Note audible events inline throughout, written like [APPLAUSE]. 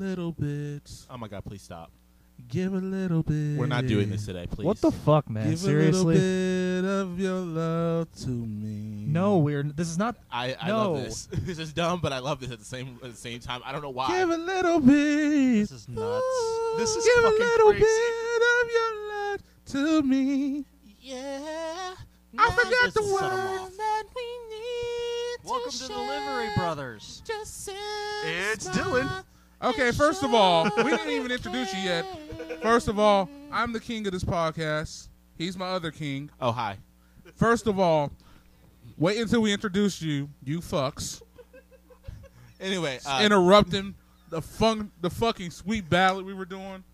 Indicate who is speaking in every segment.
Speaker 1: bit.
Speaker 2: Oh my god, please stop.
Speaker 1: Give a little bit.
Speaker 2: We're not doing this today, please.
Speaker 3: What the fuck, man?
Speaker 1: Give a
Speaker 3: Seriously?
Speaker 1: little bit of your love to me.
Speaker 3: No, we're. This is not.
Speaker 2: I, I
Speaker 3: No.
Speaker 2: love this. [LAUGHS] this is dumb, but I love this at the same at the same time. I don't know why.
Speaker 1: Give a little bit.
Speaker 4: This is nuts. This is
Speaker 1: Give
Speaker 4: fucking
Speaker 1: a little
Speaker 4: crazy.
Speaker 1: bit of your love to me.
Speaker 2: yeah.
Speaker 1: I forgot the
Speaker 4: Set 'em
Speaker 1: word.
Speaker 4: off.
Speaker 2: that we need
Speaker 4: Welcome to Delivery Brothers.
Speaker 2: Just
Speaker 4: It's Dylan.
Speaker 1: Okay, first of all, we didn't even introduce you yet. First of all, I'm the king of this podcast. He's my other king.
Speaker 2: Oh hi.
Speaker 1: First of all, wait until we introduce you, you fucks.
Speaker 2: Anyway, uh,
Speaker 1: Interrupting the fun, the fucking sweet ballad we were doing.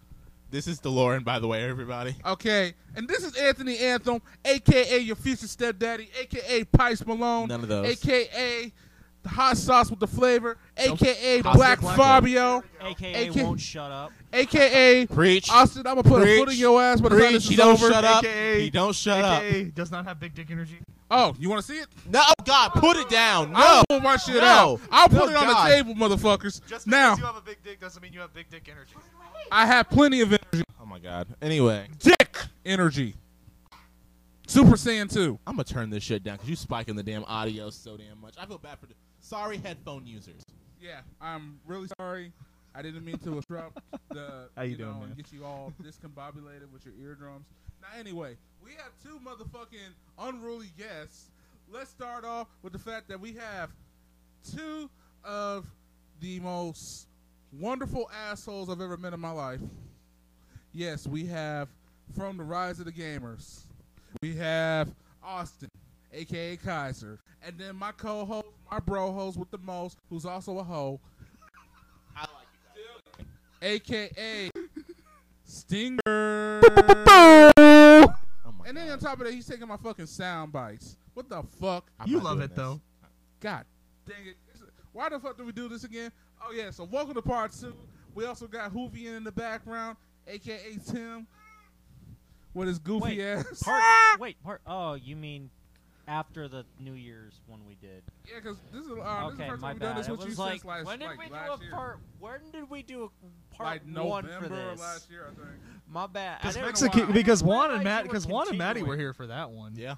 Speaker 2: this is DeLorean, by the way, everybody.
Speaker 1: Okay, and this is Anthony Anthem, aka your future stepdaddy, aka Pice Malone,
Speaker 2: None of those.
Speaker 1: aka the hot sauce with the flavor, aka
Speaker 2: Hot sauce
Speaker 1: Black
Speaker 2: with
Speaker 1: Fabio,
Speaker 4: AKA
Speaker 1: AK.
Speaker 4: won't shut up.
Speaker 1: aka
Speaker 2: Preach.
Speaker 1: Austin. I'm gonna put a
Speaker 2: Preach.
Speaker 1: foot in your ass by the time
Speaker 2: Preach.
Speaker 1: this
Speaker 2: He
Speaker 1: is
Speaker 2: don't
Speaker 1: over.
Speaker 2: shut up.
Speaker 3: AKA
Speaker 2: He don't shut up.
Speaker 3: does not have big dick energy.
Speaker 1: Oh, you want to see it?
Speaker 2: No, oh God, put it down.
Speaker 1: I'll
Speaker 2: No.
Speaker 1: pull my shit
Speaker 2: No.
Speaker 1: out. I'll
Speaker 2: No,
Speaker 1: put it on the
Speaker 2: God.
Speaker 1: table, motherfuckers. now
Speaker 3: have a big dick doesn't mean you have big dick energy.
Speaker 1: I have plenty of energy.
Speaker 2: Oh my God. Anyway,
Speaker 1: Dick energy. Super Saiyan two.
Speaker 2: I'm gonna turn this shit down because you spiking the damn audio so damn much. I feel bad for. The- Sorry, headphone users.
Speaker 1: Yeah, I'm really sorry. I didn't mean
Speaker 3: [LAUGHS]
Speaker 1: to interrupt the
Speaker 3: How you
Speaker 1: know
Speaker 3: doing, man?
Speaker 1: and get you all discombobulated with your eardrums. Now, anyway, we have two motherfucking unruly guests. Let's start off with the fact that we have two of the most wonderful assholes I've ever met in my life. Yes, we have from the rise of the gamers. We have Austin, aka Kaiser, and then my co-host, my bro host with the most, who's also a hoe,
Speaker 2: I like
Speaker 1: aka Stinger.
Speaker 2: Oh my
Speaker 1: And then on top of that, he's taking my fucking sound bites. What the fuck?
Speaker 2: I'm
Speaker 3: You
Speaker 2: not
Speaker 3: love
Speaker 2: doing
Speaker 3: it, though.
Speaker 1: God dang it! Why the fuck do we do this again? Oh yeah, so welcome to part two. We also got Hoovian in the background, aka Tim, with his goofy
Speaker 4: Wait,
Speaker 1: ass.
Speaker 4: Part, wait, part. Oh, you mean after the New Year's one we did?
Speaker 1: [LAUGHS] Yeah, because this is uh, this is the
Speaker 4: okay,
Speaker 1: first
Speaker 4: my
Speaker 1: time we've done
Speaker 4: bad.
Speaker 1: this
Speaker 4: It
Speaker 1: with you
Speaker 4: was like,
Speaker 1: since last
Speaker 4: when did
Speaker 1: like,
Speaker 4: we do
Speaker 1: last
Speaker 4: a
Speaker 1: year.
Speaker 4: part? When did we do a part
Speaker 1: like
Speaker 4: one
Speaker 1: November
Speaker 4: for this?
Speaker 1: of last year, I think.
Speaker 4: My bad. I
Speaker 3: Because
Speaker 4: didn't-
Speaker 1: Mexican-
Speaker 3: Mexican, because Juan
Speaker 4: realize
Speaker 3: and
Speaker 4: you
Speaker 3: Matt,
Speaker 4: were
Speaker 3: because Juan and Maddie were
Speaker 4: continuing.
Speaker 3: here for that one.
Speaker 2: Yeah.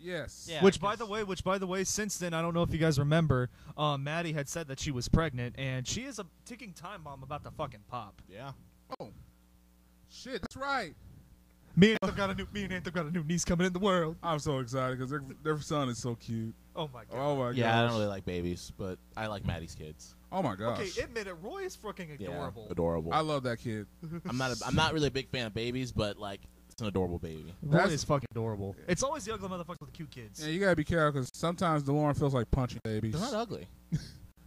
Speaker 1: Yes.
Speaker 4: Yeah.
Speaker 3: which, by
Speaker 4: 'cause-
Speaker 3: the way, which by the way, since then, I don't know if you guys remember, uh, Maddie had said that she was pregnant, and she is a ticking time bomb about to fucking pop.
Speaker 2: Yeah.
Speaker 1: Shit, that's right.
Speaker 3: Me and Anthem got a new, me and Anthem got a new niece coming in the world.
Speaker 1: I'm so excited because their, their son is so cute.
Speaker 3: Oh my god.
Speaker 1: Oh my god.
Speaker 2: Yeah, I don't really like babies, but I like Maddie's kids.
Speaker 1: Oh my gosh.
Speaker 3: Okay, admit it. Roy is fucking
Speaker 2: Yeah,
Speaker 3: adorable.
Speaker 2: adorable.
Speaker 1: I love that kid.
Speaker 2: I'm not. A, I'm not really a big fan of babies, but like, it's an adorable baby.
Speaker 3: Roy
Speaker 1: That's-
Speaker 3: is fucking adorable. It's always the ugly motherfuckers with the cute kids.
Speaker 1: Yeah, you gotta be careful because sometimes DeLorean feels like punching babies.
Speaker 2: They're not ugly.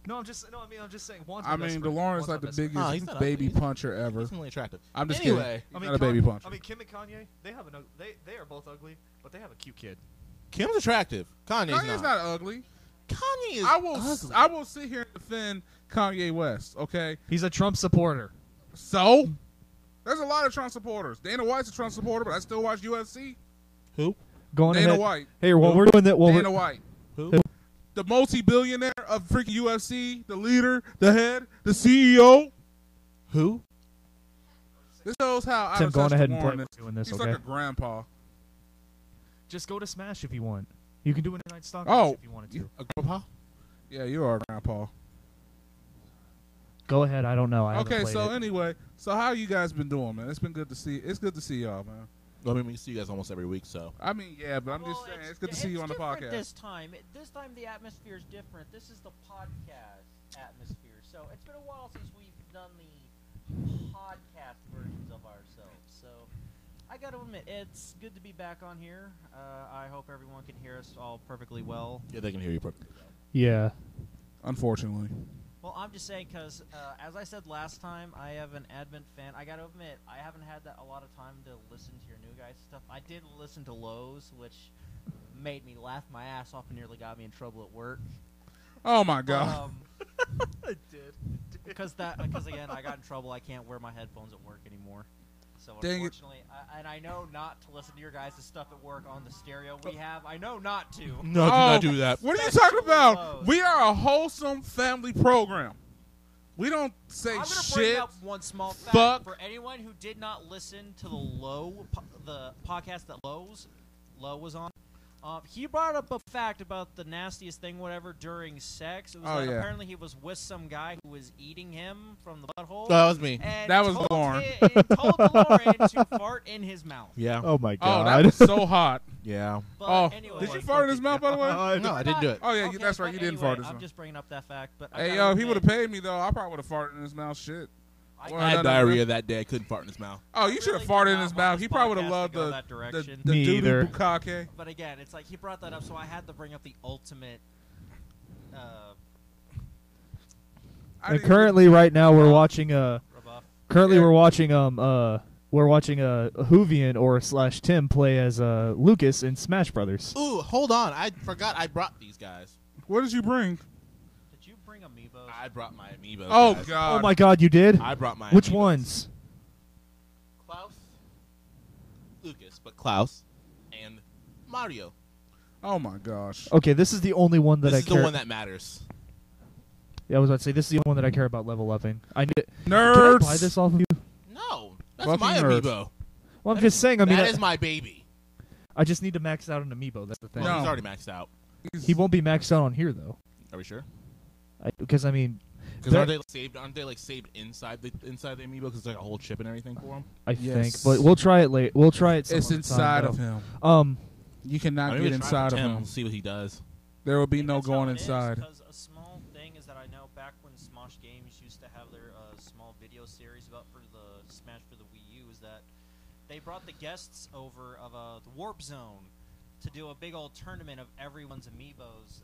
Speaker 3: No, I'm just no. I mean, I'm just saying. Juan's my
Speaker 1: I
Speaker 3: best
Speaker 1: mean,
Speaker 3: friend.
Speaker 1: DeLorean's like
Speaker 3: Juan's my
Speaker 1: the
Speaker 3: best friend.
Speaker 1: biggest
Speaker 2: No, he's not
Speaker 1: baby
Speaker 2: ugly.
Speaker 1: puncher ever.
Speaker 2: He's really attractive.
Speaker 1: I'm just
Speaker 2: Anyway,
Speaker 1: kidding.
Speaker 3: I
Speaker 1: He's
Speaker 3: mean,
Speaker 1: not a baby
Speaker 3: Con-
Speaker 1: puncher.
Speaker 3: I mean, Kim and Kanye, they have an. ug- They they are both ugly, but they have a cute kid.
Speaker 2: Kim's attractive. Kanye's,
Speaker 1: Kanye's not
Speaker 2: not.
Speaker 1: ugly.
Speaker 2: Kanye is.
Speaker 1: I will.
Speaker 2: Ugly.
Speaker 1: I will sit here and defend Kanye West. Okay.
Speaker 3: He's a Trump supporter.
Speaker 1: So there's a lot of Trump supporters. Dana White's a Trump supporter, but I still watch UFC.
Speaker 2: Who?
Speaker 3: Going
Speaker 1: Dana White.
Speaker 3: Hey, while we're doing that, while
Speaker 1: Dana White.
Speaker 2: Who?
Speaker 1: The multi-billionaire of freaking UFC, the leader, the head, the CEO.
Speaker 2: Who?
Speaker 1: This shows how out
Speaker 3: Tim,
Speaker 1: of
Speaker 3: go on
Speaker 1: touch
Speaker 3: ahead and
Speaker 1: Warren
Speaker 3: play.
Speaker 1: is.
Speaker 3: We're doing this,
Speaker 1: He's
Speaker 3: okay?
Speaker 1: like a grandpa.
Speaker 3: just go to Smash if you want. You can do an Night Stalker
Speaker 1: Oh.
Speaker 3: if you wanted to.
Speaker 1: A grandpa? Yeah, you are a grandpa.
Speaker 3: Go ahead. I don't know. I
Speaker 1: okay, so anyway, so how you guys been doing, man? It's been good to see. It's good to see y'all, man.
Speaker 2: Well, I mean, we see you guys almost every week, so
Speaker 1: I mean, yeah, but I'm
Speaker 4: Well,
Speaker 1: just saying, it's, good to see you on the
Speaker 4: different
Speaker 1: podcast.
Speaker 4: This time, It- this time the atmosphere is different. This is the podcast atmosphere. So it's been a while since we've done the podcast versions of ourselves. So I got to admit, it's good to be back on here. Uh, I hope everyone can hear us all perfectly well.
Speaker 2: yeah, they can hear you perfectly.
Speaker 3: yeah,
Speaker 1: Unfortunately,
Speaker 4: Well, I'm just saying because, uh, as I said last time, I have an Advent fan. I gotta admit, I haven't had that a lot of time to listen to your new guys' stuff. I did listen to Lowe's, which made me laugh my ass off and nearly got me in trouble at work.
Speaker 1: oh my
Speaker 4: But,
Speaker 1: god,
Speaker 4: um,
Speaker 3: it did.
Speaker 4: because that, because again, I got in trouble. I can't wear my headphones at work anymore. So
Speaker 1: Dang it.
Speaker 4: unfortunately, I, and I know not to listen to your guys' stuff at work on the stereo we have. I know not to.
Speaker 1: Oh.
Speaker 2: No, do not do that.
Speaker 1: what are you
Speaker 4: especially
Speaker 1: talking about?
Speaker 4: Lowe's.
Speaker 1: We are a wholesome family program. We don't say
Speaker 4: I'm gonna
Speaker 1: shit.
Speaker 4: bring up one small fact
Speaker 1: Fuck.
Speaker 4: for anyone who did not listen to the low po- the podcast that Lowe's Lowe was on. Um, he brought up a fact about the nastiest thing, whatever, during sex. It was
Speaker 1: Oh,
Speaker 4: that
Speaker 1: yeah.
Speaker 4: apparently he was with some guy who was eating him from the butthole.
Speaker 2: that was me.
Speaker 4: and
Speaker 1: Uh, That was
Speaker 4: told
Speaker 1: Lauren.
Speaker 4: hi- and
Speaker 1: [LAUGHS]
Speaker 4: told Lauren to fart in his mouth.
Speaker 2: Yeah.
Speaker 5: Oh my
Speaker 1: Oh,
Speaker 5: god.
Speaker 1: that was
Speaker 3: [LAUGHS]
Speaker 1: so
Speaker 4: [LAUGHS]
Speaker 1: hot.
Speaker 2: Yeah.
Speaker 4: But
Speaker 1: Oh,
Speaker 4: anyway,
Speaker 1: Did you fart in his mouth, by the
Speaker 3: [LAUGHS]
Speaker 1: way?
Speaker 5: Uh,
Speaker 2: No, I didn't do it.
Speaker 1: Oh, yeah,
Speaker 4: Okay,
Speaker 1: that's right.
Speaker 4: but
Speaker 1: You didn't
Speaker 4: anyway,
Speaker 1: fart in his
Speaker 4: I'm
Speaker 1: mouth.
Speaker 4: just bringing up that fact. But I
Speaker 1: Hey,
Speaker 4: gotta
Speaker 1: yo, if he
Speaker 4: admit,
Speaker 1: would have paid me, though, I probably would have farted in his mouth. Shit.
Speaker 4: I-
Speaker 1: Well,
Speaker 2: I
Speaker 1: no,
Speaker 2: had
Speaker 1: no,
Speaker 2: diarrhea that day. I couldn't fart in his mouth.
Speaker 1: Oh, you should have
Speaker 4: really
Speaker 1: farted
Speaker 4: did
Speaker 1: in
Speaker 4: not
Speaker 1: his
Speaker 4: want
Speaker 1: mouth.
Speaker 4: this
Speaker 1: He probably would
Speaker 4: podcast
Speaker 1: have
Speaker 4: to
Speaker 1: loved
Speaker 4: go
Speaker 1: the
Speaker 4: that
Speaker 1: the,
Speaker 4: direction.
Speaker 1: the
Speaker 5: Me
Speaker 1: doodoo
Speaker 5: either.
Speaker 1: bukkake.
Speaker 4: But again, it's like he brought that up, so I had to bring up the ultimate. Uh,
Speaker 1: I
Speaker 3: And
Speaker 1: didn't-
Speaker 3: currently, right now, we're watching uh
Speaker 4: rebuff.
Speaker 3: currently
Speaker 1: Yeah.
Speaker 3: we're watching um uh we're watching uh Hoovian or slash Tim play as uh Lucas in Smash Brothers.
Speaker 2: Ooh, hold on. I forgot I brought these guys.
Speaker 1: What did you bring?
Speaker 4: Did you bring amiibos?
Speaker 2: I brought my amiibo.
Speaker 1: Oh
Speaker 2: guys.
Speaker 1: God.
Speaker 3: Oh my God, you did?
Speaker 2: I brought my.
Speaker 3: Which
Speaker 2: Amiibos.
Speaker 3: ones?
Speaker 2: Klaus, Lucas, but Klaus and Mario.
Speaker 1: Oh my gosh.
Speaker 3: Okay, this is the only one that
Speaker 2: this
Speaker 3: I
Speaker 2: is
Speaker 3: care.
Speaker 2: the one that matters.
Speaker 3: yeah, I was about to say this is the only one that I care about level upping. I need it.
Speaker 1: Nerds.
Speaker 3: Can I buy this off of you?
Speaker 2: No, that's
Speaker 1: Fucking
Speaker 2: my
Speaker 1: nerds.
Speaker 2: amiibo.
Speaker 3: Well, I'm
Speaker 2: That
Speaker 3: just saying. I mean,
Speaker 2: that
Speaker 3: I,
Speaker 2: is my baby.
Speaker 3: I just need to max out an amiibo. That's the thing.
Speaker 2: Well,
Speaker 1: No.
Speaker 2: he's already maxed out.
Speaker 3: He won't be maxed out on here though,
Speaker 2: Are we sure?
Speaker 3: because I, mean,
Speaker 2: Because aren't
Speaker 3: They're-
Speaker 2: they saved? Aren't they like saved inside the inside the amiibo? Because like a whole chip and everything for him.
Speaker 3: I
Speaker 1: Yes.
Speaker 3: think. But we'll try it late. We'll try it. some
Speaker 1: It's
Speaker 3: other time,
Speaker 1: inside
Speaker 3: though.
Speaker 1: of him.
Speaker 3: Um,
Speaker 1: You cannot get inside of him.
Speaker 2: See what he does.
Speaker 1: There will be
Speaker 4: Maybe
Speaker 1: no
Speaker 4: that's how
Speaker 1: going
Speaker 4: it is,
Speaker 1: inside.
Speaker 4: 'cause a small thing is that I know back when Smosh Games used to have their uh, small video series about for the Smash for the Wii U is that they brought the guests over of uh, the Warp Zone to do a big old tournament of everyone's amiibos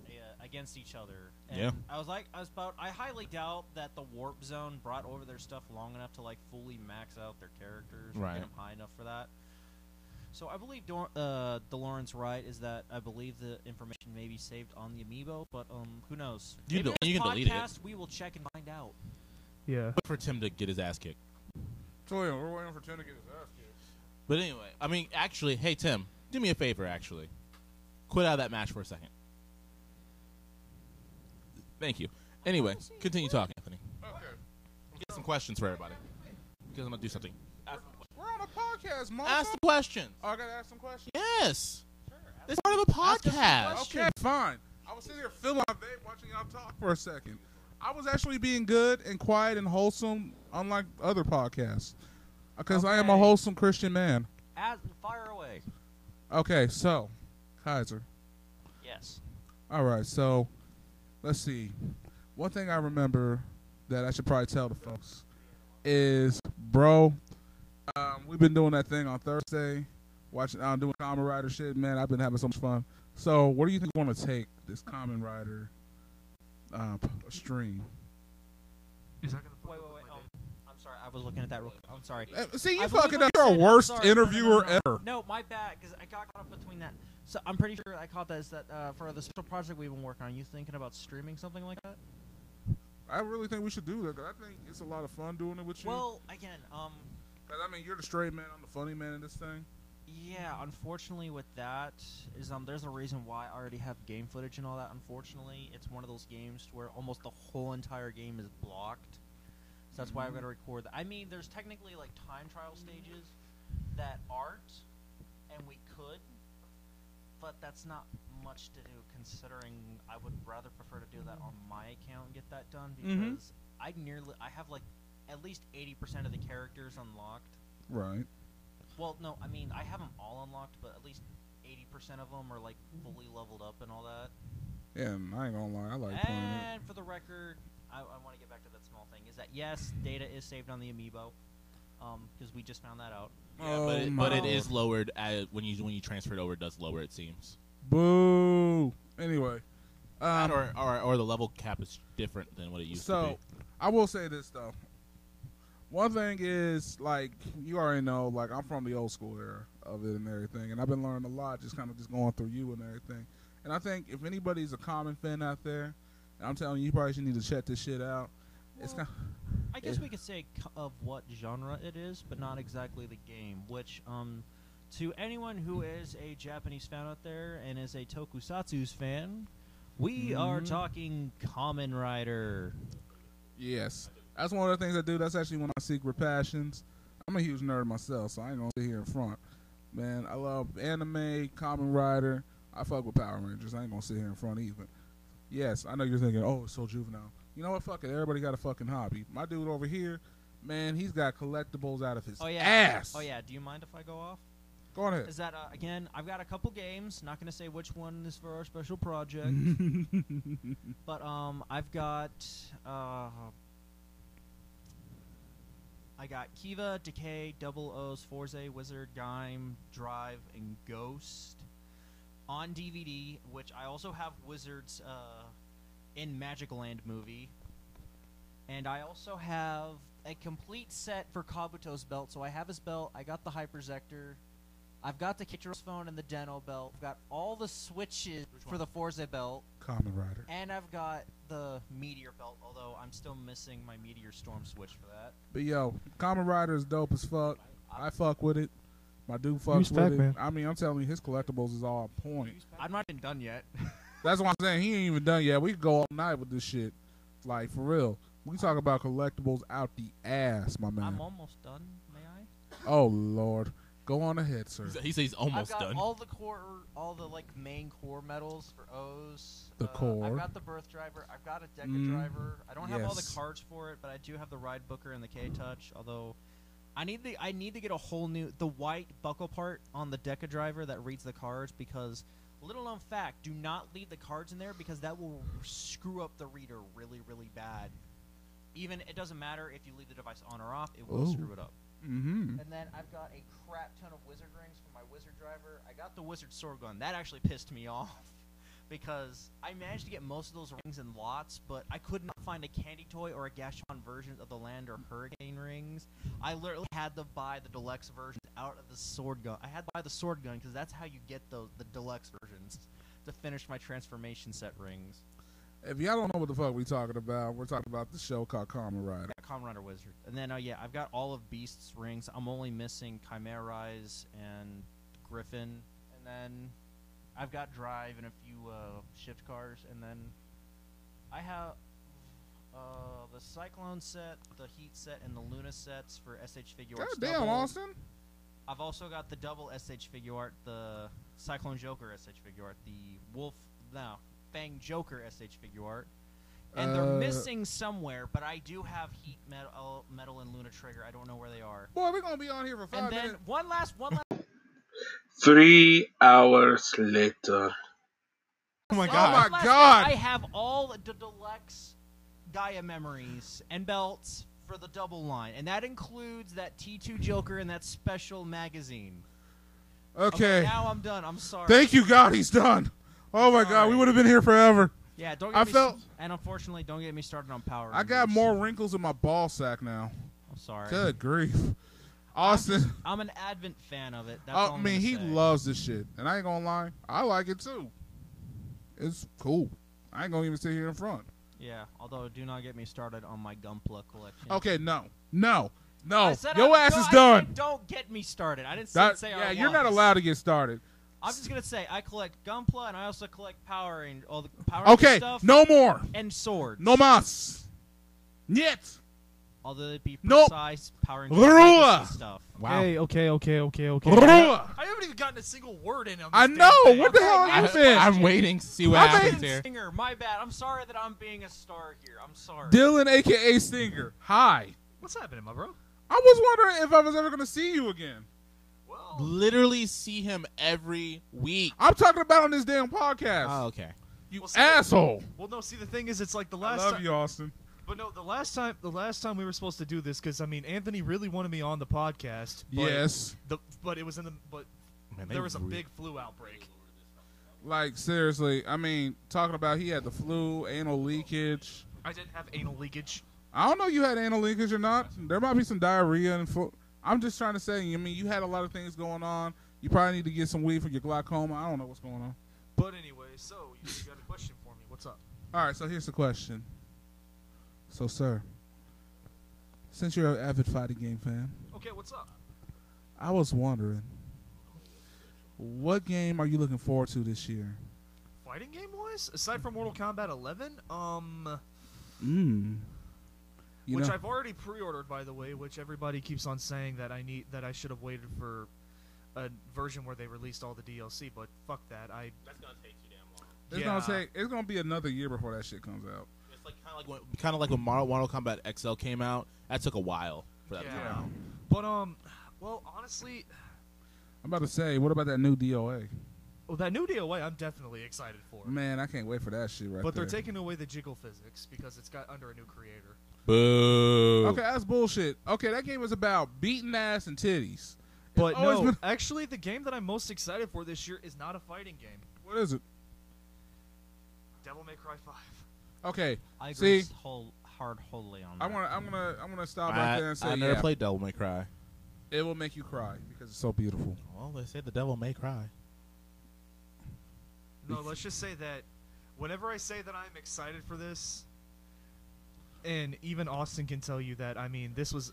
Speaker 4: uh, against each other. And
Speaker 2: Yeah.
Speaker 4: I was like, I was about, I highly doubt that the Warp Zone brought over their stuff long enough to like fully max out their characters, or
Speaker 2: Right.
Speaker 4: get them high enough for that. So I believe Dor- uh, DeLoren's right is that I believe the information may be saved on the amiibo, but um, who knows?
Speaker 2: You
Speaker 4: Maybe
Speaker 2: del-
Speaker 4: this
Speaker 2: you can delete it.
Speaker 4: podcast, We will check and find out.
Speaker 3: yeah.
Speaker 2: For Tim to get his ass kicked.
Speaker 1: So yeah, we're waiting for Tim to get his ass kicked.
Speaker 2: But anyway, I mean, actually, hey Tim, do me a favor. Actually, quit out of that match for a second. Thank you. Anyway, continue talking, Anthony.
Speaker 1: Okay.
Speaker 2: Get some questions for everybody. Because I'm gonna do something. Ask,
Speaker 1: We're on a podcast, Mom.
Speaker 2: ask the questions.
Speaker 1: oh, I gotta ask some questions.
Speaker 2: Yes,
Speaker 4: Sure.
Speaker 2: it's part of a
Speaker 4: Ask us some
Speaker 2: podcast.
Speaker 1: Okay, fine. I was sitting here feeling my vape, watching y'all talk for a second. I was actually being good and quiet and wholesome, unlike other podcasts, because I am a
Speaker 4: Okay.
Speaker 1: wholesome Christian man.
Speaker 4: As, fire away.
Speaker 1: Okay, so Kaiser.
Speaker 4: Yes.
Speaker 1: All right, so let's see. One thing I remember that I should probably tell the folks is, bro, um, we've been doing that thing on Thursday, watching, um, doing Common Rider shit. Man, I've been having so much fun. So, what do you think you want to take this Common Rider uh, p- stream?
Speaker 4: Wait, wait, wait. Um, I'm sorry. I was looking at that real quick. I'm sorry.
Speaker 1: Uh, See, you
Speaker 4: I believe
Speaker 1: fucking
Speaker 4: I
Speaker 1: up. You're a
Speaker 4: said-
Speaker 1: worst
Speaker 4: sorry, no, no, no,
Speaker 1: interviewer
Speaker 4: no, no.
Speaker 1: ever.
Speaker 4: No, my bad, because I got caught up between that. So I'm pretty sure I caught that is that uh, for the special project we've been working on. You thinking about streaming something like that?
Speaker 1: I really think we should do that. 'cause I think it's a lot of fun doing it with you.
Speaker 4: Well, again, um,
Speaker 1: 'Cause, I mean, you're the straight man. I'm the funny man in this thing.
Speaker 4: yeah. Unfortunately, with that is um, there's a reason why I already have game footage and all that. Unfortunately, it's one of those games where almost the whole entire game is blocked. So that's why I've got to record that. I mean, there's technically like time trial stages that aren't, and we could, but that's not much to do considering I would rather prefer to do that on my account and get that done because
Speaker 1: Mhm.
Speaker 4: I nearly I have like at least 80% of the characters unlocked.
Speaker 1: Right.
Speaker 4: Well, no, I mean I have them all unlocked, but at least 80% of them are like fully leveled up and all that.
Speaker 1: Yeah, and I ain't gonna lie. I like playing it.
Speaker 4: And for the record, I, I want to get back to that small thing. Is that yes, data is saved on the amiibo, because we just found that out.
Speaker 2: Yeah,
Speaker 1: Oh
Speaker 2: but, it,
Speaker 1: my
Speaker 2: but it
Speaker 1: lord.
Speaker 2: is lowered at, when you when you transfer it over. It does lower it seems.
Speaker 1: Boo. Anyway,
Speaker 2: That
Speaker 1: um,
Speaker 2: or, or or the level cap is different than what it used to
Speaker 1: so
Speaker 2: be.
Speaker 1: I will say this though. One thing is like you already know, like I'm from the old school era of it and everything, and I've been learning a lot just kind of just going through you and everything. And I think if anybody's a common fan out there, and I'm telling you, you probably should need to check this shit out. It's
Speaker 4: Well,
Speaker 1: kind
Speaker 4: I guess we could say c- of what genre it is, but not exactly the game. Which, um, to anyone who is a Japanese fan out there and is a Tokusatsu's fan, we are
Speaker 1: Mhm.
Speaker 4: talking Common Rider.
Speaker 1: yes, That's one of the things I do. That's actually one of my secret passions. I'm a huge nerd myself, so I ain't gonna sit here in front. Man, I love anime, Common Rider. I fuck with Power Rangers. I ain't gonna sit here in front either. Yes, I know you're thinking, oh, it's so juvenile. You know what? Fuck it. Everybody got a fucking hobby. My dude over here, man, he's got collectibles out of his
Speaker 4: Oh yeah.
Speaker 1: ass.
Speaker 4: Oh yeah. Do you mind if I go off?
Speaker 1: Go on ahead.
Speaker 4: Is that uh, again? I've got a couple games. Not gonna say which one is for our special project, but um, I've got uh, I got Kiva, Decay, Double O's, Forze, Wizard, Gaim, Drive, and Ghost on DVD. Which I also have Wizards uh, in Magic Land movie, and I also have a complete set for Kabuto's belt. So I have his belt. I got the Hyper Zector. I've got the Kichiro's phone and the Deno belt. I've got all the switches for the Forza belt,
Speaker 1: Common Rider.
Speaker 4: and I've got the Meteor belt. Although I'm still missing my Meteor Storm switch for that.
Speaker 1: But yo, Common Rider is dope as fuck. I fuck with it. My dude fucks
Speaker 3: Respect,
Speaker 1: with it.
Speaker 3: man.
Speaker 1: I mean, I'm telling you, his collectibles is all point.
Speaker 4: I'm not even done yet.
Speaker 1: That's why I'm saying he ain't even done yet. We could go all night with this shit. Like for real. We talk about collectibles out the ass, my man.
Speaker 4: I'm almost done. May I?
Speaker 1: Oh lord, go on ahead, sir.
Speaker 2: He's- He says he's almost
Speaker 4: I've got
Speaker 2: done.
Speaker 4: all the core, all the like main core medals for O's.
Speaker 1: The
Speaker 4: Uh,
Speaker 1: core.
Speaker 4: I've got the birth driver. I've got a deca
Speaker 1: Mm,
Speaker 4: driver. I don't have all the
Speaker 1: yes.
Speaker 4: cards for it, but I do have the ride booker and the K touch. Although, I need the I need to get a whole new the white buckle part on the deca driver that reads the cards because little known fact, do not leave the cards in there because that will screw up the reader really really bad. Even it doesn't matter if you leave the device on or off; it will
Speaker 1: Ooh.
Speaker 4: screw it up.
Speaker 1: Mm-hmm.
Speaker 4: And then I've got a crap ton of wizard rings for my wizard driver. I got the wizard sword gun. That actually pissed me [LAUGHS] off because I managed to get most of those rings in lots, but I could not find a candy toy or a Gashon version of the land or hurricane rings. I literally had to buy the deluxe versions out of the sword gun. I had to buy the sword gun because that's how you get those the deluxe versions to finish my transformation set rings.
Speaker 1: If y'all don't know what the fuck we talking about, we're talking about the show called Common Rider.
Speaker 4: got Kamen Rider Wizard. And then, uh, yeah, I've got all of Beast's rings. I'm only missing Chimerize and Griffin. And then I've got Drive and a few uh, shift cars. And then I have uh, the Cyclone set, the Heat set, and the Luna sets for SH Figure
Speaker 1: God
Speaker 4: Arts
Speaker 1: damn,
Speaker 4: double.
Speaker 1: Austin.
Speaker 4: I've also got the double SH Figure Art, the Cyclone Joker SH Figure Art, the Wolf, no, Fang Joker SH Figure Art. And they're
Speaker 1: Uh,
Speaker 4: missing somewhere, but I do have Heat Metal, Metal and Luna Trigger. I don't know where they are.
Speaker 1: Boy, we're gonna be on here for five Oh
Speaker 4: And then
Speaker 1: minutes.
Speaker 4: one last, one last.
Speaker 5: Three hours later.
Speaker 2: Oh my
Speaker 4: one
Speaker 2: god.
Speaker 1: God.
Speaker 4: last-
Speaker 1: God.
Speaker 4: I have all the deluxe Gaia memories and belts for the double line, and that includes that T2 Joker and that special magazine.
Speaker 1: Okay.
Speaker 4: Now I'm done. I'm sorry.
Speaker 1: Thank you, God, he's done. Oh my God, we
Speaker 4: Sorry.
Speaker 1: would have been here forever.
Speaker 4: Yeah, don't. Get
Speaker 1: I
Speaker 4: me
Speaker 1: felt-
Speaker 4: and unfortunately, don't get me started on Power.
Speaker 1: I got
Speaker 4: Rangers.
Speaker 1: more wrinkles in my ball sack now.
Speaker 4: I'm sorry.
Speaker 1: Good grief, Austin.
Speaker 4: I'm an Advent fan of it. That's all
Speaker 1: Oh, I
Speaker 4: I'm
Speaker 1: mean,
Speaker 4: gonna
Speaker 1: he
Speaker 4: say.
Speaker 1: loves this shit, and I ain't gonna lie, I like it too. It's cool. I ain't gonna even sit here in front.
Speaker 4: Yeah, although do not get me started on my Gunpla collection.
Speaker 1: Okay, no, no, no.
Speaker 4: I said
Speaker 1: Your
Speaker 4: I-
Speaker 1: ass
Speaker 4: no,
Speaker 1: is
Speaker 4: I
Speaker 1: done.
Speaker 4: said don't get me started. I didn't say-
Speaker 1: That-
Speaker 4: say
Speaker 1: yeah,
Speaker 4: I
Speaker 1: you're not
Speaker 4: was.
Speaker 1: allowed to get started.
Speaker 4: I'm just gonna say I collect Gunpla and I also collect Power and all the Power Ranger
Speaker 1: Okay,
Speaker 4: stuff
Speaker 1: no more,
Speaker 4: and swords.
Speaker 1: no mas. Yet.
Speaker 4: Although it'd be
Speaker 1: Nope.
Speaker 4: precise Power and
Speaker 1: Rua.
Speaker 4: stuff.
Speaker 2: Wow.
Speaker 3: Hey, okay, okay, okay, okay.
Speaker 1: I
Speaker 3: I haven't even gotten a single word in. On
Speaker 1: I
Speaker 3: this damn
Speaker 1: know.
Speaker 3: thing.
Speaker 1: What the hell
Speaker 4: Hey,
Speaker 1: have you
Speaker 4: man.
Speaker 1: been?
Speaker 2: I'm waiting to see what
Speaker 1: I
Speaker 2: happens
Speaker 1: mean-
Speaker 2: here.
Speaker 4: Singer, my bad. I'm sorry that I'm being a star here. I'm sorry.
Speaker 1: Dylan, aka Stinger. Hi.
Speaker 3: What's happening, my bro?
Speaker 1: I was wondering if I was ever gonna see you again.
Speaker 4: Well,
Speaker 2: Literally see him every week.
Speaker 1: I'm talking about on this damn podcast.
Speaker 2: Oh, okay.
Speaker 1: you
Speaker 3: Well, see-
Speaker 1: asshole.
Speaker 3: Well, no. See, the thing is, it's like the
Speaker 1: I
Speaker 3: last.
Speaker 1: love
Speaker 3: ti-
Speaker 1: you, Austin.
Speaker 3: But no, the last time, the last time we were supposed to do this, because I mean, Anthony really wanted me on the podcast. But
Speaker 1: yes.
Speaker 3: The, but it was in the. But
Speaker 2: Man, they
Speaker 3: there was a
Speaker 2: re-
Speaker 3: big flu outbreak.
Speaker 1: Like seriously, I mean, talking about he had the flu, anal leakage.
Speaker 3: I didn't have anal leakage.
Speaker 1: I don't know you had anal leakage or not. There might be some diarrhea and flu. I'm just trying to say. I mean, you had a lot of things going on. You probably need to get some weed for your glaucoma. I don't know what's going on.
Speaker 3: But anyway, so you got a question for me? What's up?
Speaker 1: All right, so here's the question. So, sir, since you're an avid fighting game fan,
Speaker 3: Okay, what's up?
Speaker 1: I was wondering, what game are you looking forward to this year?
Speaker 3: Fighting game wise, aside from Mortal Kombat 11, um,
Speaker 1: Mm. Hmm. You
Speaker 3: which
Speaker 1: know,
Speaker 3: I've already pre-ordered, by the way. Which everybody keeps on saying that I need that I should have waited for a version where they released all the DLC. But fuck that. I
Speaker 2: That's gonna take too damn long.
Speaker 1: it's
Speaker 3: yeah.
Speaker 1: gonna take. It's gonna be another year before that shit comes out.
Speaker 2: It's like kind of like when, kind of like when Mortal, Mortal Kombat XL came out. That took a while for that. to come
Speaker 3: Yeah.
Speaker 2: out.
Speaker 3: But um, well, honestly,
Speaker 1: I'm about to say, what about that new DOA?
Speaker 3: well, that new DOA I'm definitely excited for.
Speaker 1: Man, I can't wait for that shit right
Speaker 3: but they're
Speaker 1: there.
Speaker 3: taking away the jiggle physics because it's got under a new creator.
Speaker 2: Boo.
Speaker 1: Okay, that's bullshit. Okay, that game was about beating ass and titties.
Speaker 3: But
Speaker 1: always
Speaker 3: no,
Speaker 1: been-
Speaker 3: actually, the game that I'm most excited for this year is not a fighting game.
Speaker 1: What is it?
Speaker 3: Devil May Cry Five.
Speaker 1: Okay,
Speaker 4: I
Speaker 1: See?
Speaker 4: agree s- whole, hard wholly on that.
Speaker 1: I'm gonna, I'm gonna, I'm gonna stop right
Speaker 2: I,
Speaker 1: there and say,
Speaker 2: I never
Speaker 1: yeah,
Speaker 2: played Devil May Cry.
Speaker 1: it will make you cry because it's so beautiful.
Speaker 2: Well, they say the devil may cry.
Speaker 3: No, let's just say that whenever I say that I'm excited for this, and even Austin can tell you that. I mean, this was,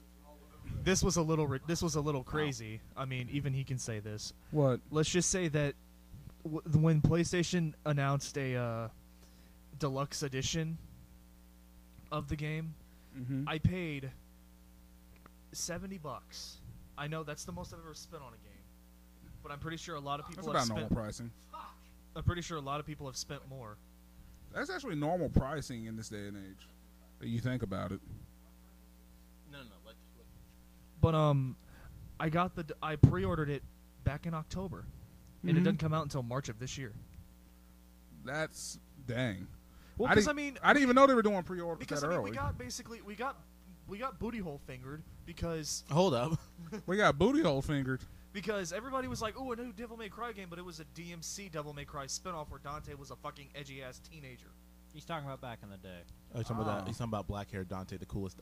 Speaker 3: this was a little, ri- this was a little crazy. I mean, even he can say this.
Speaker 1: What?
Speaker 3: let's just say that w- when PlayStation announced a uh, deluxe edition of the game,
Speaker 1: Mm-hmm.
Speaker 3: I paid seventy bucks. I know that's the most I've ever spent on a game, but I'm pretty sure a lot of
Speaker 1: That's
Speaker 3: people have
Speaker 1: about normal
Speaker 3: spent.
Speaker 1: pricing.
Speaker 3: I'm pretty sure a lot of people have spent more.
Speaker 1: That's actually normal pricing in this day and age. If you think about it.
Speaker 2: No, no, like,
Speaker 3: But um, I got the d- I pre-ordered it back in October, and it
Speaker 1: Mhm.
Speaker 3: doesn't come out until March of this year.
Speaker 1: That's dang.
Speaker 3: Well,
Speaker 1: I
Speaker 3: because
Speaker 1: didn't-
Speaker 3: I mean,
Speaker 1: I didn't even know they were doing pre-orders
Speaker 3: because
Speaker 1: that
Speaker 3: I mean,
Speaker 1: early.
Speaker 3: we got basically we got we got booty hole fingered because
Speaker 2: hold up.
Speaker 1: we got booty hole fingered.
Speaker 3: because everybody was like, "Oh, a new Devil May Cry game," but it was a DMC Devil May Cry spinoff where Dante was a fucking edgy ass teenager.
Speaker 4: He's talking about back in the day.
Speaker 2: Oh, he's talking about
Speaker 1: Ah.
Speaker 2: that. He's talking about black haired Dante, the coolest.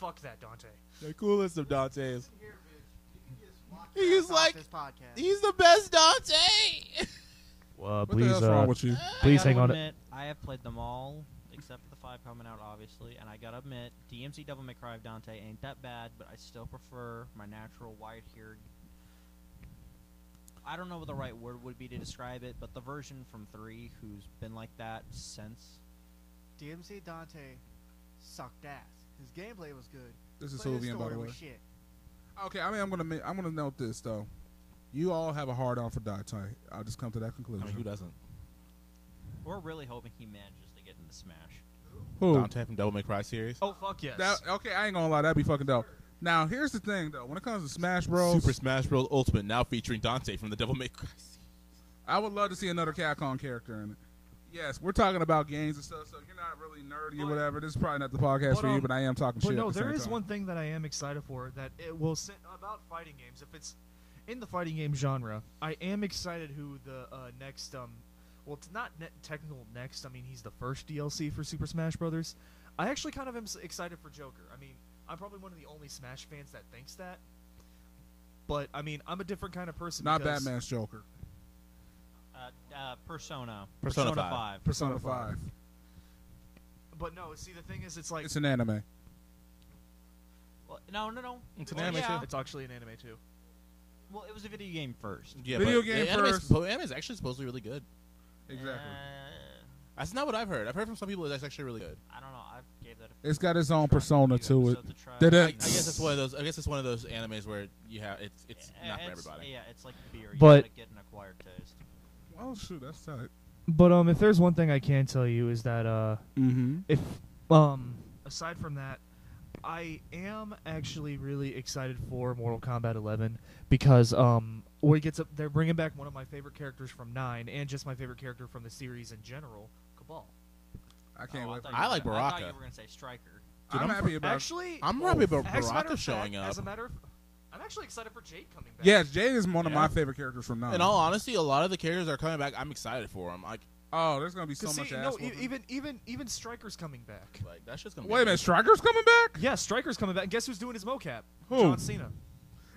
Speaker 3: Fuck that, Dante.
Speaker 2: The coolest of Dantes.
Speaker 6: Here, bitch. You can just walk
Speaker 2: He
Speaker 6: out
Speaker 2: was
Speaker 6: off
Speaker 2: like-
Speaker 6: this podcast.
Speaker 2: He's the best Dante.
Speaker 3: Well, uh,
Speaker 1: What the hell's
Speaker 2: uh,
Speaker 1: wrong with you?
Speaker 3: Please
Speaker 4: I gotta
Speaker 3: hang on to-
Speaker 4: Admit, I have played them all except for the five coming out, obviously. And I gotta admit, DMC Devil May Cry of Dante ain't that bad, but I still prefer my natural white-haired. I don't know what the right word would be to describe it, but the version from three, who's been like that since.
Speaker 6: DMC Dante sucked ass. His gameplay was good.
Speaker 1: This is
Speaker 6: but his
Speaker 1: Sylvian, by
Speaker 6: story
Speaker 1: the way.
Speaker 6: was shit.
Speaker 1: Okay, I mean, I'm gonna, ma- I'm gonna note this though. You all have a hard on for Dante. I'll just come to that
Speaker 2: I
Speaker 1: conclusion.
Speaker 2: mean, who doesn't?
Speaker 4: We're really hoping he manages to get into Smash.
Speaker 1: Who?
Speaker 2: Dante from Devil May Cry series.
Speaker 3: Oh fuck yes.
Speaker 1: That, okay, I ain't gonna lie, that'd be fucking dope. Now, here's the thing though. When it comes to Smash Bros,
Speaker 2: Super Smash Bros. Ultimate now featuring Dante from the Devil May Cry. series.
Speaker 1: I would love to see another Capcom character in it. Yes, we're talking about games and stuff, so you're not really nerdy or
Speaker 3: But-
Speaker 1: whatever. This is probably not the podcast
Speaker 3: but,
Speaker 1: for you,
Speaker 3: um,
Speaker 1: but I am talking
Speaker 3: but
Speaker 1: shit.
Speaker 3: no,
Speaker 1: at the
Speaker 3: there
Speaker 1: same
Speaker 3: is
Speaker 1: time.
Speaker 3: one thing that I am excited for that it will sen- about fighting games. If it's in the fighting game genre, I am excited who the uh, next um, well, it's not ne- technical next. I mean, he's the first DLC for Super Smash Brothers. I actually kind of am s- excited for Joker. I mean, I'm probably one of the only Smash fans that thinks that. But I mean, I'm a different kind of person.
Speaker 1: Not
Speaker 3: because-
Speaker 1: Batman's Joker.
Speaker 4: Uh, uh, Persona.
Speaker 2: Persona five.
Speaker 4: five.
Speaker 1: Persona Five.
Speaker 3: But no, see, the thing is, it's like
Speaker 1: It's an anime.
Speaker 4: Well, no, no, no.
Speaker 2: It's an
Speaker 4: Well,
Speaker 2: anime,
Speaker 4: yeah.
Speaker 2: too.
Speaker 3: it's actually an anime too.
Speaker 4: Well, it was a video game first.
Speaker 2: Yeah,
Speaker 1: Video
Speaker 2: but
Speaker 1: game
Speaker 2: the anime's
Speaker 1: first.
Speaker 2: suppo- anime's actually supposedly really good.
Speaker 1: Exactly.
Speaker 4: Uh,
Speaker 2: That's not what I've heard. I've heard from some people that that's actually really good.
Speaker 4: I don't know. I gave that. A
Speaker 1: It's got its own
Speaker 4: try-
Speaker 1: persona
Speaker 4: a few
Speaker 1: to it.
Speaker 4: episodes try.
Speaker 1: Did it-
Speaker 2: I, I guess it's one of those. I guess it's one of those animes where you have it's it's
Speaker 4: Yeah,
Speaker 2: not for
Speaker 4: it's-
Speaker 2: everybody.
Speaker 4: Yeah, it's like beer. You
Speaker 3: But-
Speaker 4: gotta get an acquired taste.
Speaker 1: Oh shoot, that's tight.
Speaker 3: But um, if there's one thing I can tell you is that uh,
Speaker 1: Mm-hmm.
Speaker 3: if um, aside from that, I am actually really excited for Mortal Kombat 11 because um, we get to they're bringing back one of my favorite characters from Nine and just my favorite character from the series in general, Cabal.
Speaker 1: I can't
Speaker 4: Oh,
Speaker 1: wait.
Speaker 4: thought
Speaker 1: for-
Speaker 4: you
Speaker 2: I
Speaker 4: were
Speaker 2: like
Speaker 4: gonna- I thought
Speaker 2: Baraka.
Speaker 4: you were gonna say Striker.
Speaker 1: I'm,
Speaker 2: I'm
Speaker 1: happy about.
Speaker 3: Actually,
Speaker 2: I'm happy about
Speaker 3: as a matter
Speaker 2: Baraka
Speaker 3: of fact-
Speaker 2: showing up.
Speaker 3: As a matter of, I'm actually excited for Jade coming back.
Speaker 1: yes, Jade is one of
Speaker 2: Yeah.
Speaker 1: my favorite characters from now.
Speaker 2: In all honesty, a lot of the characters that are coming back. I'm excited for them. Like,
Speaker 1: oh, there's gonna be so
Speaker 3: 'Cause
Speaker 1: much
Speaker 3: see,
Speaker 1: ass.
Speaker 3: no, e-
Speaker 1: whooping.
Speaker 3: even even even Striker's coming back.
Speaker 2: like that's just gonna. be
Speaker 1: Wait a minute,
Speaker 2: amazing.
Speaker 1: Striker's coming back.
Speaker 3: Yeah, Striker's coming back. And guess who's doing his mocap?
Speaker 1: Who?
Speaker 3: John Cena.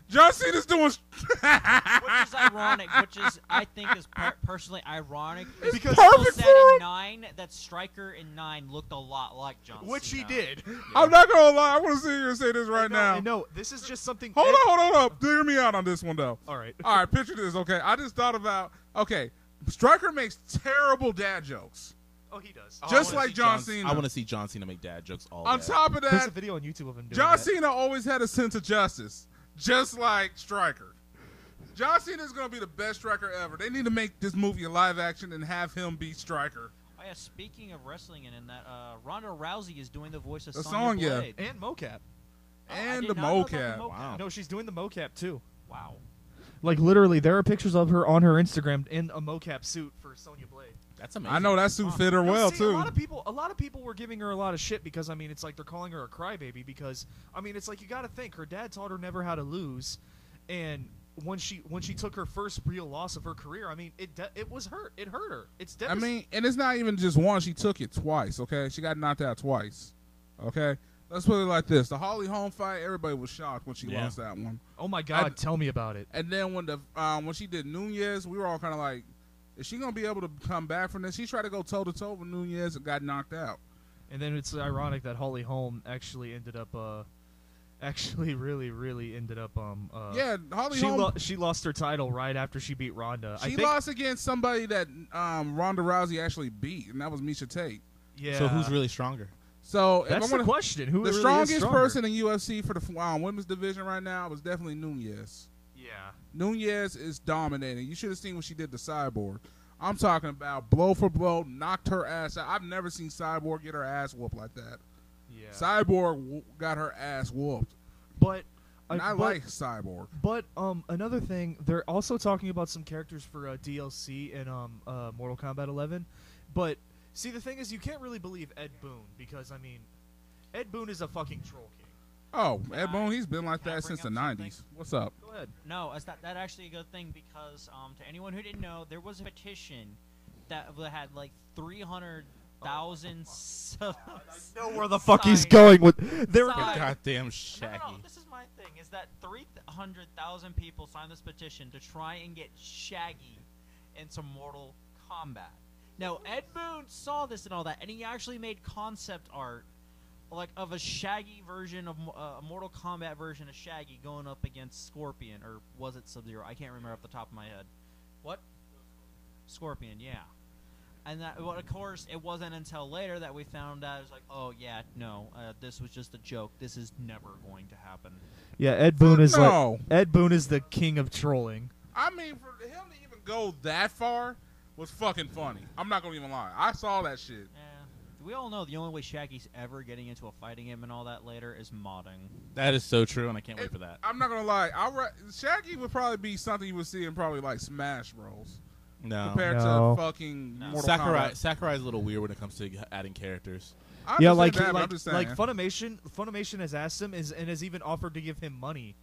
Speaker 1: John Cena's doing. [LAUGHS]
Speaker 4: which is ironic, which is I think
Speaker 2: [LAUGHS]
Speaker 4: is per- personally ironic is
Speaker 3: Because-
Speaker 4: people
Speaker 1: Perfect
Speaker 4: said
Speaker 1: for
Speaker 4: in
Speaker 1: him.
Speaker 4: nine that Striker in nine looked a lot like John.
Speaker 3: Which he
Speaker 4: Cena.
Speaker 3: did.
Speaker 1: I'm not gonna lie. I want to sit here and say this right
Speaker 3: no,
Speaker 1: now.
Speaker 3: No, this is just something.
Speaker 1: Hold
Speaker 3: Ed-
Speaker 1: on, hold on, hold up. Hear me out on this one though.
Speaker 3: All right.
Speaker 1: All right, picture this. Okay, I just thought about. Okay, Stryker makes terrible dad jokes.
Speaker 3: Oh, he does.
Speaker 1: Just
Speaker 2: I wanna
Speaker 1: like
Speaker 2: see
Speaker 1: John Cena.
Speaker 2: I want to see John Cena make dad jokes all
Speaker 1: On
Speaker 2: day.
Speaker 1: top of
Speaker 3: There's a
Speaker 1: that,
Speaker 3: video on YouTube of him doing
Speaker 1: John
Speaker 3: that.
Speaker 1: Cena always had a sense of justice, just like Striker. John Cena is going to be the best Striker ever. They need to make this movie a live action and have him be Striker.
Speaker 4: Oh, yeah, speaking of wrestling and in that, uh, Ronda Rousey is doing the voice of
Speaker 1: The
Speaker 4: Sonya
Speaker 1: Sonya.
Speaker 4: Blade.
Speaker 3: And mocap.
Speaker 4: Oh, I
Speaker 1: And
Speaker 4: did
Speaker 1: the
Speaker 4: not know about the
Speaker 1: mocap.
Speaker 4: mocap.
Speaker 2: Wow.
Speaker 3: No, she's doing the mocap too.
Speaker 4: Wow.
Speaker 3: Like literally, there are pictures of her on her Instagram in a mocap suit for Sonya Blade.
Speaker 2: That's amazing.
Speaker 1: I know that suit fit her
Speaker 3: No,
Speaker 1: well
Speaker 3: see,
Speaker 1: too.
Speaker 3: A lot of people, a lot of people were giving her a lot of shit because I mean, it's like they're calling her a crybaby because I mean, it's like you got to think her dad taught her never how to lose, and when she when she took her first real loss of her career, I mean, it de- it was hurt. It hurt her. It's
Speaker 1: I
Speaker 3: devastating.
Speaker 1: mean, and it's not even just one. She took it twice. Okay, she got knocked out twice. Okay, let's put it like this: the Holly Holm fight, everybody was shocked when she
Speaker 2: Yeah.
Speaker 1: lost that one.
Speaker 3: oh my god,
Speaker 1: I-
Speaker 3: tell me about it.
Speaker 1: And then when the um, when she did Nunez, we were all kind of like, is she gonna be able to come back from this? She tried to go toe to toe with Nunez and got knocked out.
Speaker 3: And then it's ironic that Holly Holm actually ended up, uh, [LAUGHS] actually really really ended up, um, uh,
Speaker 1: yeah, Holly
Speaker 3: She,
Speaker 1: Holm.
Speaker 3: lo- she lost her title right after she beat Ronda. I
Speaker 1: she
Speaker 3: think,
Speaker 1: lost against somebody that um, Ronda Rousey actually beat, and that was Misha Tate.
Speaker 3: Yeah.
Speaker 2: So who's really stronger?
Speaker 1: So if I
Speaker 3: That's the
Speaker 1: wanna-
Speaker 3: question. Who
Speaker 1: the
Speaker 3: really is
Speaker 1: strongest
Speaker 3: stronger?
Speaker 1: person in UFC for the um, women's division right now was definitely Nunez.
Speaker 3: Yeah.
Speaker 1: Nunez is dominating. You should have seen what she did to Cyborg. I'm talking about blow for blow, knocked her ass out. I've never seen Cyborg get her ass whooped like that.
Speaker 3: Yeah.
Speaker 1: Cyborg w- got her ass whooped.
Speaker 3: But
Speaker 1: And I
Speaker 3: Uh, but,
Speaker 1: like Cyborg.
Speaker 3: But um, another thing, they're also talking about some characters for uh, DLC and um, uh, Mortal Kombat 11. But see, the thing is, you can't really believe Ed Boon because I mean, Ed Boon is a fucking troll king.
Speaker 1: Oh,
Speaker 4: Can
Speaker 1: Ed
Speaker 4: I-
Speaker 1: Boon, he's been like
Speaker 4: can I
Speaker 1: that
Speaker 4: bring
Speaker 1: since the
Speaker 4: up something?
Speaker 1: 90s. What's up?
Speaker 3: Go ahead.
Speaker 4: No, it's that that actually a good thing because um, to anyone who didn't know, there was a petition that w- had like three hundred thousand. know where the
Speaker 3: going with? There.
Speaker 4: were- Sigh.
Speaker 2: Goddamn
Speaker 4: No,
Speaker 2: Shaggy.
Speaker 4: no, no, this is my thing. Is that three hundred thousand people signed this petition to try and get Shaggy into Mortal Kombat? Now Ed Boon saw this and all that, and he actually made concept art, like of a Shaggy version of Mo- uh, a Mortal Kombat version of Shaggy going up against Scorpion, or was it Sub Zero? I can't remember off the top of my head. What? Scorpion, yeah. And that, well, of course, it wasn't until later that we found out. It was like, oh yeah, no, uh, this was just a joke. This is never going to happen.
Speaker 3: Yeah, Ed Boon is like
Speaker 1: no.
Speaker 3: Ed Boon is the king of trolling.
Speaker 1: I mean, for him to even go that far was fucking funny. I'm not going to even lie. I saw that shit.
Speaker 4: Yeah. We all know the only way Shaggy's ever getting into a fighting game and all that later is modding.
Speaker 2: That is so true, and I can't wait
Speaker 1: It-
Speaker 2: for that.
Speaker 1: I'm not going to lie. I re- Shaggy would probably be something you would see in probably like Smash Bros.
Speaker 2: No.
Speaker 1: Compared
Speaker 3: No.
Speaker 1: to fucking
Speaker 4: No.
Speaker 1: Mortal
Speaker 2: Sakurai
Speaker 1: Kombat.
Speaker 2: Sakurai's a little weird when it comes to adding characters.
Speaker 1: I
Speaker 3: yeah,
Speaker 1: understand that, but
Speaker 3: like like,
Speaker 1: I'm just
Speaker 3: like
Speaker 1: saying.
Speaker 3: Funimation. Funimation has asked him is, and has even offered to give him money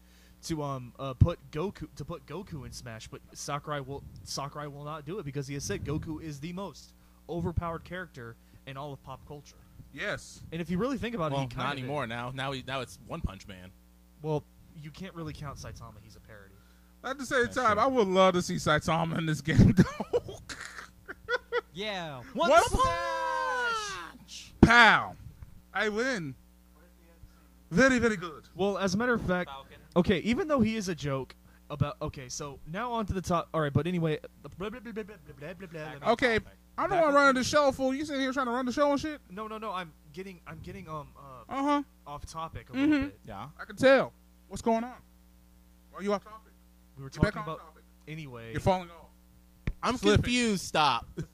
Speaker 3: to um uh, put Goku to put Goku in Smash, but Sakurai will Sakurai will not do it because he has said Goku is the most overpowered character in all of pop culture.
Speaker 1: Yes.
Speaker 3: And if you really think
Speaker 4: Oh,
Speaker 3: about it,
Speaker 2: Well,
Speaker 3: he kind
Speaker 2: not
Speaker 3: of
Speaker 2: anymore. Now, now, he, now it's One Punch Man.
Speaker 3: Well, you can't really count Saitama; he's a parody.
Speaker 1: At the same
Speaker 2: That's
Speaker 1: time,
Speaker 2: true.
Speaker 1: I would love to see Saitama in this [LAUGHS] game, though.
Speaker 4: Yeah.
Speaker 1: One
Speaker 2: punch.
Speaker 1: Pow! I win. Very, very good.
Speaker 3: Well, as a matter of fact,
Speaker 4: Falcon.
Speaker 3: okay, even though he is a joke about okay, so now on to the top. All right, but anyway, blah, blah, blah, blah, blah, blah, blah, blah, blah.
Speaker 1: Okay, I'm the one running the show, fool. You sitting here trying to run the show and shit?
Speaker 3: No, no, no. I'm getting, I'm getting um uh,
Speaker 1: Uh huh.
Speaker 3: off topic a
Speaker 1: Mhm.
Speaker 3: little bit.
Speaker 2: Yeah.
Speaker 1: I can tell. What's going on? Why are you off topic?
Speaker 3: We were
Speaker 1: Get back
Speaker 3: talking
Speaker 1: on
Speaker 3: about
Speaker 1: topic.
Speaker 3: anyway.
Speaker 1: You're falling off.
Speaker 2: I'm
Speaker 1: Slipping.
Speaker 2: confused. Stop. You're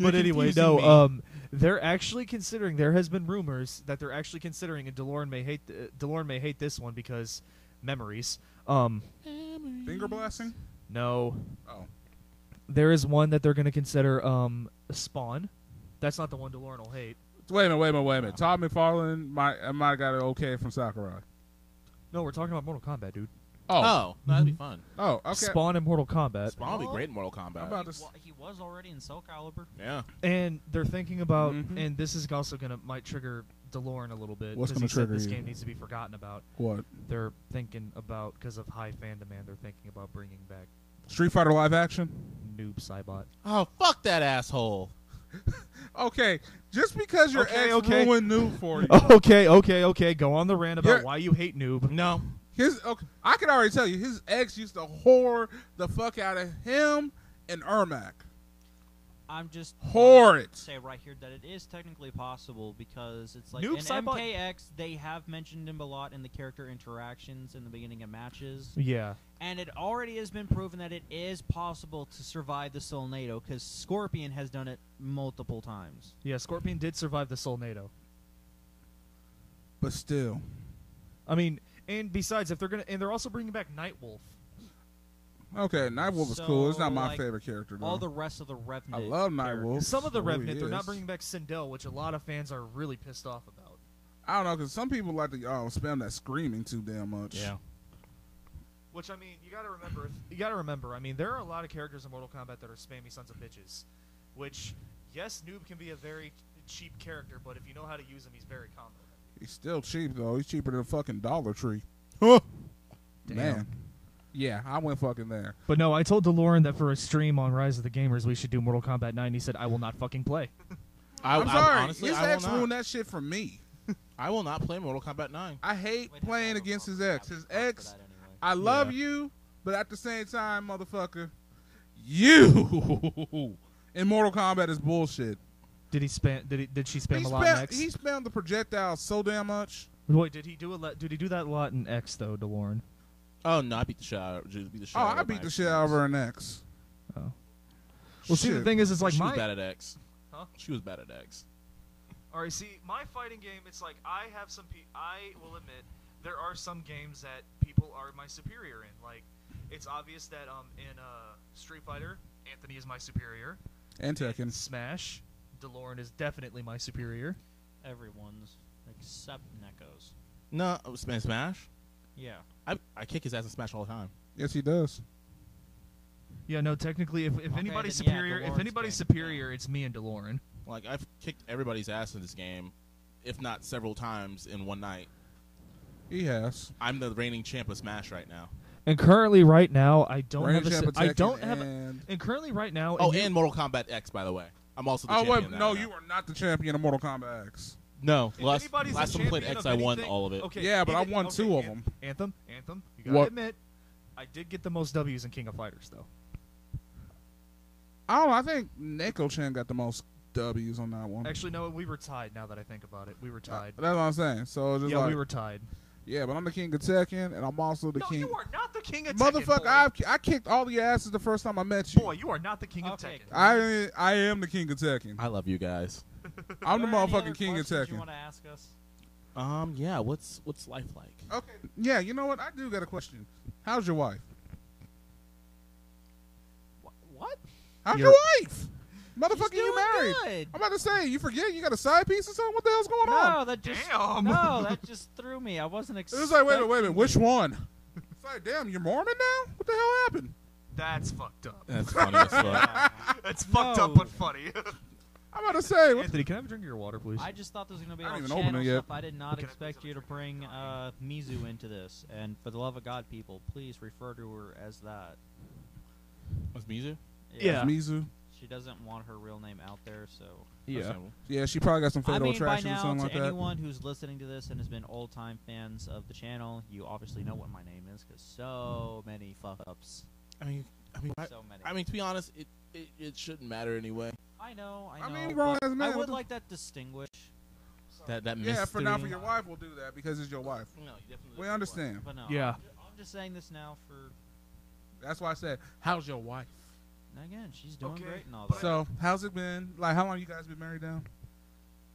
Speaker 3: But anyway,
Speaker 2: confusing
Speaker 3: no.
Speaker 2: me.
Speaker 3: Um, they're actually considering. There has been rumors that they're actually considering, and Delorean may hate. th- Uh, Delorean may hate this one because memories. Um,
Speaker 1: Finger blasting?
Speaker 3: no,
Speaker 1: Oh.
Speaker 3: there is one that they're going to consider. Um, Spawn. That's not the one Delorean will hate.
Speaker 1: Wait a minute, wait a minute, wait a minute. Todd McFarlane might, I might have got it okay from Sakurai.
Speaker 3: No, we're talking about Mortal Kombat, dude.
Speaker 1: Oh.
Speaker 2: Oh, no, that'd be fun.
Speaker 1: Oh, okay.
Speaker 3: Spawn and Mortal Kombat,
Speaker 2: Spawn would be great in Mortal
Speaker 1: I'm
Speaker 2: Kombat.
Speaker 1: about
Speaker 4: He,
Speaker 1: to s-
Speaker 4: wa- he was already in Soul Calibur.
Speaker 2: yeah.
Speaker 3: and they're thinking about.
Speaker 1: Mhm.
Speaker 3: And this is also going to might trigger Delorean a little bit
Speaker 1: What's
Speaker 3: because
Speaker 1: gonna
Speaker 3: he said
Speaker 1: trigger
Speaker 3: this
Speaker 1: you?
Speaker 3: game needs to be forgotten about.
Speaker 1: what?
Speaker 3: they're thinking about because of high fan demand. They're thinking about bringing back
Speaker 1: Street Fighter live action?
Speaker 3: Noob Cybot.
Speaker 2: Oh, fuck that asshole.
Speaker 1: Okay, just because your
Speaker 3: Okay,
Speaker 1: ex
Speaker 3: okay. Oh.
Speaker 1: ruined new for you.
Speaker 3: [LAUGHS] Okay, okay, okay. Go on the rant about
Speaker 1: You're-
Speaker 3: why you hate [LAUGHS] Noob.
Speaker 2: No.
Speaker 1: His okay, I can already tell you, his ex used to whore the fuck out of him and Ermac.
Speaker 4: I'm just
Speaker 1: Horrid.
Speaker 4: say right here that it is technically possible because it's like
Speaker 3: Noob
Speaker 4: in
Speaker 3: Saibot-
Speaker 4: MKX they have mentioned him a lot in the character interactions in the beginning of matches,
Speaker 3: Yeah.
Speaker 4: and it already has been proven that it is possible to survive the Solnado because Scorpion has done it multiple times.
Speaker 3: Yeah, Scorpion did survive the Solnado.
Speaker 1: But still,
Speaker 3: I mean, and besides, if they're gonna, and they're also bringing back Nightwolf.
Speaker 1: okay. Nightwolf was cool. It's not my
Speaker 4: So, like,
Speaker 1: favorite character though.
Speaker 4: All the rest of the
Speaker 1: I
Speaker 4: Revenant.
Speaker 1: love
Speaker 4: characters.
Speaker 1: Nightwolf.
Speaker 3: Some of the
Speaker 1: for who oh, he
Speaker 3: Revenant, they're
Speaker 1: is.
Speaker 3: not bringing back Sindel, which a lot of fans are really pissed off about.
Speaker 1: I don't know because some people like to oh, spam that screaming too damn much.
Speaker 3: Which I mean, you gotta remember, you gotta remember. I mean, there are a lot of characters in Mortal Kombat that are spammy sons of bitches. Which, yes, Noob can be a very cheap character, but if you know how to use him, he's very combo.
Speaker 1: He's still cheap though. He's cheaper than fucking Dollar Tree. [LAUGHS] Man. Yeah, I went fucking there.
Speaker 3: But no, I told DeLorean that for a stream on Rise of the Gamers, we should do Mortal Kombat 9. He said, "I will not fucking play."
Speaker 2: I,
Speaker 1: I'm
Speaker 2: I-
Speaker 1: sorry.
Speaker 2: honestly,
Speaker 1: his
Speaker 2: I will
Speaker 1: ex
Speaker 2: not.
Speaker 1: ruined that shit for me.
Speaker 2: I will not play Mortal Kombat 9.
Speaker 1: I hate
Speaker 4: Wait, I
Speaker 1: playing
Speaker 4: don't
Speaker 1: against
Speaker 4: know.
Speaker 1: his ex.
Speaker 4: I
Speaker 1: His
Speaker 4: was up for
Speaker 1: ex,
Speaker 4: that anyway.
Speaker 1: I love you, but at the same time, motherfucker, you [LAUGHS] in Mortal Kombat is bullshit.
Speaker 3: Did he spam? Did he? Did she spam
Speaker 1: He
Speaker 3: a lot
Speaker 1: spam,
Speaker 3: in X?
Speaker 1: he spammed the projectile so damn much.
Speaker 3: Wait, did he do a? lot did he do that a lot in X though, DeLorean?
Speaker 2: Oh no, I beat the shit out. Beat the shit
Speaker 1: Oh,
Speaker 2: out of
Speaker 1: I
Speaker 2: her
Speaker 1: beat
Speaker 2: by
Speaker 1: the shit out of
Speaker 2: accident.
Speaker 1: her in X.
Speaker 3: Oh. Well, see, the
Speaker 1: Shit.
Speaker 3: thing is, it's like
Speaker 2: she
Speaker 3: my.
Speaker 2: was bad at X.
Speaker 3: Huh?
Speaker 2: She was bad at X.
Speaker 3: All right, see, my fighting game, it's like I have some. Pe- I will admit, there are some games that people are my superior in. Like, it's obvious that um in uh Street Fighter, Anthony is my superior.
Speaker 1: and
Speaker 3: In
Speaker 1: Tekken.
Speaker 3: Smash, DeLorean is definitely my superior.
Speaker 4: Everyone's except Neko's.
Speaker 2: No, it was Smash. Smash.
Speaker 4: Yeah.
Speaker 2: I I kick his ass in Smash all the time.
Speaker 1: Yes, he does.
Speaker 3: Yeah, no, technically, if, if
Speaker 4: Okay,
Speaker 3: anybody's
Speaker 4: then, yeah,
Speaker 3: superior, if
Speaker 4: DeLorean's
Speaker 3: anybody's
Speaker 4: game,
Speaker 3: superior, it's me and DeLorean.
Speaker 2: Like I've kicked everybody's ass in this game, if not several times in one night.
Speaker 1: He has.
Speaker 2: I'm the reigning champ of Smash right now.
Speaker 3: And currently, right now, I don't
Speaker 1: Ranger
Speaker 3: have. A,
Speaker 1: Champ
Speaker 3: I
Speaker 1: of Tekken
Speaker 3: don't have.
Speaker 1: and-
Speaker 3: And currently, right now.
Speaker 2: Oh, and Mortal Kombat X, by the way. I'm also the
Speaker 1: Oh
Speaker 2: champion.
Speaker 1: wait,
Speaker 2: of that
Speaker 1: no,
Speaker 2: right
Speaker 1: you
Speaker 2: now.
Speaker 1: are not the champion of Mortal Kombat X.
Speaker 2: No,
Speaker 3: If
Speaker 2: last,
Speaker 3: anybody's the
Speaker 2: last time I played
Speaker 3: champion
Speaker 2: X,
Speaker 3: of
Speaker 2: I won
Speaker 3: anything-
Speaker 2: all of it.
Speaker 3: Okay,
Speaker 1: Yeah, but
Speaker 3: it
Speaker 1: I
Speaker 3: is-
Speaker 1: won
Speaker 3: okay,
Speaker 1: two of
Speaker 3: An-
Speaker 1: them.
Speaker 3: Anthem, Anthem. You gotta
Speaker 1: What?
Speaker 3: admit, I did get the most W's in King of Fighters, though.
Speaker 1: Oh, I think Neko Chan got the most W's on that one.
Speaker 3: Actually, no, we were tied. Now that I think about it, we were tied.
Speaker 1: That's what I'm saying. So it's just
Speaker 3: yeah,
Speaker 1: Uh, like,
Speaker 3: we were tied.
Speaker 1: yeah, but I'm the king of Tekken, and I'm also the
Speaker 3: no,
Speaker 1: king.
Speaker 3: you are not the king of Tekken.
Speaker 1: Motherfucker,
Speaker 3: boy.
Speaker 1: I've, I kicked all your asses the first time I met you.
Speaker 3: boy, you are not the king
Speaker 4: Okay,
Speaker 3: of Tekken.
Speaker 1: I I am the king of Tekken.
Speaker 2: I love you guys.
Speaker 1: I'm the
Speaker 4: Are there any other
Speaker 1: motherfucking king of
Speaker 4: questions You
Speaker 1: Tekken.
Speaker 4: want to ask us?
Speaker 2: Um, yeah. What's what's life like?
Speaker 1: Okay, yeah, you know what? I do got a question. How's your wife?
Speaker 4: What?
Speaker 1: How's
Speaker 3: You're-
Speaker 1: your wife? Motherfucker, you married? I'm about to say, you forget you got a side piece or something. What the hell's going on?
Speaker 4: No, that just
Speaker 3: Damn.
Speaker 4: no, that just threw me. I wasn't
Speaker 1: It
Speaker 4: expecting.
Speaker 1: was like, wait a minute, wait a minute, which one? It's like, damn, you're Mormon now? What the hell happened?
Speaker 3: [LAUGHS] That's
Speaker 1: [LAUGHS]
Speaker 3: fucked up.
Speaker 2: That's funny as [LAUGHS] fuck.
Speaker 3: That's fucked
Speaker 4: fucked
Speaker 3: up
Speaker 4: up
Speaker 3: but
Speaker 4: but
Speaker 3: funny. [LAUGHS]
Speaker 1: I'm about to say, what
Speaker 3: Anthony, can I have a drink of your water, please? Uh,
Speaker 4: I just thought there was gonna be
Speaker 1: I
Speaker 4: all
Speaker 1: didn't even open
Speaker 4: channel
Speaker 1: it yet.
Speaker 4: stuff. I did not
Speaker 3: Okay.
Speaker 4: expect you to bring uh, Mizu into this. And for the love of God, people, please refer to her as that.
Speaker 2: What's Mizu?
Speaker 3: Yeah.
Speaker 1: Mizu.
Speaker 4: She doesn't want her real name out there, so.
Speaker 2: Understandable.
Speaker 1: Yeah, she probably got some fatal
Speaker 4: I mean, by
Speaker 1: attraction or
Speaker 4: now,
Speaker 1: something
Speaker 4: to
Speaker 1: like that.
Speaker 4: anyone who's listening to this and has been old-time fans of the channel, you obviously know what my name is, because so many fuck-ups.
Speaker 2: I mean, I mean, I,
Speaker 4: So many.
Speaker 2: I mean. To be honest, it, it it shouldn't matter anyway.
Speaker 4: I know, I know.
Speaker 1: I mean, grown
Speaker 4: but
Speaker 1: ass man,
Speaker 4: I
Speaker 1: what
Speaker 4: would
Speaker 1: the-
Speaker 4: like that distinguished,
Speaker 2: That that
Speaker 1: Yeah, for now, for
Speaker 2: mystery-
Speaker 1: your wife, we'll do that because it's your wife.
Speaker 2: No, you definitely.
Speaker 1: We understand.
Speaker 4: but no.
Speaker 3: Yeah.
Speaker 4: I'm, ju- I'm just saying this now for,
Speaker 1: That's why I said, how's your wife?
Speaker 4: and again, she's doing
Speaker 3: Okay,
Speaker 4: great and all
Speaker 3: but-
Speaker 4: that.
Speaker 1: So, how's it been? Like, how long you guys been married now?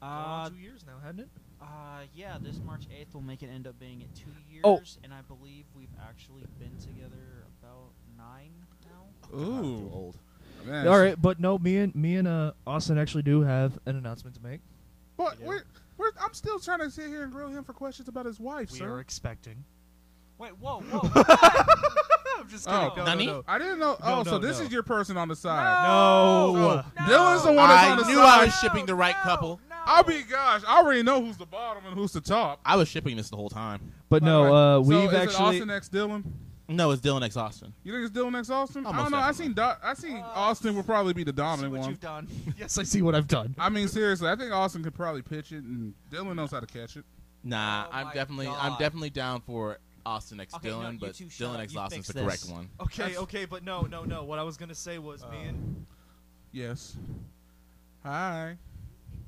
Speaker 4: uh,
Speaker 3: two years now, hadn't it?
Speaker 4: Uh, yeah, this March 8th will make it end up being at two years,
Speaker 3: Oh.
Speaker 4: and I believe we've actually been together about nine now.
Speaker 2: Ooh, old.
Speaker 1: Man,
Speaker 3: All right, but no, me and me and uh, Austin actually do have an announcement to make.
Speaker 1: But
Speaker 4: Yeah.
Speaker 1: we're, we're, I'm still trying to sit here and grill him for questions about his wife, sir.
Speaker 3: expecting.
Speaker 4: Wait,
Speaker 1: [LAUGHS]
Speaker 4: whoa, whoa.
Speaker 3: I'm just
Speaker 1: Oh,
Speaker 3: kidding. no,
Speaker 2: Nani?
Speaker 3: no, no.
Speaker 1: I didn't know.
Speaker 3: No,
Speaker 1: oh, so
Speaker 3: no,
Speaker 1: this
Speaker 3: no.
Speaker 1: is your person on the side.
Speaker 3: No.
Speaker 1: So, Dylan's the one that's
Speaker 2: I
Speaker 1: on the
Speaker 2: knew
Speaker 1: side.
Speaker 2: I was shipping the right couple.
Speaker 1: I'll be gosh, I already know who's the bottom and who's the top.
Speaker 2: I was shipping this the whole time.
Speaker 3: But no, uh,
Speaker 1: So,
Speaker 3: we've
Speaker 1: is it
Speaker 3: actually
Speaker 1: Austin X Dylan.
Speaker 2: No, it's Dylan X Austin.
Speaker 1: You think it's Dylan X Austin? I
Speaker 2: Almost
Speaker 1: don't know. I
Speaker 2: definitely.
Speaker 1: seen Do- I seen Austin would probably be the dominant one. [LAUGHS]
Speaker 3: done. yes, I see what I've done.
Speaker 1: I mean, seriously, I think Austin could probably pitch it, and Dylan knows how to catch it.
Speaker 2: Nah,
Speaker 4: Oh
Speaker 2: I'm
Speaker 4: my
Speaker 2: definitely I'm
Speaker 4: God.
Speaker 2: definitely down for Austin X
Speaker 4: Okay, no,
Speaker 2: Dylan,
Speaker 4: you
Speaker 2: but
Speaker 4: two shut
Speaker 2: Dylan
Speaker 4: up.
Speaker 2: X
Speaker 4: You
Speaker 2: Austin's
Speaker 4: fix
Speaker 2: the correct
Speaker 4: this.
Speaker 2: one.
Speaker 3: Okay, okay, but no, no, no. What I was gonna say was, me and
Speaker 1: Yes. Hi.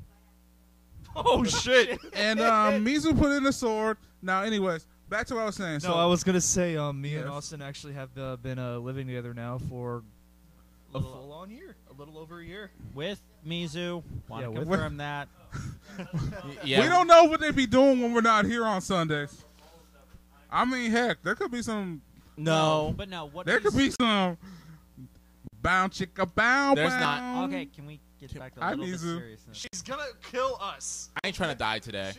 Speaker 3: [LAUGHS] Oh shit!
Speaker 1: And
Speaker 2: [LAUGHS]
Speaker 1: um, Mizu put in a sword. Now, anyways, back to what I was saying.
Speaker 3: no,
Speaker 1: so
Speaker 3: I was gonna say, um, me and
Speaker 1: Yes.
Speaker 3: Austin actually have uh, been uh, living together now for a
Speaker 4: Little-
Speaker 3: full on year, a little over a year.
Speaker 4: With Mizu, want
Speaker 3: Yeah,
Speaker 4: to
Speaker 3: with-
Speaker 1: [LAUGHS]
Speaker 4: confirm that.
Speaker 2: Yeah.
Speaker 1: we don't know what they be doing when we're not here on Sundays. I mean, heck, there could be some.
Speaker 2: No.
Speaker 4: but now what?
Speaker 1: There could
Speaker 4: is-
Speaker 1: be some. Bound chicka bound.
Speaker 2: There's not.
Speaker 1: bound.
Speaker 4: Okay, can we get back to a
Speaker 1: Hi,
Speaker 4: little bit
Speaker 1: Mizu.
Speaker 4: seriousness?
Speaker 3: She's gonna kill us.
Speaker 2: I ain't trying to die today.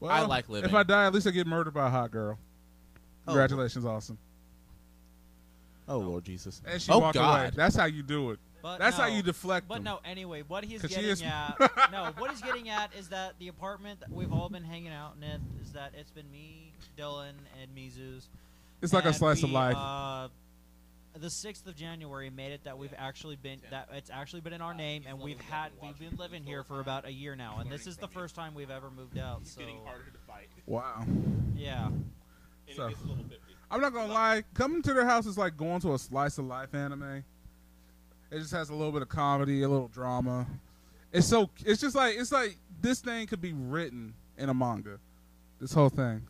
Speaker 1: Well,
Speaker 2: I like living.
Speaker 1: If I die, at least I get murdered by a hot girl. Congratulations, Austin.
Speaker 2: Oh Lord Jesus.
Speaker 1: And she
Speaker 2: oh
Speaker 1: walked
Speaker 2: God.
Speaker 1: away. That's how you do it.
Speaker 4: But
Speaker 1: That's
Speaker 4: no,
Speaker 1: how you deflect
Speaker 4: But
Speaker 1: them.
Speaker 4: no, anyway, what he's
Speaker 1: 'Cause she
Speaker 4: getting
Speaker 1: is- [LAUGHS]
Speaker 4: at, no, what he's getting at is that the apartment that we've all been hanging out in it is that it's been me, Dylan, and Mizu's.
Speaker 1: it's like a
Speaker 4: and
Speaker 1: slice of
Speaker 4: we,
Speaker 1: life.
Speaker 4: Uh, the sixth of January made it that we've actually been that it's actually been in our name, and we've had we've been living here for about a year now, and this is the first time we've ever moved out. So
Speaker 2: to fight.
Speaker 1: wow.
Speaker 4: yeah,
Speaker 1: it So. gets a I'm not gonna lie. Coming to their house is like going to a slice of life anime. It just has a little bit of comedy, a little drama. It's so. It's just like it's like this thing could be written in a manga. This whole thing.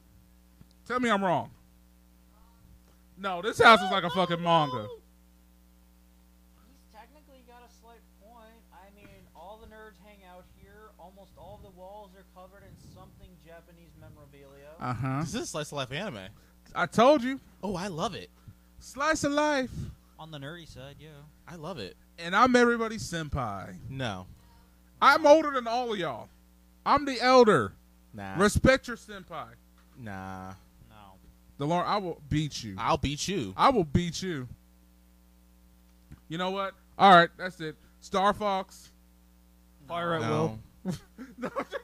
Speaker 1: Tell me I'm wrong. No, this house is like a fucking manga.
Speaker 7: He's technically got a slight point. I mean, all the nerds hang out here. Almost all the walls are covered in something Japanese memorabilia.
Speaker 1: Uh
Speaker 4: Uh-huh.
Speaker 1: huh.
Speaker 2: This is a slice of life anime.
Speaker 1: I told you,
Speaker 2: Oh, I love it.
Speaker 1: slice of life,
Speaker 4: on the nerdy side, yeah.
Speaker 2: I love it.
Speaker 1: and I'm everybody senpai.
Speaker 2: No.
Speaker 1: I'm older than all of y'all. I'm the elder.
Speaker 2: Nah.
Speaker 1: Respect your senpai.
Speaker 2: nah.
Speaker 4: No,
Speaker 1: DeLorean, I will beat you.
Speaker 2: I'll beat you.
Speaker 1: I will beat you. You know what? All right, that's it. Star Fox.
Speaker 3: Fire at
Speaker 2: no.
Speaker 3: will.
Speaker 1: No, I'm just-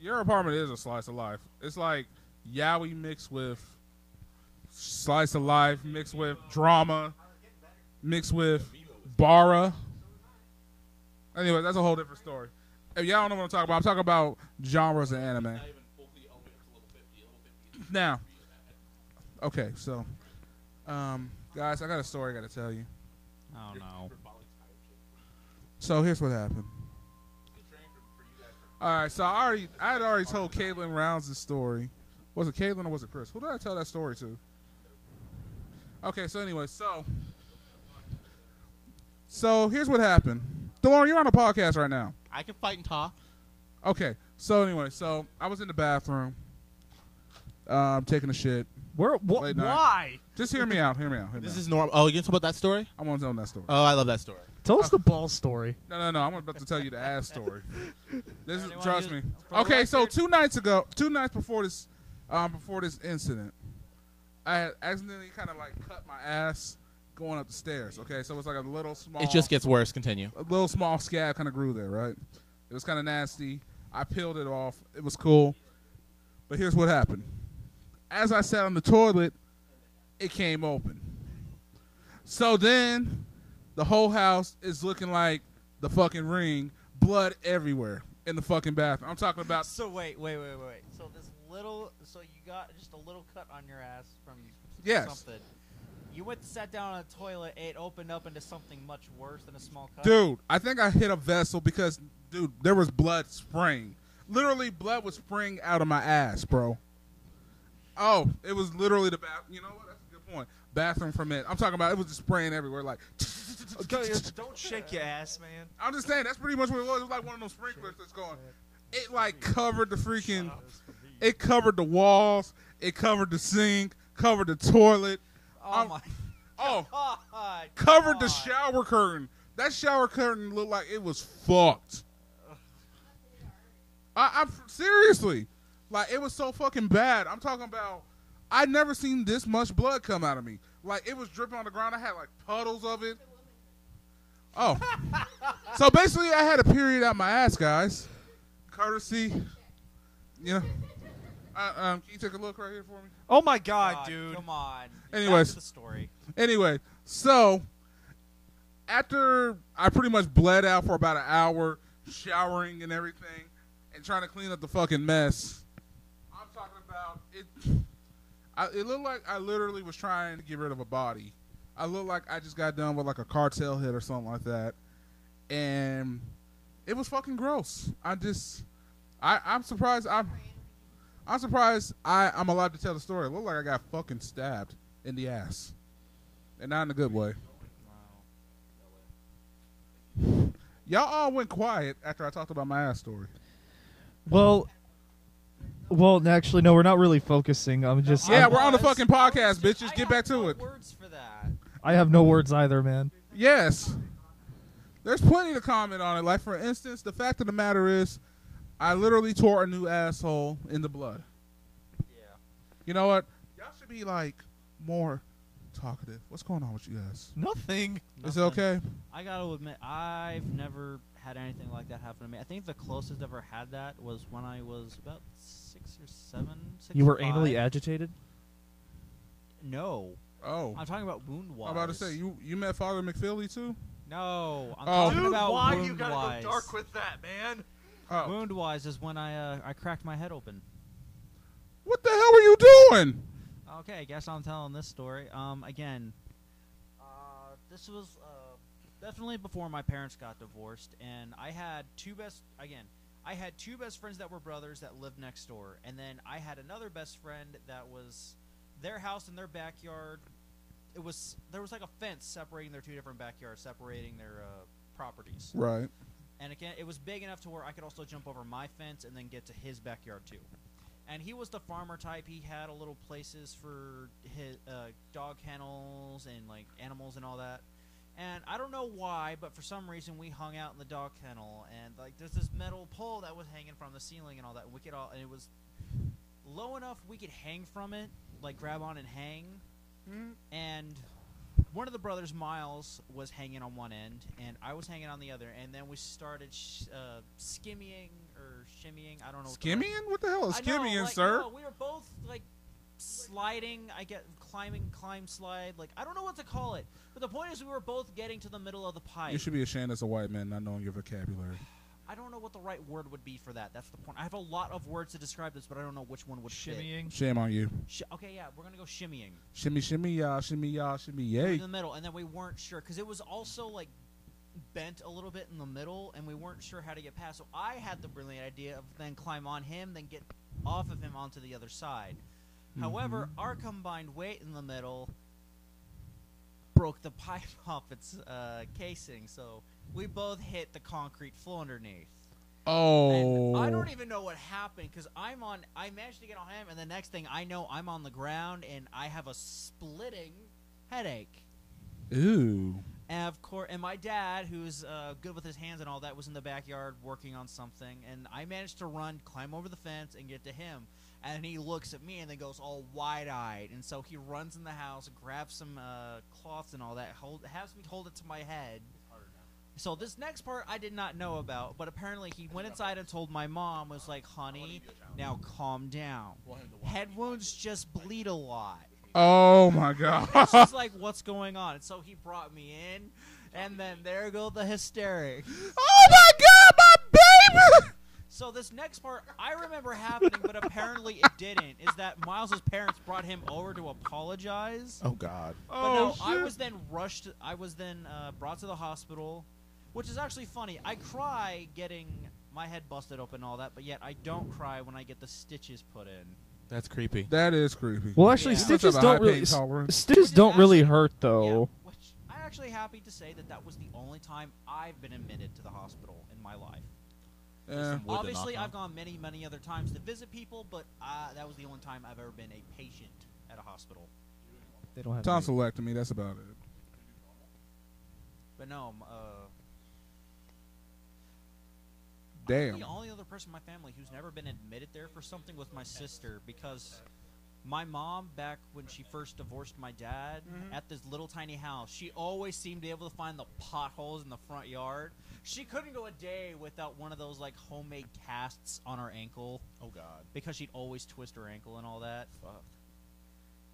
Speaker 1: Your apartment is a slice of life. It's like Yowie mixed with slice of life, mixed with drama, mixed with Bara. Anyway, that's a whole different story. If y'all don't know what I'm talking about, I'm talking about genres of anime. Now, okay, so, um, guys, I got a story I got to tell you.
Speaker 4: oh no.
Speaker 1: So here's what happened. All right, so I already I had already told Caitlin Rounds' story. Was it Caitlin or was it Chris? Who did I tell that story to? Okay, so anyway, so so here's what happened. DeLorean, you're on a podcast right now.
Speaker 2: I can fight and talk.
Speaker 1: Okay, so anyway, so I was in the bathroom, um, taking a shit.
Speaker 3: Where? Wh-
Speaker 1: Late night.
Speaker 3: why?
Speaker 1: Just hear me out. Hear me out. Hear me
Speaker 2: This
Speaker 1: out.
Speaker 2: is normal. Oh, you gonna talk about that story?
Speaker 1: I want to tell that story.
Speaker 2: Oh, I love that story.
Speaker 3: Tell us the ball story.
Speaker 1: No, no, no. I'm about to tell you the
Speaker 4: [LAUGHS]
Speaker 1: ass story. This is
Speaker 4: Anyone
Speaker 1: trust me.
Speaker 4: use- for the
Speaker 1: Okay, so
Speaker 4: record-
Speaker 1: two nights ago, two nights before this, um, before this incident, I had accidentally kind of like cut my ass going up the stairs. Okay, so it's like a little small.
Speaker 2: It just gets worse. Continue.
Speaker 1: a little small scab kind of grew there, right? It was kind of nasty. I peeled it off. It was cool. But here's what happened. As I sat on the toilet, it came open. So then the whole house is looking like the fucking ring, blood everywhere in the fucking bathroom. I'm talking about
Speaker 4: So wait, wait, wait, wait. So this little, so you got just a little cut on your ass from
Speaker 1: Yes.
Speaker 4: something. You went to sat down on a toilet. It opened up into something much worse than a small cut.
Speaker 1: Dude, I think I hit a vessel because dude, there was blood spraying. Literally blood was spraying out of my ass, bro. Oh, it was literally the bath. You know what? That's a good point. Bathroom ferment. I'm talking about it was just spraying everywhere like
Speaker 3: Don't shake your ass, man.
Speaker 1: I'm just saying that's pretty much what it was. It was like one of those sprinklers that's going. It like covered the freaking. It covered the walls. It covered the sink. Covered the toilet.
Speaker 4: Oh
Speaker 1: I'm-
Speaker 4: my
Speaker 1: Oh,
Speaker 4: god.
Speaker 1: covered the
Speaker 4: God.
Speaker 1: shower curtain. That shower curtain looked like it was fucked. I, I'm seriously, like it was so fucking bad. I'm talking about. I'd never seen this much blood come out of me. Like it was dripping on the ground. I had like puddles of it. Oh, so basically, I had a period out my ass, guys. Courtesy, you know. Uh, um, can you take a look right here for me?
Speaker 3: Oh my god,
Speaker 4: God,
Speaker 3: dude.
Speaker 4: Come on.
Speaker 1: Anyways.
Speaker 4: Back to the story.
Speaker 1: Anyway, so after I pretty much bled out for about an hour, showering and everything, and trying to clean up the fucking mess, I'm talking about it. I, it looked like I literally was trying to get rid of a body. I looked like I just got done with like a cartel hit or something like that, and it was fucking gross. I just, I, I'm surprised. I'm, I'm surprised I, I'm allowed to tell the story. It looked like I got fucking stabbed in the ass, and not in a good way. Y'all all went quiet after I talked about my ass story.
Speaker 3: Well, well, actually, no, we're not really focusing. I'm just.
Speaker 1: Yeah,
Speaker 3: I'm-
Speaker 1: we're on the
Speaker 7: was-
Speaker 1: fucking podcast,
Speaker 7: I was just-
Speaker 1: bitches.
Speaker 7: I
Speaker 1: Get
Speaker 7: have
Speaker 1: back to
Speaker 7: no
Speaker 1: it.
Speaker 7: Words for that.
Speaker 3: I have no words either, man.
Speaker 1: Yes. There's plenty to comment on it. Like, for instance, the fact of the matter is, I literally tore a new asshole in the blood.
Speaker 7: Yeah.
Speaker 1: You know what? Y'all should be, like, more talkative. What's going on with you guys?
Speaker 3: Nothing.
Speaker 1: Is it
Speaker 4: Nothing.
Speaker 1: okay?
Speaker 4: I gotta admit, I've never had anything like that happen to me. I think the closest I've ever had that was when I was about six or seven. Six
Speaker 3: You
Speaker 4: or
Speaker 3: were anally
Speaker 4: five.
Speaker 3: agitated.
Speaker 4: No,
Speaker 1: Oh.
Speaker 4: I'm talking about wound wise.
Speaker 1: I'm about to say, you, you met Father McPhilly, too?
Speaker 4: No, I'm
Speaker 1: Oh.
Speaker 4: talking
Speaker 1: Dude,
Speaker 4: about
Speaker 3: why
Speaker 4: wound
Speaker 3: you gotta go
Speaker 4: wise.
Speaker 3: dark with
Speaker 6: that, man.
Speaker 1: Oh.
Speaker 4: Wound wise is when I uh, I cracked my head open.
Speaker 1: What the hell were you doing?
Speaker 4: Okay, I guess I'm telling this story. Um, again, uh, this was uh, definitely before my parents got divorced, and I had two best. Again, I had two best friends that were brothers that lived next door, and then I had another best friend that was their house in their backyard. It was there was like a fence separating their two different backyards, separating their uh, properties.
Speaker 1: Right.
Speaker 4: And again, it was big enough to where I could also jump over my fence and then get to his backyard too. And he was the farmer type. He had a little places for his uh, dog kennels and like animals and all that. And I don't know why, but for some reason we hung out in the dog kennel and like there's this metal pole that was hanging from the ceiling and all that. We could all and it was low enough we could hang from it, like grab on and hang. And one of the brothers, Miles, was hanging on one end, and I was hanging on the other. And then we started sh- uh, skimmying or shimmying. I don't know. what the right-
Speaker 1: Skimming? What the hell is
Speaker 4: I know,
Speaker 1: skimming,
Speaker 4: like,
Speaker 1: sir?
Speaker 4: no, we were both like sliding. I get climbing, climb, slide. Like I don't know what to call it. But the point is, we were both getting to the middle of the pipe.
Speaker 1: You should be ashamed as a white man not knowing your vocabulary.
Speaker 4: I don't know what the right word would be for that. That's the point. I have a lot of words to describe this, but I don't know which one would fit.
Speaker 3: Shimmying.
Speaker 1: Shame on you.
Speaker 4: Sh- okay, yeah, we're gonna go shimmying.
Speaker 1: Shimmy, shimmy, y'all, shimmy, y'all, shimmy,
Speaker 4: in
Speaker 1: yay.
Speaker 4: the middle, and then we weren't sure because it was also like bent a little bit in the middle, and we weren't sure how to get past. So I had the brilliant idea of then climb on him, then get off of him onto the other side. However, our combined weight in the middle broke the [LAUGHS] pipe off its uh, casing, so we both hit the concrete floor underneath.
Speaker 1: Oh.
Speaker 4: And I don't even know what happened because I'm on. I managed to get on him, and the next thing I know, I'm on the ground and I have a splitting headache.
Speaker 1: Ooh.
Speaker 4: And of course, and my dad, who's uh, good with his hands and all that, was in the backyard working on something, and I managed to run, climb over the fence, and get to him. And he looks at me and then goes all wide-eyed, and so he runs in the house, grabs some uh, cloths and all that, hold, has me hold it to my head. So this next part I did not know about, but apparently he went inside and told my mom, was like, "Honey, now calm down. Head wounds just bleed a lot."
Speaker 1: Oh my
Speaker 4: And she's
Speaker 1: god. [LAUGHS]
Speaker 4: like, "What's going on?" And so he brought me in, and then there go the hysteric.
Speaker 1: oh my god, my baby!
Speaker 4: So this next part I remember happening, but apparently it didn't. Is that Miles's parents brought him over to apologize?
Speaker 2: Oh God.
Speaker 4: But no, uh,
Speaker 1: Oh
Speaker 4: I
Speaker 1: shit.
Speaker 4: was then rushed. I was then uh, brought to the hospital, which is actually funny. I cry getting my head busted open and all that, but yet I don't cry when I get the stitches put in.
Speaker 2: That's creepy.
Speaker 1: that is creepy.
Speaker 3: Well, actually,
Speaker 4: Yeah.
Speaker 3: stitches
Speaker 1: That's a high
Speaker 3: don't really
Speaker 1: pain tolerance.
Speaker 3: stitches
Speaker 4: Which is
Speaker 3: don't really
Speaker 4: actually-
Speaker 3: hurt
Speaker 1: Oh.
Speaker 4: Yeah,
Speaker 3: though.
Speaker 4: which I'm actually happy to say that that was the only time I've been admitted to the hospital in my life.
Speaker 1: Yeah.
Speaker 2: Wood to
Speaker 4: Obviously,
Speaker 2: knock on.
Speaker 4: I've gone many, many other times to visit people, but uh, that was the only time I've ever been a patient at a hospital.
Speaker 3: They don't have
Speaker 1: Tonsillectomy, that's about it.
Speaker 4: But no, um, uh, I'm
Speaker 1: Damn.
Speaker 4: the only other person in my family who's never been admitted there for something was my sister because my mom, back when she first divorced my dad, at this little tiny house, she always seemed to be able to find the potholes in the front yard. She couldn't go a day without one of those like homemade casts on her ankle.
Speaker 2: Oh God.
Speaker 4: because she'd always twist her ankle and all that. Fuck.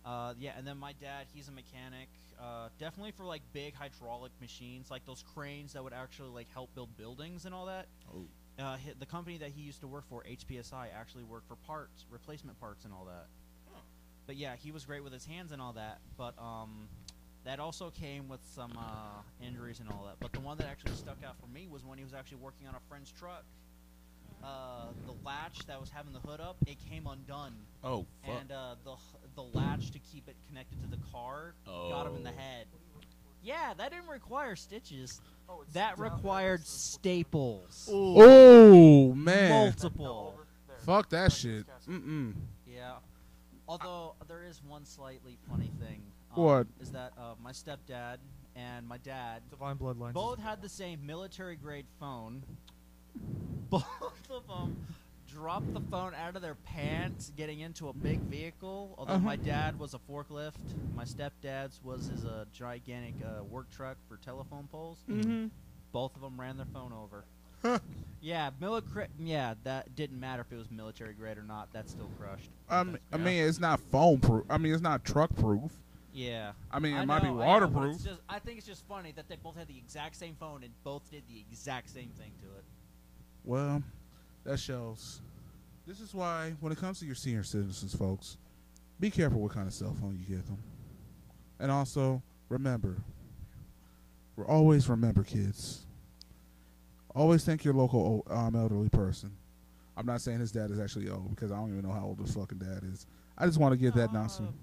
Speaker 4: Uh, yeah, and then my dad, he's a mechanic, uh, definitely for like big hydraulic machines, like those cranes that would actually like help build buildings and all that.
Speaker 2: Oh.
Speaker 4: Uh, hi- the company that he used to work for, HPSI, actually worked for parts, replacement parts, and all that. But yeah, he was great with his hands and all that. But um, that also came with some uh, injuries and all that. But the one that actually stuck out for me was when he was actually working on a friend's truck. Uh, the latch that was having the hood up, it came undone,
Speaker 2: Oh fuck.
Speaker 4: and uh, the the latch to keep it connected to the car got him in the
Speaker 2: Oh.
Speaker 4: head. Yeah, that didn't require stitches.
Speaker 6: Oh, it's
Speaker 4: That
Speaker 6: down there,
Speaker 4: required
Speaker 6: it's the-
Speaker 4: staples.
Speaker 1: Oh man,
Speaker 4: Multiple.
Speaker 6: over there.
Speaker 1: fuck
Speaker 6: Right,
Speaker 1: that
Speaker 6: this
Speaker 1: shit.
Speaker 6: guy's-
Speaker 1: Mm-mm.
Speaker 4: Yeah. Although there is one slightly funny thing.
Speaker 1: What?
Speaker 4: Is that uh, my stepdad and my dad
Speaker 3: Divine Bloodlines.
Speaker 4: both had the same military grade phone. [LAUGHS] Both of them dropped the phone out of their pants getting into a big vehicle. Although
Speaker 1: Uh-huh.
Speaker 4: my dad was a forklift, my stepdad's was his uh, gigantic uh, work truck for telephone poles.
Speaker 1: Mm-hmm.
Speaker 4: Both of them ran their phone over.
Speaker 1: Huh.
Speaker 4: yeah, military. Yeah, that didn't matter if it was military grade or not. That still crushed.
Speaker 1: I mean, Um, I
Speaker 4: Yeah.
Speaker 1: mean, it's not phone proof. I mean, it's not truck proof.
Speaker 4: Yeah.
Speaker 1: I mean, it
Speaker 4: I
Speaker 1: might
Speaker 4: know, I
Speaker 1: be
Speaker 4: know, but
Speaker 1: waterproof.
Speaker 4: it's just- I think it's just funny that they both had the exact same phone and both did the exact same thing to it.
Speaker 1: Well, that shows. This is why, when it comes to your senior citizens, folks, be careful what kind of cell phone you give them. And also, remember, re- always remember, kids. Always thank your local o- um, elderly person. I'm not saying his dad is actually old because I don't even know how old his fucking dad is. I just want to give
Speaker 4: Oh.
Speaker 1: that nonsense.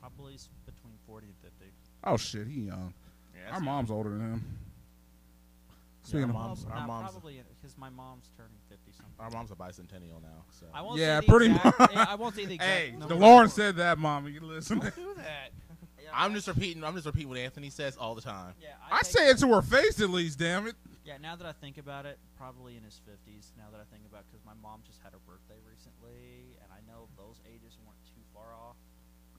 Speaker 4: Probably s- between 40 and 50.
Speaker 1: Oh shit, he young.
Speaker 2: Yeah,
Speaker 1: Our mom's older than him. Speaking of
Speaker 2: mom's- our
Speaker 4: Nah,
Speaker 2: mom's-
Speaker 4: probably because my mom's turning 50 something.
Speaker 2: Our mom's a bicentennial now, so
Speaker 4: I won't
Speaker 1: Yeah,
Speaker 4: say the
Speaker 1: pretty
Speaker 4: exact,
Speaker 1: much.
Speaker 4: yeah, I
Speaker 1: [LAUGHS]
Speaker 4: won't say the exact
Speaker 2: Hey,
Speaker 1: the
Speaker 4: number.
Speaker 1: Lauren said that, mom. You listen.
Speaker 6: Do that.
Speaker 4: Yeah,
Speaker 2: I'm
Speaker 4: I-
Speaker 2: just repeating. I'm just repeating what Anthony says all the time.
Speaker 4: Yeah, I,
Speaker 1: I
Speaker 4: think-
Speaker 1: say it to her face at least. Damn it.
Speaker 4: Yeah, now that I think about it, probably in his 50s. Now that I think about, because my mom just had her birthday recently, and I know those ages weren't too far off.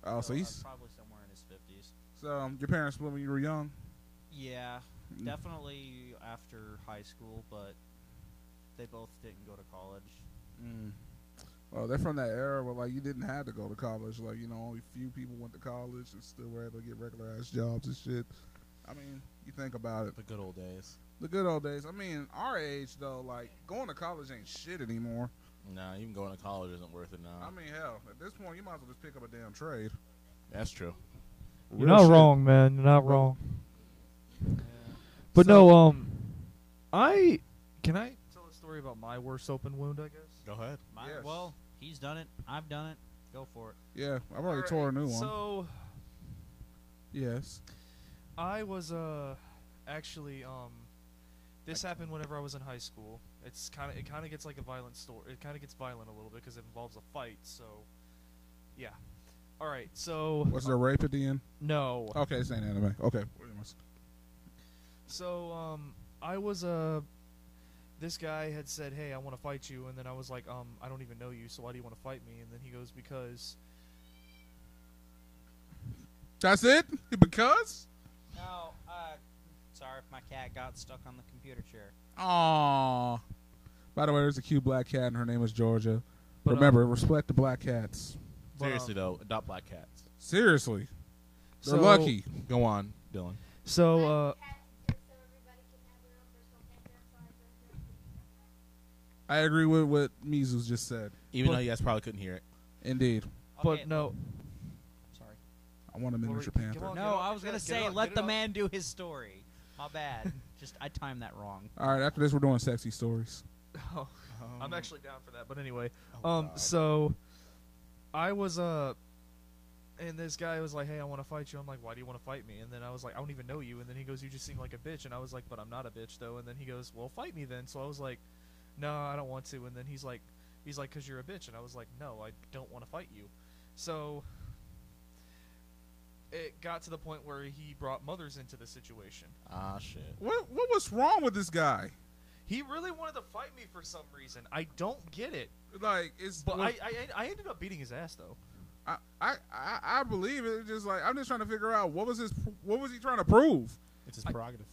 Speaker 1: Oh, so
Speaker 4: uh,
Speaker 1: he's
Speaker 4: probably somewhere in his 50s.
Speaker 1: so um, your parents split when you were young.
Speaker 4: Yeah,
Speaker 1: Mm.
Speaker 4: definitely after high school, but they both didn't go to college.
Speaker 1: Mm. Well, they're from that era where like you didn't have to go to college. Like you know, only few people went to college and still were able to get regular ass jobs and shit. I mean, you think about it,
Speaker 2: The good old days.
Speaker 1: the good old days. I mean, our age though, like going to college ain't shit anymore.
Speaker 2: Nah, even going to college isn't worth it now.
Speaker 1: I mean, hell, at this point, you might as well just pick up a damn trade.
Speaker 2: That's true.
Speaker 3: You're
Speaker 1: Real
Speaker 3: not
Speaker 1: shit.
Speaker 3: wrong, man. You're not wrong. But no, um, I can I tell a story about my worst open wound? I guess.
Speaker 2: Go ahead.
Speaker 4: My,
Speaker 1: Yes.
Speaker 4: Well, he's done it. I've done it. Go for it.
Speaker 1: Yeah, I've already tore a new one.
Speaker 3: So
Speaker 1: yes.
Speaker 3: I was uh actually um this happened whenever I was in high school. It's kind of it kind of gets like a violent story. It kind of gets violent a little bit because it involves a fight. So yeah. All right. So
Speaker 1: Was there rape at the end?
Speaker 3: no.
Speaker 1: Okay, it's ain't anime. Okay.
Speaker 3: So um, I was Uh, this guy had said, "Hey, I want to fight you," and then I was like, "Um, I don't even know you, so why do you want to fight me?" And then he goes, "Because."
Speaker 1: That's it? Because?
Speaker 4: No, uh, sorry if my cat got stuck on the computer chair.
Speaker 1: Aww. By the way, there's a cute black cat, and her name is Georgia.
Speaker 3: But, um,
Speaker 1: Remember, respect the black cats.
Speaker 3: But,
Speaker 2: Seriously
Speaker 3: um,
Speaker 2: though, adopt black cats.
Speaker 1: Seriously. They're
Speaker 3: So-
Speaker 1: lucky.
Speaker 2: Go on, Dylan.
Speaker 3: So uh,
Speaker 1: I agree with what Mizus just said.
Speaker 2: Even
Speaker 3: But-
Speaker 2: though you guys probably couldn't hear it.
Speaker 1: Indeed.
Speaker 4: Okay,
Speaker 3: but no,
Speaker 4: Sorry.
Speaker 1: I want a miniature
Speaker 3: Well, we-
Speaker 1: panther.
Speaker 3: come on.
Speaker 4: No,
Speaker 3: get off
Speaker 4: I
Speaker 3: your
Speaker 4: was gonna
Speaker 3: chest, get it
Speaker 4: say
Speaker 3: off,
Speaker 4: let
Speaker 3: get it
Speaker 4: the
Speaker 3: off.
Speaker 4: man do his story.
Speaker 1: [LAUGHS]
Speaker 4: My bad. just I timed that wrong.
Speaker 1: All right, after this, we're doing sexy stories.
Speaker 3: [LAUGHS] I'm actually down for that. But anyway,
Speaker 2: Oh,
Speaker 3: um,
Speaker 2: God.
Speaker 3: so I was uh, and this guy was like, "Hey, I want to fight you." I'm like, "Why do you want to fight me?" And then I was like, "I don't even know you." And then he goes, "You just seem like a bitch." And I was like, "But I'm not a bitch though." And then he goes, "Well, fight me then." So I was like, "No, I don't want to." And then he's like, "He's like, cause you're a bitch." And I was like, "No, I don't want to fight you." So it got to the point where he brought mothers into the situation.
Speaker 2: ah shit.
Speaker 1: What What was wrong with this guy?
Speaker 3: He really wanted to fight me for some reason. I don't get it.
Speaker 1: Like, it's.
Speaker 3: But I, I I ended up beating his ass though.
Speaker 1: I, I, I, I believe it. It's just like I'm just trying to figure out what was his, what was he trying to prove?
Speaker 2: It's his
Speaker 3: I-
Speaker 2: prerogative.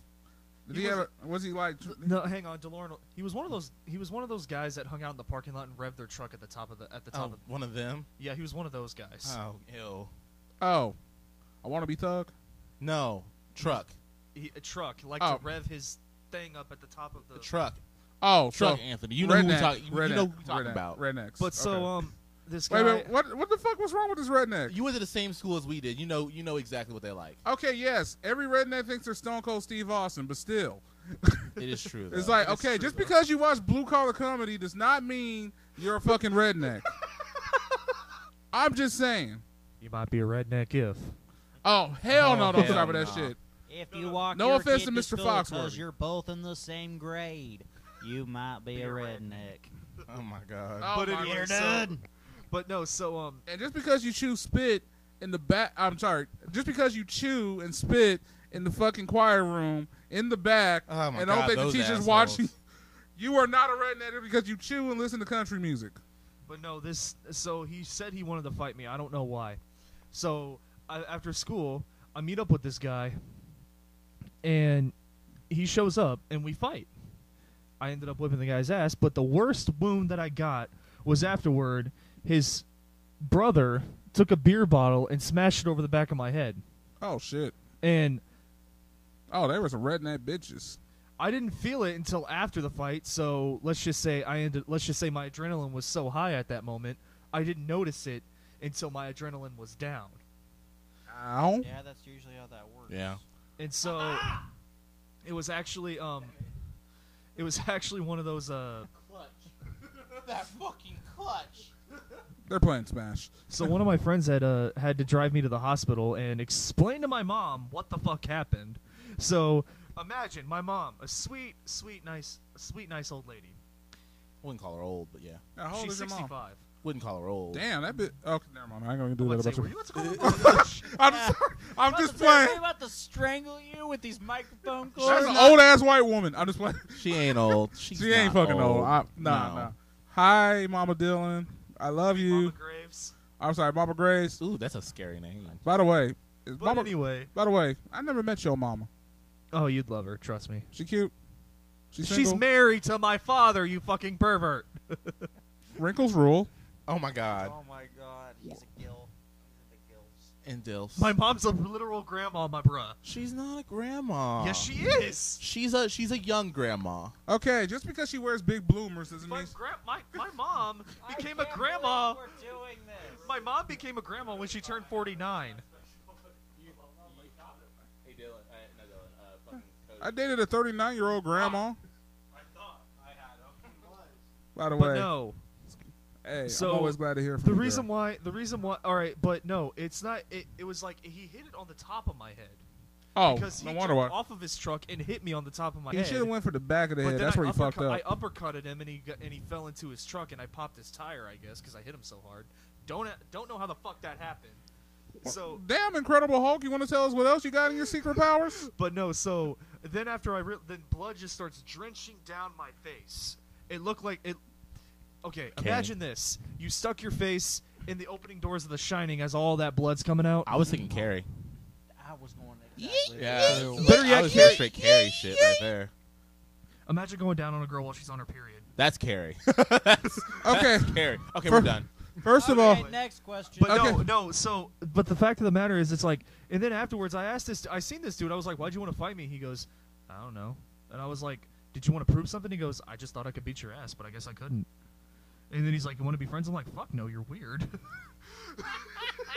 Speaker 1: Did
Speaker 3: He
Speaker 1: he, have a, was he like? tr-
Speaker 3: No, hang on, DeLorean. He was one of those. He was one of those guys that hung out in the parking lot and revved their truck at the top of the at the top
Speaker 2: Oh,
Speaker 3: of.
Speaker 2: one of them.
Speaker 3: Yeah, he was one of those guys.
Speaker 2: Oh, ew.
Speaker 1: Oh, I want to be thug.
Speaker 2: No, truck.
Speaker 3: He, a truck like
Speaker 1: Oh.
Speaker 3: to rev his thing up at the top of the.
Speaker 2: The truck.
Speaker 1: Oh,
Speaker 2: Truck.
Speaker 1: so-
Speaker 2: Anthony, you know who we
Speaker 1: Redneck,
Speaker 2: talk, you, you
Speaker 1: redneck,
Speaker 2: know who we
Speaker 1: redneck,
Speaker 2: talking about.
Speaker 1: Rednecks.
Speaker 3: but so
Speaker 1: Okay.
Speaker 3: um, this guy.
Speaker 1: Wait, wait, what what the fuck was wrong with this redneck?
Speaker 2: You went to the same school as we did. You know, you know exactly what they like.
Speaker 1: Okay, yes, every redneck thinks they're Stone Cold Steve Austin, but still,
Speaker 2: It is true.
Speaker 1: it's
Speaker 2: though.
Speaker 1: like
Speaker 3: It is
Speaker 1: okay,
Speaker 3: true,
Speaker 1: just
Speaker 3: though.
Speaker 1: because you watch blue collar comedy does not mean you're a fucking redneck. I'm just saying.
Speaker 3: You might be a redneck if.
Speaker 1: Oh hell
Speaker 2: Oh,
Speaker 1: no! Don't
Speaker 2: hell
Speaker 1: start with that
Speaker 2: no.
Speaker 1: shit.
Speaker 8: If you walk
Speaker 1: No
Speaker 8: your
Speaker 1: offense
Speaker 8: kid
Speaker 1: to
Speaker 8: to
Speaker 1: Mr.
Speaker 8: school
Speaker 1: Foxworthy.
Speaker 8: because you're both in the same grade, you might be a redneck.
Speaker 2: oh my god.
Speaker 1: Oh,
Speaker 3: But
Speaker 1: my
Speaker 3: anyway,
Speaker 1: goodness.
Speaker 3: so, But no, so um,
Speaker 1: and just because you chew spit in the back, I'm sorry, just because you chew and spit in the fucking choir room in the back,
Speaker 2: Oh my
Speaker 1: and
Speaker 2: God,
Speaker 1: don't think the
Speaker 2: those
Speaker 1: teacher's
Speaker 2: assholes.
Speaker 1: watching, [LAUGHS] you are not a redneck because you chew and listen to country music.
Speaker 3: but no, this. So he said he wanted to fight me. I don't know why. So I, after school, I meet up with this guy, and he shows up, and we fight. I ended up whipping the guy's ass, but the worst wound that I got was afterward. His brother took a beer bottle and smashed it over the back of my head,
Speaker 1: Oh shit!
Speaker 3: and
Speaker 1: Oh, they were some redneck bitches.
Speaker 3: I didn't feel it until after the fight, so let's just say I ended. Let's just say my adrenaline was so high at that moment, I didn't notice it until my adrenaline was down,
Speaker 1: Ow!
Speaker 4: Yeah, that's usually how that works.
Speaker 2: Yeah.
Speaker 1: [LAUGHS]
Speaker 3: and so it was actually um, it was [LAUGHS] actually one of those uh.
Speaker 4: That fucking clutch.
Speaker 1: They're playing Smash.
Speaker 3: So one of my friends had uh had to drive me to the hospital and explain to my mom what the fuck happened. So imagine my mom, a sweet, sweet, nice, sweet, nice old lady.
Speaker 2: Wouldn't call her old, but yeah.
Speaker 1: Now, how old
Speaker 3: She's
Speaker 1: is your mom?
Speaker 3: sixty-five.
Speaker 2: Wouldn't call her old.
Speaker 1: Damn, that bit. oh, Okay, never mind. I'm gonna
Speaker 3: I
Speaker 1: do that
Speaker 3: would say,
Speaker 1: about
Speaker 3: were
Speaker 1: you.
Speaker 3: you at school?
Speaker 1: [LAUGHS]
Speaker 3: [LAUGHS]
Speaker 1: I'm sorry. I'm
Speaker 8: About
Speaker 1: just
Speaker 8: to say, are
Speaker 1: playing.
Speaker 4: [LAUGHS]
Speaker 8: they about to strangle you with these microphone cords.
Speaker 1: That's an old ass white woman. I'm just playing.
Speaker 2: She ain't old. She's
Speaker 1: she ain't
Speaker 2: not
Speaker 1: fucking old. I, nah,
Speaker 2: No.
Speaker 1: nah. Hi, Mama Dylan. I love you.
Speaker 3: Mama Graves.
Speaker 1: I'm sorry, Mama Grace.
Speaker 2: Ooh, that's a scary name.
Speaker 1: By the way, is
Speaker 3: But
Speaker 1: Mama,
Speaker 3: anyway,
Speaker 1: by the way, I never met your mama.
Speaker 3: oh, you'd love her. Trust me.
Speaker 1: She cute. She
Speaker 3: She's
Speaker 1: single.
Speaker 3: married to my father. You fucking pervert.
Speaker 1: Wrinkles rule.
Speaker 2: Oh my god.
Speaker 4: Oh my god, he's a gill. He's in the gills.
Speaker 2: And Dilfs.
Speaker 3: My mom's a literal grandma, my bruh.
Speaker 2: she's not a grandma.
Speaker 3: Yes, she is.
Speaker 2: She's a she's a young grandma.
Speaker 1: Okay, just because she wears big bloomers doesn't
Speaker 3: My,
Speaker 1: mean.
Speaker 3: gra- my my mom
Speaker 8: [LAUGHS] I
Speaker 3: became a
Speaker 8: can't
Speaker 3: grandma.
Speaker 8: believe We're doing this.
Speaker 3: My mom became a grandma when she turned 49.
Speaker 2: Hey Dylan, uh, no Dylan, uh,
Speaker 1: I dated a 39 year old grandma. By the
Speaker 3: But
Speaker 1: way,
Speaker 3: no,
Speaker 1: hey,
Speaker 3: So,
Speaker 1: I'm always glad to hear from
Speaker 3: the
Speaker 1: you, girl.
Speaker 3: reason why the reason why all right, but no, it's not. It, it was like he hit it on the top of my head
Speaker 1: Oh,
Speaker 3: because
Speaker 1: no
Speaker 3: he
Speaker 1: wonder
Speaker 3: jumped
Speaker 1: why.
Speaker 3: off of his truck and hit me on the top of my
Speaker 1: He
Speaker 3: head.
Speaker 1: should have went for the back of the
Speaker 3: But
Speaker 1: head.
Speaker 3: then
Speaker 1: That's
Speaker 3: I
Speaker 1: where he fucked
Speaker 3: uppercut-
Speaker 1: up.
Speaker 3: I uppercutted him and he got, and he fell into his truck and I popped his tire, I guess, because I hit him so hard. Don't don't know how the fuck that happened. So,
Speaker 1: Damn, Incredible Hulk! You want to tell us what else you got in your secret powers?
Speaker 3: but no. So then after I re- then blood just starts drenching down my face. It looked like it. Okay, imagine this: you stuck your face in the opening doors of The Shining as all that blood's coming out.
Speaker 2: I was thinking Carrie.
Speaker 8: I was going exactly.
Speaker 2: Yeah.
Speaker 3: Better
Speaker 2: I
Speaker 3: yet,
Speaker 2: was thinking straight Carrie shit right there.
Speaker 3: Imagine going down on a girl while she's on her period.
Speaker 2: That's Carrie. that's,
Speaker 1: Okay,
Speaker 2: that's Carrie. Okay,
Speaker 1: For-
Speaker 2: we're done.
Speaker 1: [LAUGHS] first of all,
Speaker 8: Okay, next question.
Speaker 3: But no,
Speaker 1: Okay.
Speaker 3: no. So, but the fact of the matter is, it's like, and then afterwards, I asked this. I seen this dude. I was like, "Why'd you want to fight me?" He goes, "I don't know." And I was like, "Did you want to prove something?" He goes, "I just thought I could beat your ass, but I guess I couldn't."
Speaker 1: Hmm.
Speaker 3: And then he's like, "You want to be friends?" I'm like, "Fuck no, you're weird." [LAUGHS]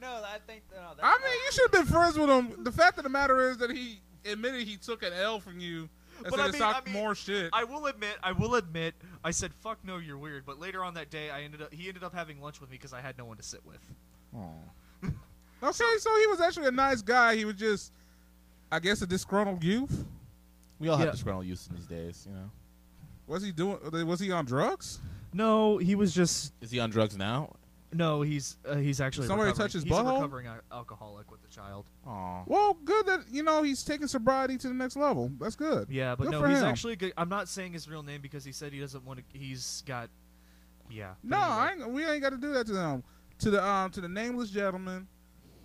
Speaker 4: No, I think no. That's
Speaker 1: I mean, you should have been friends with him. The fact of the matter is that he admitted he took an L from you and
Speaker 3: But
Speaker 1: said
Speaker 3: I
Speaker 1: it's
Speaker 3: mean-
Speaker 1: not
Speaker 3: I mean,
Speaker 1: more shit.
Speaker 3: I will admit, I will admit, I said, "Fuck no, you're weird." But later on that day, I ended up he ended up having lunch with me because I had no one to sit with.
Speaker 1: okay, so he was actually a nice guy. He was just, I guess, a disgruntled youth.
Speaker 2: We all have
Speaker 3: Yeah.
Speaker 2: disgruntled youths in these days, you know.
Speaker 1: Was he doing? Was he on drugs?
Speaker 3: No, he was just
Speaker 2: Is he on drugs now?
Speaker 3: no. He's uh, he's actually
Speaker 1: Somebody
Speaker 3: recovering-
Speaker 1: touch his
Speaker 3: he's a
Speaker 1: butthole?
Speaker 3: recovering al- alcoholic with a child.
Speaker 2: Aw.
Speaker 1: Well, good that you know he's taking sobriety to the next level. That's good.
Speaker 3: Yeah, but
Speaker 1: Good
Speaker 3: no,
Speaker 1: for
Speaker 3: he's
Speaker 1: him.
Speaker 3: actually good. I'm not saying his real name because he said he doesn't want to. He's got. Yeah. but
Speaker 1: No,
Speaker 3: anyway.
Speaker 1: I ain't, we ain't got to do that to them. To the um to the nameless gentleman,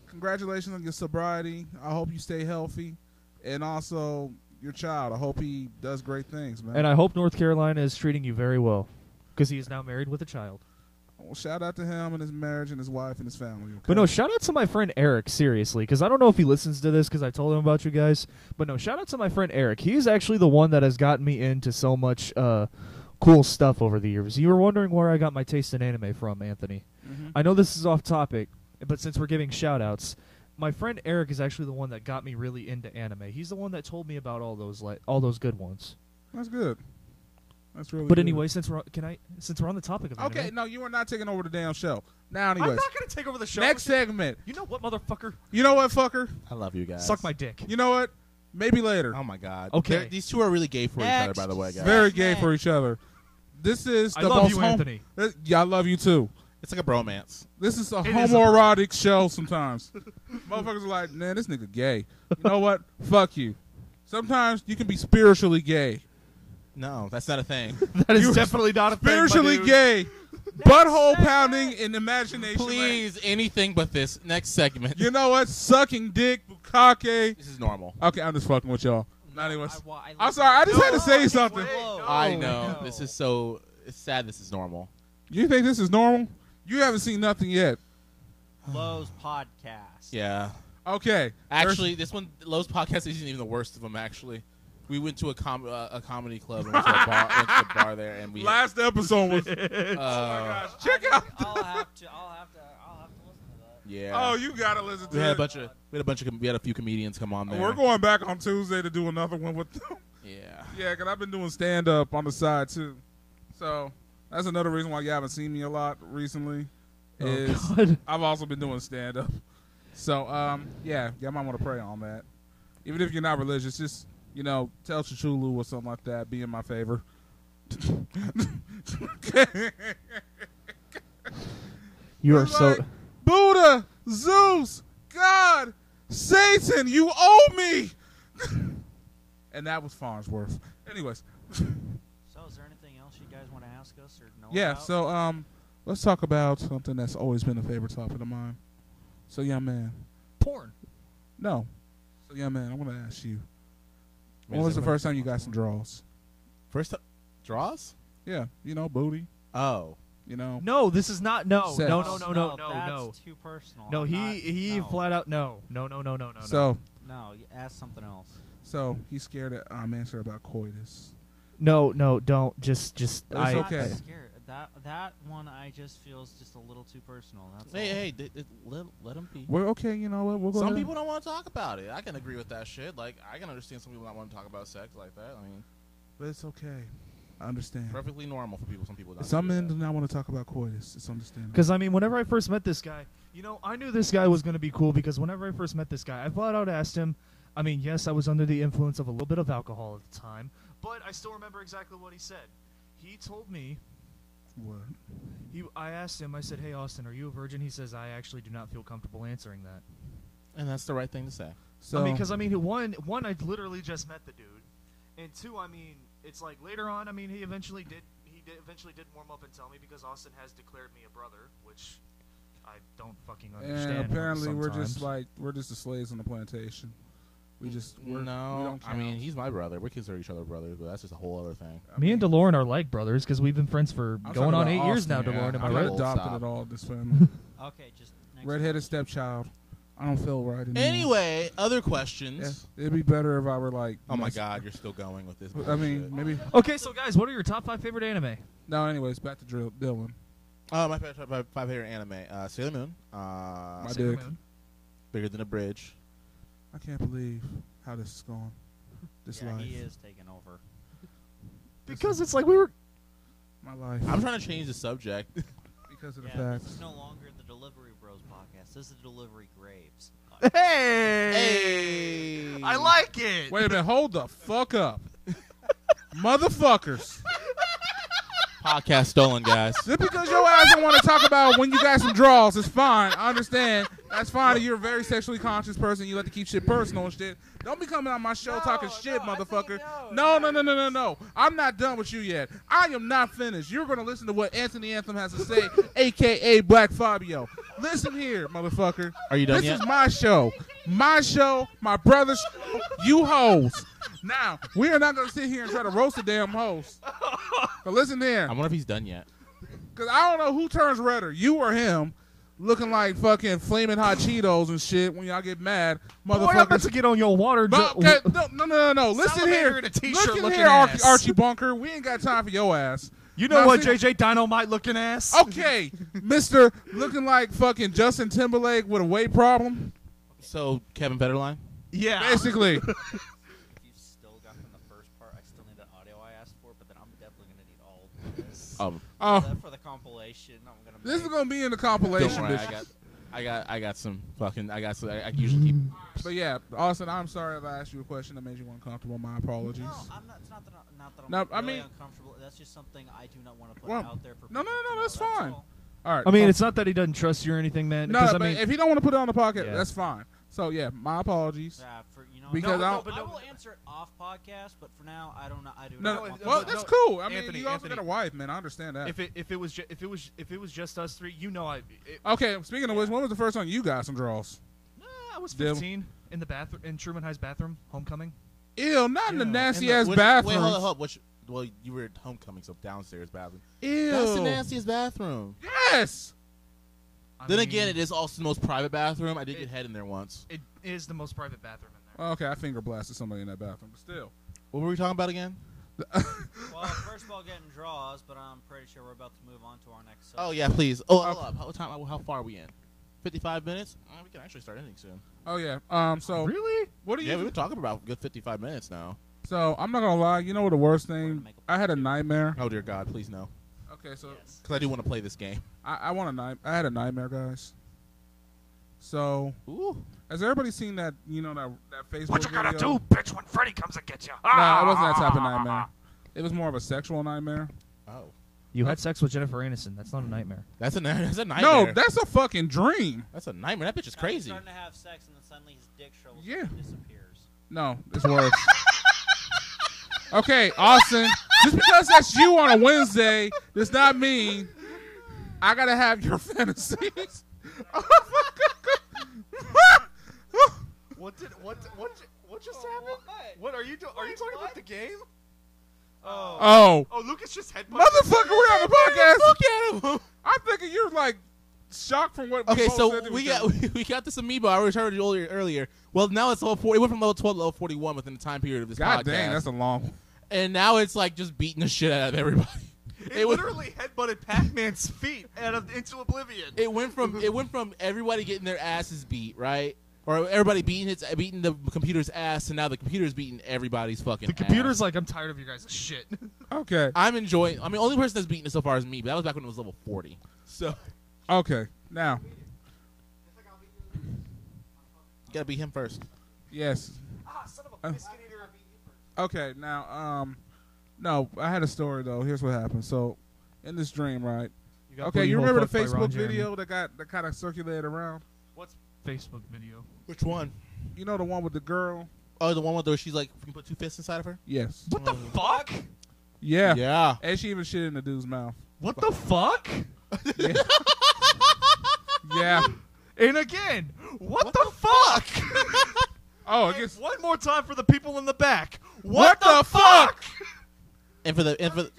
Speaker 1: congratulations on your sobriety. I hope you stay healthy, and also your child. I hope he does great things, man.
Speaker 3: And I hope North Carolina is treating you very well because he is now married with a child.
Speaker 1: Well, shout out to him and his marriage and his wife and his family. okay?
Speaker 3: But no, shout out to my friend Eric, seriously, because I don't know if he listens to this because I told him about you guys. But no, shout out to my friend Eric. He's actually the one that has gotten me into so much uh, cool stuff over the years. You were wondering where I got my taste in anime from, Anthony.
Speaker 1: Mm-hmm.
Speaker 3: I know this is off topic, but since we're giving shout outs, my friend Eric is actually the one that got me really into anime. He's the one that told me about all those like all those good ones.
Speaker 1: That's good. That's really.
Speaker 3: But
Speaker 1: good.
Speaker 3: anyway, since we're can I since we're on the topic of
Speaker 1: Okay,
Speaker 3: anime,
Speaker 1: no, you are not taking over the damn show. Now,
Speaker 3: I'm
Speaker 1: anyways,
Speaker 3: not gonna take over the show.
Speaker 1: next segment.
Speaker 3: you know what, motherfucker?
Speaker 1: You know what, fucker?
Speaker 2: I love you guys.
Speaker 3: Suck my dick.
Speaker 1: You know what? Maybe later.
Speaker 2: Oh my god.
Speaker 3: Okay.
Speaker 2: They're- these two are really gay for each other,
Speaker 8: Next.
Speaker 2: by the way, guys.
Speaker 1: Very gay for each other. This is the
Speaker 3: I love
Speaker 1: most
Speaker 3: you,
Speaker 1: hom-
Speaker 3: Anthony.
Speaker 1: Uh, Yeah, I love you too.
Speaker 2: It's like a bromance.
Speaker 1: This is a
Speaker 3: It is a-
Speaker 1: homoerotic show sometimes. [LAUGHS] Motherfuckers are like, man, this nigga gay. You know what? [LAUGHS] Fuck you. Sometimes you can be spiritually gay.
Speaker 2: No, that's not a thing.
Speaker 3: That is
Speaker 1: You-
Speaker 3: definitely not a thing, my
Speaker 1: Spiritually
Speaker 3: dude. [LAUGHS]
Speaker 1: gay. Butthole pounding and imagination. land.
Speaker 2: Please, anything but this. Next segment.
Speaker 1: You know what? Sucking dick, bukake.
Speaker 2: [LAUGHS] this is normal.
Speaker 1: Okay, I'm just fucking with y'all. Not anyways.
Speaker 4: wa- I
Speaker 1: I'm sorry, I just had to say
Speaker 3: wait,
Speaker 1: something.
Speaker 3: wait, no.
Speaker 4: Oh
Speaker 2: I know. This is so it's sad this is normal.
Speaker 1: You think this is normal? You haven't seen nothing yet.
Speaker 8: Lowe's podcast.
Speaker 2: Yeah.
Speaker 1: Okay.
Speaker 2: Actually, this one, Lowe's podcast, isn't even the worst of them, actually. We went to a com- uh, a comedy club and went to a bar, went to a bar there, and we.
Speaker 1: last episode
Speaker 3: [LAUGHS]
Speaker 1: was. [LAUGHS]
Speaker 2: uh,
Speaker 1: Check out.
Speaker 8: I'll have to. I'll have to. I'll have to listen to that.
Speaker 2: Yeah.
Speaker 1: Oh, you gotta listen to
Speaker 2: we had a
Speaker 1: it.
Speaker 2: bunch of we had a bunch of com- we had a few comedians come on there.
Speaker 1: We're going back on Tuesday to do another one with them. [LAUGHS]
Speaker 2: Yeah.
Speaker 1: yeah, because I've been doing stand up on the side too. So that's another reason why you haven't seen me a lot recently. Is
Speaker 3: Oh, God.
Speaker 1: I've also been doing stand up. So um, yeah, y'all might want to pray on that. Even if you're not religious, just you know, tell Chichulu or something like that. Be in my favor. [LAUGHS]
Speaker 3: You are
Speaker 1: It's
Speaker 3: so.
Speaker 1: like, Buddha, Zeus, God, Satan, you owe me. [LAUGHS] and that was Farnsworth. Anyways,
Speaker 8: So, is there anything else you guys want to ask us or know
Speaker 1: yeah.
Speaker 8: about?
Speaker 1: So um, let's talk about something that's always been a favorite topic of mine. So young man,
Speaker 3: Porn.
Speaker 1: no. So young man, I want to ask you. When
Speaker 2: Wait,
Speaker 1: was
Speaker 2: is
Speaker 1: the
Speaker 2: everyone-
Speaker 1: first time you got some draws?
Speaker 2: First up, draws?
Speaker 1: Yeah, you know, booty.
Speaker 2: Oh.
Speaker 1: You know,
Speaker 3: No, this is not. No,
Speaker 1: Sex.
Speaker 3: no, no, no, no, no,
Speaker 8: that's
Speaker 3: no.
Speaker 8: too personal.
Speaker 3: No,
Speaker 8: I'm
Speaker 3: he
Speaker 8: not-
Speaker 3: he
Speaker 8: no.
Speaker 3: flat out no, no, no, no, no, no.
Speaker 1: so
Speaker 8: No, you ask something else.
Speaker 1: so he's scared that I'm answering about coitus.
Speaker 3: no, no, don't just just.
Speaker 1: It's
Speaker 3: I,
Speaker 8: I'm
Speaker 1: okay.
Speaker 8: Not scared. That that one I just feels just a little too personal. That's
Speaker 2: Hey,
Speaker 8: all.
Speaker 2: hey, d- d- let, let 'em be.
Speaker 1: We're okay. You know what? We'll go.
Speaker 2: Some
Speaker 1: to-
Speaker 2: people don't want to talk about it. I can agree with that shit. Like, I can understand some people not want to talk about sex like that. I mean,
Speaker 1: but it's okay. I understand.
Speaker 2: perfectly normal for people. Some people don't.
Speaker 1: Some
Speaker 2: do
Speaker 1: men
Speaker 2: that.
Speaker 1: do not want to talk about coitus. It's understandable.
Speaker 3: Because I mean, whenever I first met this guy, you know, I knew this guy was gonna be cool because whenever I first met this guy, I flat out asked him. I mean, yes, I was under the influence of a little bit of alcohol at the time, but I still remember exactly what he said. He told me
Speaker 1: What?
Speaker 3: he. I asked him. I said, "Hey, Austin, are you a virgin?" He says, "I actually do not feel comfortable answering that."
Speaker 2: And that's the right thing to say.
Speaker 1: So
Speaker 3: I mean, because I mean, one, one, I literally just met the dude, and two, I mean, it's like later on. I mean, he eventually did. He did, eventually did warm up and tell me because Austin has declared me a brother, which I don't fucking understand.
Speaker 1: and apparently we're just
Speaker 3: sometimes.
Speaker 1: like we're just the slaves on the plantation. We just we're, we
Speaker 2: no,
Speaker 1: don't
Speaker 2: I mean
Speaker 1: count.
Speaker 2: he's my brother. We're consider each other brothers, but that's just a whole other thing.
Speaker 1: I
Speaker 3: me and
Speaker 1: mean,
Speaker 3: DeLorean are like brothers because we've been friends for
Speaker 1: I'm
Speaker 3: going
Speaker 1: talking
Speaker 3: on
Speaker 1: about
Speaker 3: eight years now.
Speaker 1: Austin,
Speaker 2: yeah.
Speaker 3: DeLorean, am I
Speaker 1: I'm
Speaker 2: right?
Speaker 1: adopted
Speaker 2: Stop.
Speaker 1: at all. This family,
Speaker 8: Okay, just next
Speaker 1: redheaded stepchild. I don't feel right anymore.
Speaker 2: Anyway, other
Speaker 1: Yeah,
Speaker 2: questions.
Speaker 1: it'd be better if I were like.
Speaker 2: Oh my
Speaker 1: mess-
Speaker 2: God, you're still going with this.
Speaker 1: I
Speaker 2: bullshit.
Speaker 1: mean, maybe
Speaker 3: Okay, so guys, what are your top five favorite anime?
Speaker 1: no. Anyways, back to drill, Dylan.
Speaker 2: uh, my favorite, my five favorite anime: uh, Sailor Moon, uh,
Speaker 1: My
Speaker 3: Sailor
Speaker 1: dick.
Speaker 3: Moon.
Speaker 2: Bigger Than a Bridge,
Speaker 1: I can't believe how this is going. This
Speaker 8: Yeah,
Speaker 1: life,
Speaker 8: he is taking over.
Speaker 3: Because it's like we were.
Speaker 1: my life,
Speaker 2: I'm trying to change the subject.
Speaker 1: because of the
Speaker 8: Yeah, this
Speaker 1: facts.
Speaker 8: is no longer the Delivery Bros podcast. This is the Delivery Graves.
Speaker 3: Hey,
Speaker 2: hey,
Speaker 3: I like it.
Speaker 1: Wait a minute, hold the fuck up, motherfuckers.
Speaker 2: podcast stolen, guys.
Speaker 1: Just because your ass don't want to talk about when you got some draws, it's fine. I understand. That's fine. You're a very sexually conscious person. You like to keep shit personal and shit. Don't be coming on my show talking shit, motherfucker. No, no, no, no, no, no. I'm not done with you yet. I am not finished. You're going to listen to what Anthony Anthem has to say, a.k.a. Black Fabio. Listen here, motherfucker.
Speaker 2: Are you done
Speaker 1: This
Speaker 2: yet?
Speaker 1: is my show. My show, my brother's show, you hoes. Now, we are not going to sit here and try to roast the damn host. But listen here.
Speaker 2: I wonder if he's done yet.
Speaker 1: Because I don't know who turns redder, you or him. looking like fucking flaming hot Cheetos and shit when y'all get mad,
Speaker 3: Boy, I'm
Speaker 1: [LAUGHS]
Speaker 3: about
Speaker 1: motherfuckers.
Speaker 3: to get on your water.
Speaker 1: No,
Speaker 3: ju-
Speaker 1: okay, no, no, no, no, no. Listen
Speaker 3: Salamander
Speaker 1: here,
Speaker 3: in a t-shirt
Speaker 1: listen
Speaker 3: looking
Speaker 1: here, Ar-
Speaker 3: ass.
Speaker 1: Archie Bunker. We ain't got time for your ass.
Speaker 3: You know
Speaker 1: Now,
Speaker 3: what,
Speaker 1: see- Oh,
Speaker 3: JJ Dynamite looking ass? [LAUGHS]
Speaker 1: Okay, Mister, looking like fucking Justin Timberlake with a weight problem.
Speaker 2: So Kevin Federline.
Speaker 3: yeah. [LAUGHS]
Speaker 1: Basically,
Speaker 4: You still got from the first part. I still need that audio I asked for, but then I'm definitely gonna need all
Speaker 1: [LAUGHS]
Speaker 4: of this.
Speaker 2: Um,
Speaker 1: oh,
Speaker 4: Except for the compilation, I'm gonna.
Speaker 1: this is
Speaker 4: make.
Speaker 1: gonna be in the
Speaker 2: don't
Speaker 1: compilation.
Speaker 2: worry,
Speaker 1: bitch.
Speaker 2: I got, I got, I got some fucking. I got. Some, I, I usually keep.
Speaker 1: But yeah, Austin, I'm sorry if I asked you a question that made you uncomfortable. My apologies.
Speaker 4: No, I'm not. It's not that. I'm, not that I'm
Speaker 1: No, I
Speaker 4: really
Speaker 1: mean-
Speaker 4: uncomfortable. That's just something I do not want to put
Speaker 1: Well,
Speaker 4: out there for.
Speaker 1: no, no,
Speaker 4: people
Speaker 1: no,
Speaker 4: to know,
Speaker 1: that's fine.
Speaker 4: all.
Speaker 1: All right.
Speaker 3: I mean,
Speaker 1: Oh,
Speaker 3: it's not that he doesn't trust you or anything, man.
Speaker 1: no,
Speaker 3: Because I
Speaker 1: but
Speaker 3: mean,
Speaker 1: if you don't want to put it on the podcast,
Speaker 3: Yeah.
Speaker 1: that's fine. So yeah, my apologies.
Speaker 4: Yeah, for you know.
Speaker 1: Because
Speaker 4: no,
Speaker 1: I
Speaker 4: no,
Speaker 1: don't-
Speaker 4: but
Speaker 1: but
Speaker 4: I
Speaker 1: no-
Speaker 4: will answer it off podcast, but for now, I don't know. I do
Speaker 1: No,
Speaker 4: not.
Speaker 1: no,
Speaker 4: want
Speaker 1: well,
Speaker 4: to-
Speaker 1: that's cool. I mean,
Speaker 3: Anthony,
Speaker 1: you also
Speaker 3: Anthony.
Speaker 1: got a wife, man. I understand that.
Speaker 3: if it if it was ju- if it was if it was just us three, you know, I it,
Speaker 1: okay, speaking of which, when was the first time you got some draws?
Speaker 3: Nah, I was
Speaker 1: Devil.
Speaker 3: 15 in the bathroom in Truman High's bathroom, homecoming.
Speaker 1: Ew, not in the
Speaker 3: Ew.
Speaker 1: nasty
Speaker 2: And the-
Speaker 1: ass
Speaker 2: which-
Speaker 1: bathroom.
Speaker 2: Wait, hold up, hold up. Which, well, you were at homecoming, so downstairs bathroom.
Speaker 1: Ew.
Speaker 2: That's the nastiest bathroom.
Speaker 1: yes.
Speaker 3: I
Speaker 2: then
Speaker 3: mean,
Speaker 2: again, it is also the most private bathroom. I did
Speaker 3: It-
Speaker 2: get head in there once.
Speaker 3: it is the most private bathroom in there.
Speaker 1: Okay, I finger blasted somebody in that bathroom, but still.
Speaker 2: What were we talking about again?
Speaker 4: Well, first of all, getting draws, but I'm pretty sure we're about to move on to our next. Subject.
Speaker 2: Oh yeah, please. Oh, hold
Speaker 1: Okay.
Speaker 2: up. How time? How far are we in? Fifty-five minutes. Uh, we can actually start ending soon.
Speaker 1: Oh yeah. Um. So
Speaker 3: Really?
Speaker 1: what do you?
Speaker 2: Yeah, we've been talking about a good fifty-five minutes now.
Speaker 1: so I'm not gonna lie. You know what the worst thing? I had a nightmare.
Speaker 2: Oh dear God, please no,
Speaker 1: Okay, so
Speaker 4: Yes.
Speaker 2: because I do want to play this game.
Speaker 1: I, I want a night. I had a nightmare, guys. So
Speaker 2: Ooh.
Speaker 1: Has everybody seen that? You know that that Facebook.
Speaker 3: What you gonna
Speaker 1: video?
Speaker 3: do, bitch, when Freddy comes and gets you?
Speaker 1: No, it wasn't that type of nightmare. It was more of a sexual nightmare.
Speaker 2: Oh,
Speaker 3: You had sex with Jennifer Aniston. That's not a nightmare.
Speaker 2: that's a ni- [LAUGHS] that's a nightmare.
Speaker 1: No, that's a fucking dream.
Speaker 2: that's a nightmare. That bitch is
Speaker 4: Now he's
Speaker 2: crazy.
Speaker 4: starting to have sex, and then suddenly his dick shrivels up
Speaker 1: Yeah.
Speaker 4: and disappears.
Speaker 1: No, it's worse. [LAUGHS] okay, Austin. Just because that's you on a Wednesday does not mean I gotta have your [LAUGHS] fantasies. [LAUGHS]
Speaker 3: What did what what what just happened? What are you doing? Are you talking about the game? Oh.
Speaker 1: oh,
Speaker 3: Oh, Lucas just headbutted.
Speaker 1: motherfucker,
Speaker 3: [LAUGHS]
Speaker 1: we're on the podcast.
Speaker 2: Look at him.
Speaker 1: I'm thinking you're like shocked from what.
Speaker 2: [LAUGHS] Okay,
Speaker 1: both said
Speaker 2: so
Speaker 1: that
Speaker 2: we
Speaker 1: did.
Speaker 2: got [LAUGHS] we got this amiibo. I already heard it earlier. earlier. Well, now it's level four. It went from level twelve to level forty-one within the time period of this
Speaker 1: God
Speaker 2: podcast,
Speaker 1: dang, that's a long. one.
Speaker 2: and now it's like just beating the shit out of everybody.
Speaker 3: It,
Speaker 2: was-
Speaker 3: literally headbutted Pac-Man's feet out of into oblivion.
Speaker 2: It went from it went from everybody getting their asses beat, right? Or everybody beating its beating the computer's ass, and now the computer's beating everybody's fucking.
Speaker 3: the computer's
Speaker 2: ass.
Speaker 3: like, I'm tired of you guys' shit.
Speaker 1: Okay.
Speaker 2: I'm enjoying. I mean, only person that's beaten it so far is me, but that was back when it was level forty. So
Speaker 1: Okay. Now,
Speaker 2: you gotta beat him first.
Speaker 1: yes. Ah, son of a biscuit eater. Okay. Now, um, no, I had a story though. Here's what happened. So, in this dream, right? Okay, you remember the Facebook video that got that kind of circulated around?
Speaker 3: What's Facebook video?
Speaker 2: Which one?
Speaker 1: You know the one with the girl?
Speaker 2: Oh, the one where she's like, we can put two fists inside of her.
Speaker 1: Yes.
Speaker 3: What the fuck?
Speaker 1: Yeah.
Speaker 2: yeah.
Speaker 1: And she even shit in the dude's mouth.
Speaker 3: What the fuck?
Speaker 1: Yeah. yeah.
Speaker 3: And again, what, the, fuck? [LAUGHS]
Speaker 1: Oh, it gets.
Speaker 3: One more time for the people in the back.
Speaker 1: What the fuck?
Speaker 2: And for the and for the,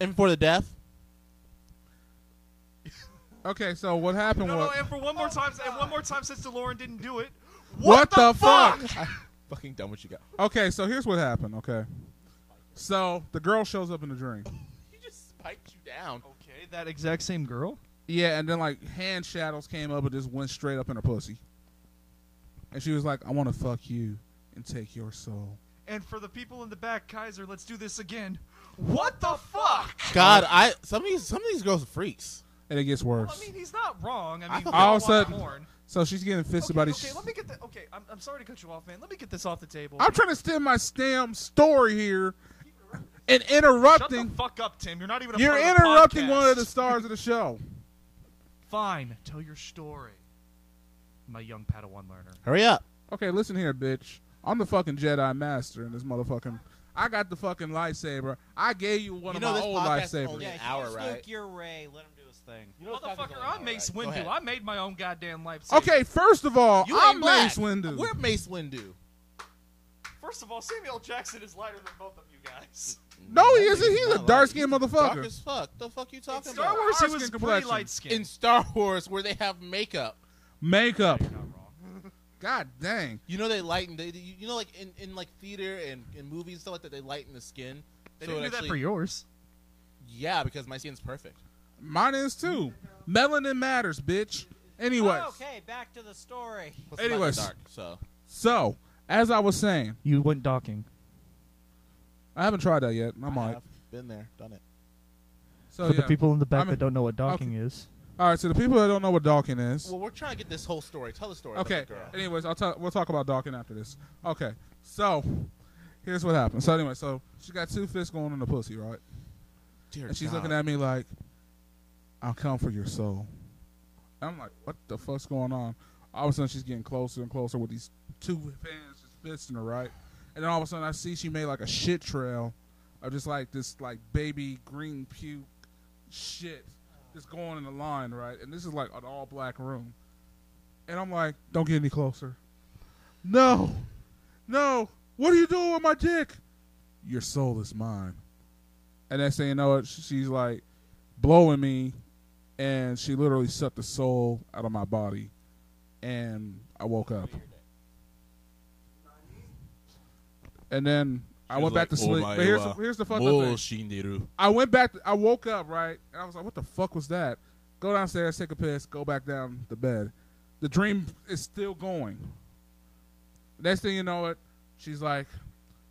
Speaker 2: and for the death.
Speaker 1: Okay, so what happened
Speaker 3: No, no,
Speaker 1: was.
Speaker 3: and for one more time, and one more time since DeLorean didn't do it.
Speaker 1: What the fuck?
Speaker 2: Fucking dumb what you got.
Speaker 1: Okay, so here's what happened. Okay. So the girl shows up in the dream.
Speaker 2: [LAUGHS] He just spiked you down.
Speaker 3: Okay, that exact same girl.
Speaker 1: Yeah, and then like hand shadows came up and just went straight up in her pussy. And she was like, I want to fuck you and take your soul.
Speaker 3: And for the people in the back, Kaiser, let's do this again. What the fuck?
Speaker 2: God, I some of these some of these girls are freaks.
Speaker 1: And it gets worse.
Speaker 3: Well, I mean, he's not wrong. I mean,
Speaker 2: I thought-
Speaker 3: we all
Speaker 1: All of a
Speaker 3: watch
Speaker 1: sudden-
Speaker 3: porn.
Speaker 1: so she's getting fisted
Speaker 3: Okay,
Speaker 1: by these.
Speaker 3: okay, let me get the. Okay, I'm, I'm sorry to cut you off, man. Let me get this off the table.
Speaker 1: [LAUGHS] I'm trying to stem my stem story here and
Speaker 3: Shut the
Speaker 1: interrupting.
Speaker 3: fuck up, Tim. You're not even. A
Speaker 1: You're
Speaker 3: part of
Speaker 1: interrupting
Speaker 3: the
Speaker 1: one of the
Speaker 3: podcast.
Speaker 1: stars of the show.
Speaker 3: Fine, tell your story. My young Padawan learner.
Speaker 2: Hurry up.
Speaker 1: Okay, listen here, bitch. I'm the fucking Jedi Master in this motherfucking. I got the fucking lightsaber. I gave you one
Speaker 2: You
Speaker 1: of
Speaker 2: know
Speaker 1: my
Speaker 2: this
Speaker 1: old
Speaker 2: podcast is
Speaker 1: lightsabers.
Speaker 2: only-
Speaker 8: Yeah,
Speaker 2: An hour,
Speaker 8: here's Luke,
Speaker 2: right?
Speaker 8: you're Ray. Let him do his thing.
Speaker 3: Motherfucker, I'm Mace
Speaker 2: All right, go
Speaker 3: Windu.
Speaker 2: ahead.
Speaker 3: I made my own goddamn lightsaber.
Speaker 1: Okay, first of all,
Speaker 2: You
Speaker 1: Oh, I'm
Speaker 2: ain't black.
Speaker 1: Mace Windu.
Speaker 2: We're Mace Windu.
Speaker 3: First of all, Samuel Jackson is lighter than both of you guys.
Speaker 1: No, he isn't. He's
Speaker 2: not
Speaker 1: a
Speaker 2: light.
Speaker 1: dark skinned
Speaker 2: Dark
Speaker 1: motherfucker.
Speaker 2: as fuck. The fuck you talking
Speaker 3: Star
Speaker 2: about?
Speaker 3: Wars, he
Speaker 1: Our
Speaker 3: was
Speaker 1: skin
Speaker 3: pretty
Speaker 1: complexion.
Speaker 3: light skinned.
Speaker 2: In Star Wars, where they have makeup.
Speaker 1: Makeup.
Speaker 3: You're not wrong.
Speaker 1: God dang.
Speaker 2: You know they lighten. They, you you know like in, in like theater and in movies and stuff like that. They lighten the skin.
Speaker 3: They
Speaker 2: So
Speaker 3: didn't
Speaker 2: it
Speaker 3: do that
Speaker 2: actually-
Speaker 3: for yours.
Speaker 2: Yeah, because my skin's perfect.
Speaker 1: Mine is too. Melanin matters, bitch. Anyways,
Speaker 2: Oh,
Speaker 7: Okay, back to the story.
Speaker 2: Plus, I'm not
Speaker 1: Anyways.
Speaker 2: dark. So
Speaker 1: so as I was saying,
Speaker 3: You went docking.
Speaker 1: I haven't tried that yet. I
Speaker 2: I
Speaker 1: might.
Speaker 2: have been there, done it.
Speaker 1: So
Speaker 3: for
Speaker 1: Oh, yeah.
Speaker 3: the people in the back
Speaker 1: I'm-
Speaker 3: that don't know what docking is.
Speaker 1: All right. So the people that don't know what Dawkins is.
Speaker 2: Well, we're trying to get this whole story. Tell the story. about
Speaker 1: Okay.
Speaker 2: the girl.
Speaker 1: Anyways, I'll talk. We'll talk about Dawkins after this. Okay. So, here's what happened. So anyway, so she got two fists going in the pussy, right?
Speaker 2: Dear
Speaker 1: And she's
Speaker 2: God.
Speaker 1: looking at me like, "I'll come for your soul." And I'm like, "What the fuck's going on?" All of a sudden, she's getting closer and closer with these two hands just fisting her, right? And then all of a sudden, I see she made like a shit trail of just like this like baby green puke shit just going in the line, right? And this is like an all black room. And I'm like, don't get any closer. No, no. What are you doing with my dick? Your soul is mine. And next thing you know, it- she's like blowing me, and she literally sucked the soul out of my body, and I woke up. And then I
Speaker 2: She
Speaker 1: went
Speaker 2: was
Speaker 1: back to
Speaker 2: like, "Oh
Speaker 1: sleep.
Speaker 2: my
Speaker 1: But here's
Speaker 2: God.
Speaker 1: here's the fucked up thing.
Speaker 2: Bullshindiru.
Speaker 1: I went back. I woke up right, and I was like, "What the fuck was that?" Go downstairs, take a piss, go back down to bed. The dream is still going. Next thing you know, it she's like,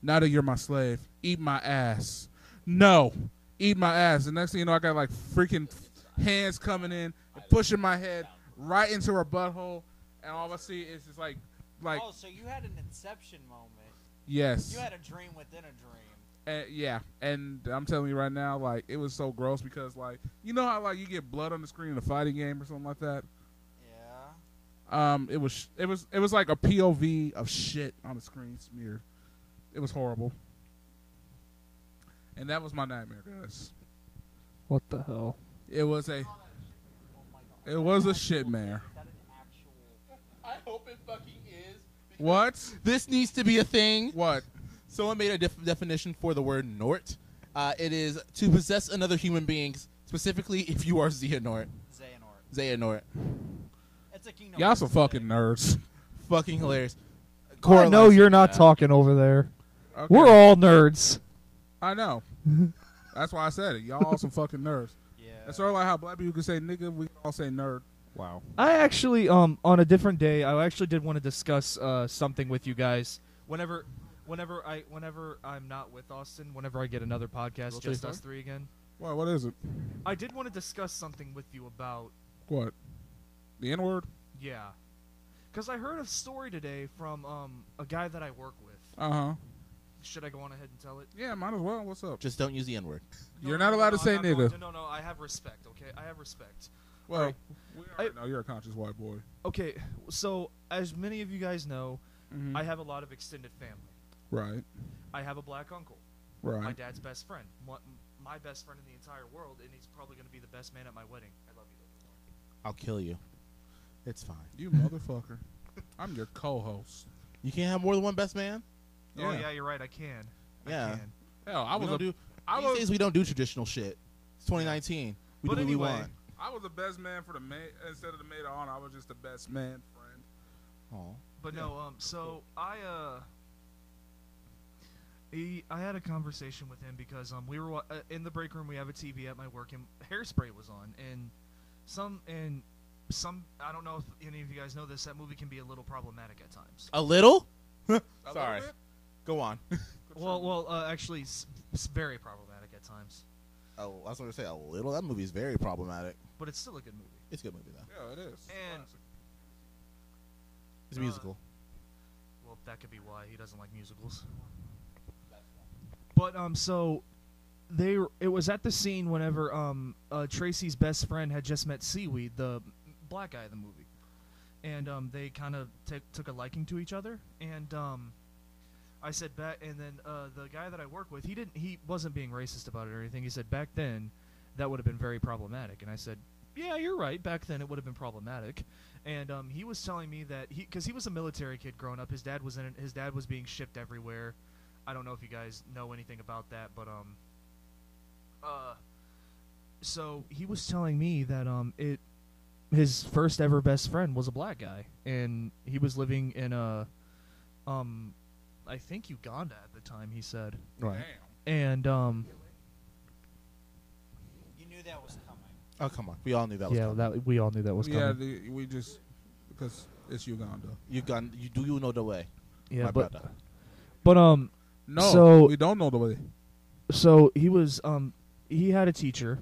Speaker 1: "Now that you're my slave, eat my ass." No, eat my ass. The next thing you know, I got like freaking hands coming in and pushing my head right into her butthole, and all I see is just like, like
Speaker 7: oh, so you had an inception moment.
Speaker 1: yes.
Speaker 7: You had a dream within a dream.
Speaker 1: And, yeah, and I'm telling you right now, like it was so gross because like you know how like you get blood on the screen in a fighting game or something like that.
Speaker 7: Yeah.
Speaker 1: Um, it was it was it was like a POV of shit on the screen smeared. It was horrible. And that was my nightmare, guys.
Speaker 3: What the hell?
Speaker 1: It was a
Speaker 7: Oh my god.
Speaker 1: it was a shitmare.
Speaker 7: Is that an actual?
Speaker 2: I hope it fucking is.
Speaker 1: What?
Speaker 2: This needs to be a thing.
Speaker 1: What?
Speaker 2: Someone made a def- definition for the word Nort. Uh, it is to possess another human being, specifically if you are Xehanort.
Speaker 7: Xehanort.
Speaker 2: Xehanort.
Speaker 7: It's a Kingdom
Speaker 1: Y'all
Speaker 7: Hearts
Speaker 1: some
Speaker 7: thing.
Speaker 1: fucking nerds.
Speaker 2: Fucking hilarious.
Speaker 3: I know
Speaker 2: Correlates
Speaker 3: you're
Speaker 2: with
Speaker 3: not
Speaker 2: that.
Speaker 3: talking over there.
Speaker 1: Okay.
Speaker 3: We're all nerds.
Speaker 1: I
Speaker 3: [LAUGHS]
Speaker 1: know. That's why I said it. Y'all some fucking nerds.
Speaker 7: Yeah.
Speaker 1: That's sort of like how black people can say nigga, we can all say nerd.
Speaker 2: Wow.
Speaker 3: I actually, um, on a different day, I actually did want to discuss uh, something with you guys. Whenever, whenever I, whenever I'm not with Austin, whenever I get another podcast,
Speaker 2: Roll three,
Speaker 3: just
Speaker 2: four.
Speaker 3: us three again.
Speaker 1: What? What is it?
Speaker 3: I did want to discuss something with you about,
Speaker 1: What? The N word?
Speaker 3: yeah, because I heard a story today from um a guy that I work with.
Speaker 1: Uh huh.
Speaker 3: Should I go on ahead and tell it?
Speaker 1: Yeah, might as well. What's up?
Speaker 2: Just don't use the N word.
Speaker 3: No,
Speaker 1: You're
Speaker 3: no,
Speaker 1: not
Speaker 3: no,
Speaker 1: allowed
Speaker 3: no,
Speaker 1: to say
Speaker 3: I'm not going
Speaker 1: nigga.
Speaker 3: to- No, no, I have respect. Okay, I have respect.
Speaker 1: Well,
Speaker 3: Alright.
Speaker 1: we already know you're a conscious white boy.
Speaker 3: Okay, so as many of you guys know,
Speaker 1: Mhm.
Speaker 3: I have a lot of extended family.
Speaker 1: Right.
Speaker 3: I have a black uncle. my
Speaker 1: Right.
Speaker 3: dad's best friend, my, my best friend in the entire world, and he's probably going to be the best man at my wedding. I love you. Lily.
Speaker 2: I'll kill you. It's fine.
Speaker 1: You motherfucker. [LAUGHS] I'm your co-host.
Speaker 2: You can't have more than one best man.
Speaker 3: Oh yeah, you're right. I can. I
Speaker 2: Yeah.
Speaker 3: can.
Speaker 1: Hell, I
Speaker 2: We
Speaker 1: was
Speaker 2: don't
Speaker 1: a,
Speaker 2: do.
Speaker 1: I
Speaker 2: these
Speaker 1: was
Speaker 2: days we don't do traditional shit. It's 2019. We
Speaker 3: But
Speaker 2: do what
Speaker 3: anyway,
Speaker 2: we want.
Speaker 1: I was the best man for the maid instead of the maid of honor. I was just the best man friend.
Speaker 2: Aw.
Speaker 3: But no. Um. So I uh. He, I had a conversation with him because um we were wa- uh, in the break room. We have a TV at my work, and Hairspray was on, and some and some. I don't know if any of you guys know this. That movie can be a little problematic at times.
Speaker 2: A little?
Speaker 1: A
Speaker 2: Sorry.
Speaker 1: little bit?
Speaker 2: Go on. [LAUGHS]
Speaker 3: Well, well, uh, actually, s- s- very problematic at times.
Speaker 2: Oh, I was going to say a little. That movie's very problematic.
Speaker 3: But it's still a good movie.
Speaker 2: It's a good movie though.
Speaker 1: Yeah, it is.
Speaker 3: And-
Speaker 1: Classic.
Speaker 2: It's
Speaker 3: Uh,
Speaker 2: musical.
Speaker 3: Well, that could be why he doesn't like musicals. But um, so they it was at the scene whenever um uh, Tracy's best friend had just met Seaweed, the black guy in the movie, and um they kind of t- took a liking to each other, and um I said back, and then uh, the guy that I work with, he didn't he wasn't being racist about it or anything. He said back then that would have been very problematic, and I said. Yeah, you're right. Back then, it would have been problematic, and um, he was telling me that he, because he was a military kid growing up, his dad was in, it- his dad was being shipped everywhere, I don't know if you guys know anything about that, but um, uh, so he was telling me that um, it his first ever best friend was a black guy, and he was living in a um, I think Uganda at the time. He said,
Speaker 2: Right.
Speaker 1: Damn.
Speaker 3: and um,
Speaker 4: You knew that was coming.
Speaker 2: Oh come on, we all knew that was
Speaker 3: yeah,
Speaker 2: coming.
Speaker 3: that we all knew that was
Speaker 1: yeah,
Speaker 3: coming.
Speaker 1: the, we just because it's Uganda.
Speaker 2: you gun. You do you know the way?
Speaker 3: Yeah,
Speaker 2: my
Speaker 3: but
Speaker 2: brother.
Speaker 3: but um,
Speaker 1: No,
Speaker 3: So-
Speaker 1: we don't know the way.
Speaker 3: so he was um he had a teacher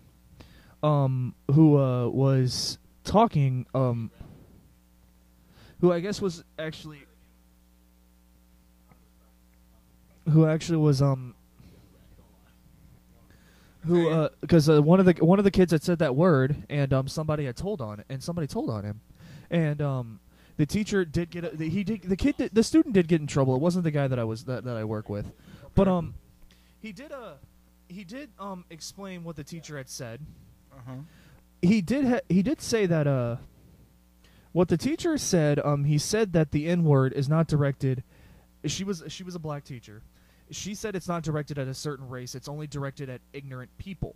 Speaker 3: um who uh was talking um who I guess was actually who actually was um who uh because uh, one of the one of the kids had said that word and um somebody had told on it and somebody told on him and um the teacher did get a, the, he did the kid did, the student did get in trouble it wasn't the guy that I was that, that I work with but um he did uh he did um explain what the teacher had said
Speaker 1: Uh-huh.
Speaker 3: he did ha- he did say that uh what the teacher said um he said that the n word is not directed she was she was a black teacher she said it's not directed at a certain race it's only directed at ignorant people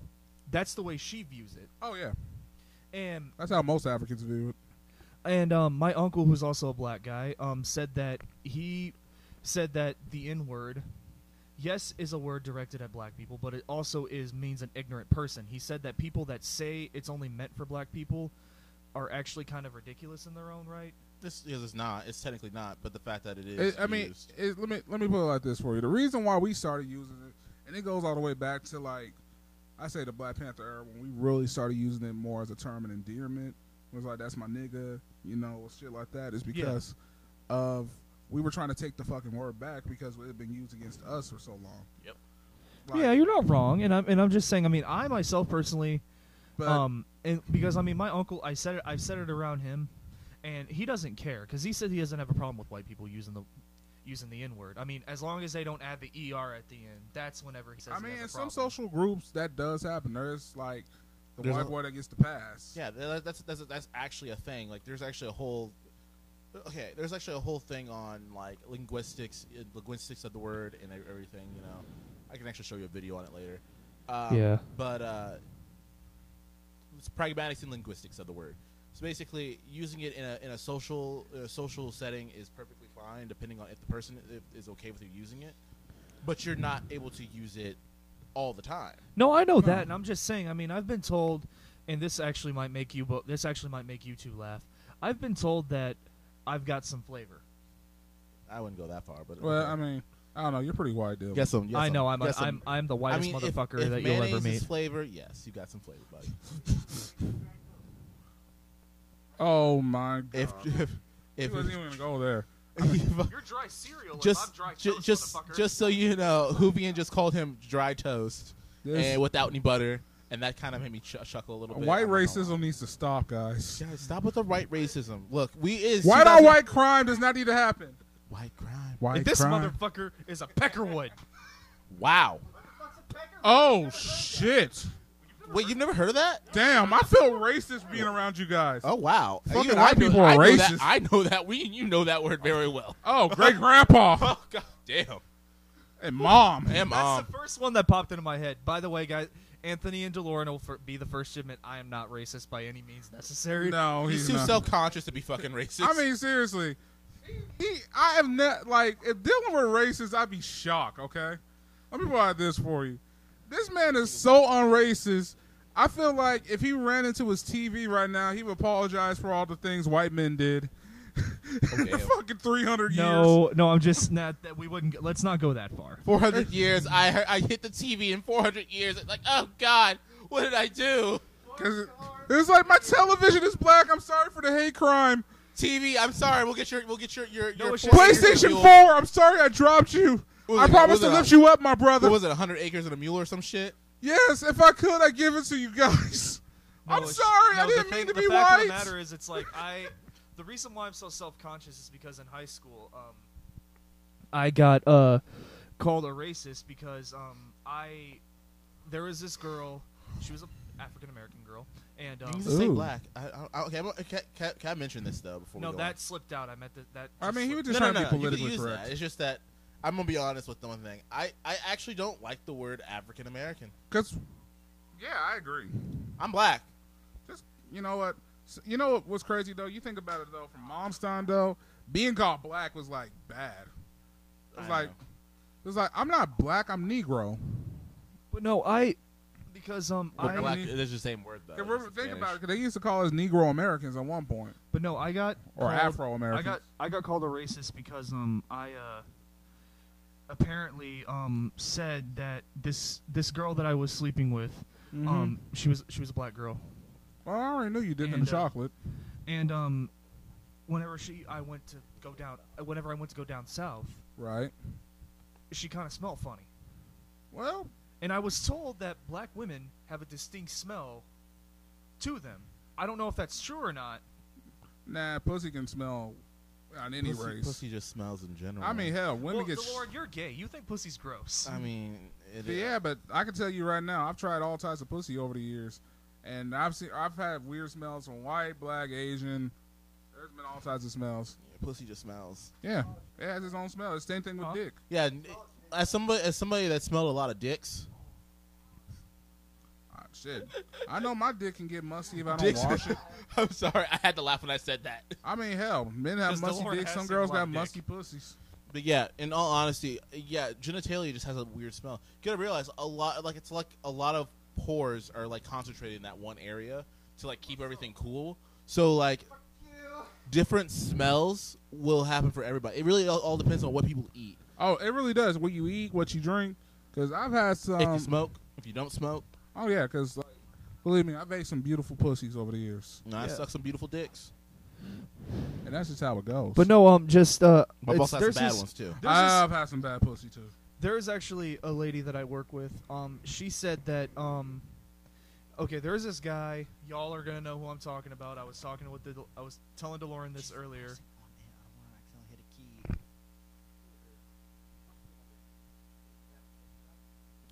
Speaker 3: that's the way she views it
Speaker 1: Oh yeah,
Speaker 3: and
Speaker 1: that's how most Africans view it.
Speaker 3: and um my uncle who's also a black guy um said that he said that the n word yes is a word directed at black people but it also is means an ignorant person he said that people that say it's only meant for black people are actually kind of ridiculous in their own right
Speaker 2: This is it's not. It's technically not, but the fact that it is.
Speaker 1: It- I mean,
Speaker 2: used.
Speaker 1: it, let me let me put it like this for you. The reason why we started using it, and it goes all the way back to like I say the Black Panther era when we really started using it more as a term of endearment. It was like that's my nigga, you know, shit like that. Is because of we were trying to take the fucking word back because it had been used against us for so long.
Speaker 2: Yep.
Speaker 1: Like,
Speaker 3: yeah you're not wrong and i'm and i'm just saying i mean i myself personally
Speaker 1: but
Speaker 3: um and because i mean my uncle i said it i've said it around him and he doesn't care because he said he doesn't have a problem with white people using the using the n word i mean as long as they don't add the er at the end that's whenever he says
Speaker 1: I
Speaker 3: he
Speaker 1: mean,
Speaker 3: has a
Speaker 1: in some
Speaker 3: problem.
Speaker 1: social groups that does happen. There's like the
Speaker 2: There's
Speaker 1: white
Speaker 2: a-
Speaker 1: boy that gets the pass.
Speaker 2: Yeah, that, that's that's that's actually a thing. Like, there's actually a whole. Okay, there's actually a whole thing on like linguistics, uh, linguistics of the word and e- everything. You know, I can actually show you a video on it later. Um,
Speaker 3: Yeah.
Speaker 2: But uh, it's pragmatics and linguistics of the word. So basically, using it in a, in a social in a social setting is perfectly fine, depending on if the person i- is okay with you using it. But you're not able to use it all the time.
Speaker 3: no i know
Speaker 1: Um,
Speaker 3: that and i'm just saying i mean i've been told and this actually might make you bo- this actually might make you two laugh i've been told that i've got some flavor
Speaker 2: I wouldn't go that far, but
Speaker 1: Well,
Speaker 2: okay.
Speaker 1: I mean, I don't know. You're pretty white, dude.
Speaker 2: Guess some- yes,
Speaker 3: i know
Speaker 2: some-
Speaker 3: i'm, a,
Speaker 2: yes, some-
Speaker 3: I'm i'm the whitest
Speaker 2: I mean, if-
Speaker 3: motherfucker
Speaker 2: if
Speaker 3: that you'll ever
Speaker 2: mayonnaise
Speaker 3: meet
Speaker 2: Is flavor, yes, you got some flavor, buddy.
Speaker 1: Oh my god.
Speaker 2: If if,
Speaker 1: he
Speaker 2: if
Speaker 1: wasn't
Speaker 2: [LAUGHS]
Speaker 1: even gonna go there.
Speaker 3: you're dry cereal
Speaker 2: just ju- just just so you know, Hoovian just called him dry toast
Speaker 1: This-
Speaker 2: and without any butter, and that kind of made me ch- chuckle a little bit.
Speaker 1: White
Speaker 2: I'm not gonna lie.
Speaker 1: racism needs to stop, guys.
Speaker 2: Guys, stop with the white racism. Look, we is
Speaker 1: White
Speaker 2: 2000
Speaker 1: on white crime does not need to happen.
Speaker 2: white crime.
Speaker 1: White
Speaker 3: this
Speaker 1: crime.
Speaker 3: motherfucker is a peckerwood
Speaker 2: Wow.
Speaker 1: oh shit!
Speaker 2: Wait, you've never heard of that?
Speaker 1: Damn, I feel racist being around you guys.
Speaker 2: Oh wow.
Speaker 1: Fucking
Speaker 2: Even
Speaker 1: white
Speaker 2: I know-
Speaker 1: people are
Speaker 2: I know that-
Speaker 1: racist.
Speaker 2: I know that. We you know that word very well.
Speaker 1: Oh, great grandpa
Speaker 2: [LAUGHS] Oh god damn.
Speaker 1: and mom.
Speaker 2: Am
Speaker 3: That's
Speaker 2: um,
Speaker 3: the first one that popped into my head. By the way, guys, Anthony and DeLorean will for, be the first shipment. I am not racist by any means necessary.
Speaker 1: No,
Speaker 2: he's
Speaker 1: Oh, he's,
Speaker 2: too
Speaker 1: not.
Speaker 2: self conscious to be fucking racist.
Speaker 1: I mean, seriously, he, I have not like if Dylan were racist, I'd be shocked. Okay, let me provide this for you. This man is so unracist. I feel like if he ran into his TV right now, he would apologize for all the things white men did. in [LAUGHS] the
Speaker 2: damn.
Speaker 1: fucking three hundred years.
Speaker 3: no, no. I'm just not that we wouldn't. go- Let's not go that far.
Speaker 2: 400 years. I heard, I hit the TV in 400 years. It's like, oh God, what did I do?
Speaker 1: 'Cause it- it's like my television is black. I'm sorry for the hate crime.
Speaker 2: TV, I'm sorry. We'll get your we'll get your your, your
Speaker 3: it's just-
Speaker 2: 400 acres
Speaker 1: PlayStation
Speaker 2: and a mule.
Speaker 1: Four. I'm sorry I dropped you.
Speaker 2: What was
Speaker 1: I
Speaker 2: it-
Speaker 1: promised
Speaker 2: what
Speaker 1: to
Speaker 2: was it,
Speaker 1: lift you up, my
Speaker 2: What
Speaker 1: brother.
Speaker 2: was it? 100 acres and a mule or some shit?
Speaker 1: Yes, if I could, I'd give it to you guys. [LAUGHS]
Speaker 3: No,
Speaker 1: I'm
Speaker 3: it's-
Speaker 1: sorry,
Speaker 3: no,
Speaker 1: I
Speaker 3: the
Speaker 1: didn't
Speaker 3: thing-
Speaker 1: mean to
Speaker 3: the
Speaker 1: be
Speaker 3: fact
Speaker 1: white.
Speaker 3: Of the matter is, it's like I. The reason why I'm so self-conscious is because in high school, um, I got uh called a racist because um I there was this girl. She was a African American girl, and um,
Speaker 2: You can just say
Speaker 1: Ooh.
Speaker 2: black. I, I, okay, I'm, can, can, can I mention this though before
Speaker 3: no,
Speaker 2: we go
Speaker 3: that slipped out. I meant that. that
Speaker 1: I mean, he was
Speaker 3: slipped
Speaker 2: on?
Speaker 1: just
Speaker 2: no,
Speaker 1: trying
Speaker 2: no, no,
Speaker 1: to be
Speaker 2: you can
Speaker 1: politically
Speaker 2: use
Speaker 1: correct.
Speaker 2: That. It's just that I'm gonna be honest with the one thing. I, I actually don't like the word African American.
Speaker 1: Cause, yeah, I agree.
Speaker 2: I'm black.
Speaker 1: Just you know what, S- you know what was crazy though. You think about it though, from Momstein though, being called black was like bad. It was
Speaker 2: I
Speaker 1: like,
Speaker 2: know.
Speaker 1: it was like I'm not black. I'm Negro.
Speaker 3: But no, I because um
Speaker 2: But
Speaker 1: I-
Speaker 2: black
Speaker 1: mean-
Speaker 2: is the same word though.
Speaker 1: Cause
Speaker 2: it's
Speaker 1: remember-
Speaker 2: in
Speaker 1: think
Speaker 2: Spanish.
Speaker 1: about it. 'cause they used to call us Negro Americans at one point,
Speaker 3: but no, I got
Speaker 1: or
Speaker 3: called-
Speaker 1: Afro
Speaker 3: I
Speaker 1: Americans.
Speaker 3: got I got called a racist because um I uh apparently um said that this this girl that I was sleeping with
Speaker 2: Mm-hmm.
Speaker 1: Mm-hmm.
Speaker 3: um she was she was a black girl
Speaker 1: Well, I already knew you did in
Speaker 3: and,
Speaker 1: the
Speaker 3: uh,
Speaker 1: chocolate.
Speaker 3: and um whenever she I went to go down whenever I went to go down south
Speaker 1: Right.
Speaker 3: she kind of smelled funny
Speaker 1: Well,
Speaker 3: and I was told that black women have a distinct smell to them I don't know if that's true or not
Speaker 1: nah, pussy can smell on any
Speaker 2: pussy,
Speaker 1: race.
Speaker 2: pussy just smells in general.
Speaker 1: I mean, hell, women
Speaker 3: well
Speaker 1: get. sh-
Speaker 3: Lord you're gay you think pussy's gross
Speaker 2: I mean, it,
Speaker 1: yeah, but I can tell you right now, I've tried all types of pussy over the years, and I've seen, I've had weird smells from white, black, Asian. There's been all types of smells.
Speaker 2: pussy just smells.
Speaker 1: Yeah, it has its own smell. It's the same thing with
Speaker 3: Huh?
Speaker 1: dick.
Speaker 2: Yeah, n- as somebody as somebody that smelled a lot of dicks,
Speaker 1: Ah, shit, I know my dick can get musty if I don't
Speaker 2: Dicks-
Speaker 1: wash it.
Speaker 2: [LAUGHS] I'm sorry, I had to laugh when I said that.
Speaker 1: I mean, hell, men have
Speaker 3: Because the
Speaker 1: musty
Speaker 3: Lord
Speaker 1: dicks.
Speaker 3: has
Speaker 1: Some
Speaker 3: said
Speaker 1: girls
Speaker 3: one
Speaker 1: got
Speaker 3: dick.
Speaker 1: musty pussies.
Speaker 2: But yeah, in all honesty, yeah, genitalia just has a weird smell. You gotta realize a lot, like it's like a lot of pores are like concentrated in that one area to like keep everything cool. So like, different smells will happen for everybody. It really all, all depends on what people eat.
Speaker 1: Oh, it really does. What you eat, what you drink. Because I've had some.
Speaker 2: if you smoke, if you don't smoke,
Speaker 1: Oh yeah, because like, believe me, I've ate some beautiful pussies over the years,
Speaker 2: you know, I
Speaker 3: Yeah.
Speaker 2: suck some beautiful dicks.
Speaker 1: and that's just how it goes.
Speaker 3: but no um just uh
Speaker 2: My boss has some
Speaker 3: there's
Speaker 2: bad
Speaker 3: this- Uh,
Speaker 2: ones too.
Speaker 3: there's this-
Speaker 1: I've had some bad pussy too.
Speaker 3: there's actually a lady that I work with. Um, she said that um, okay, there's this guy. Y'all are gonna know who I'm talking about. I was talking with the, I was telling DeLorean this earlier.
Speaker 4: Oh,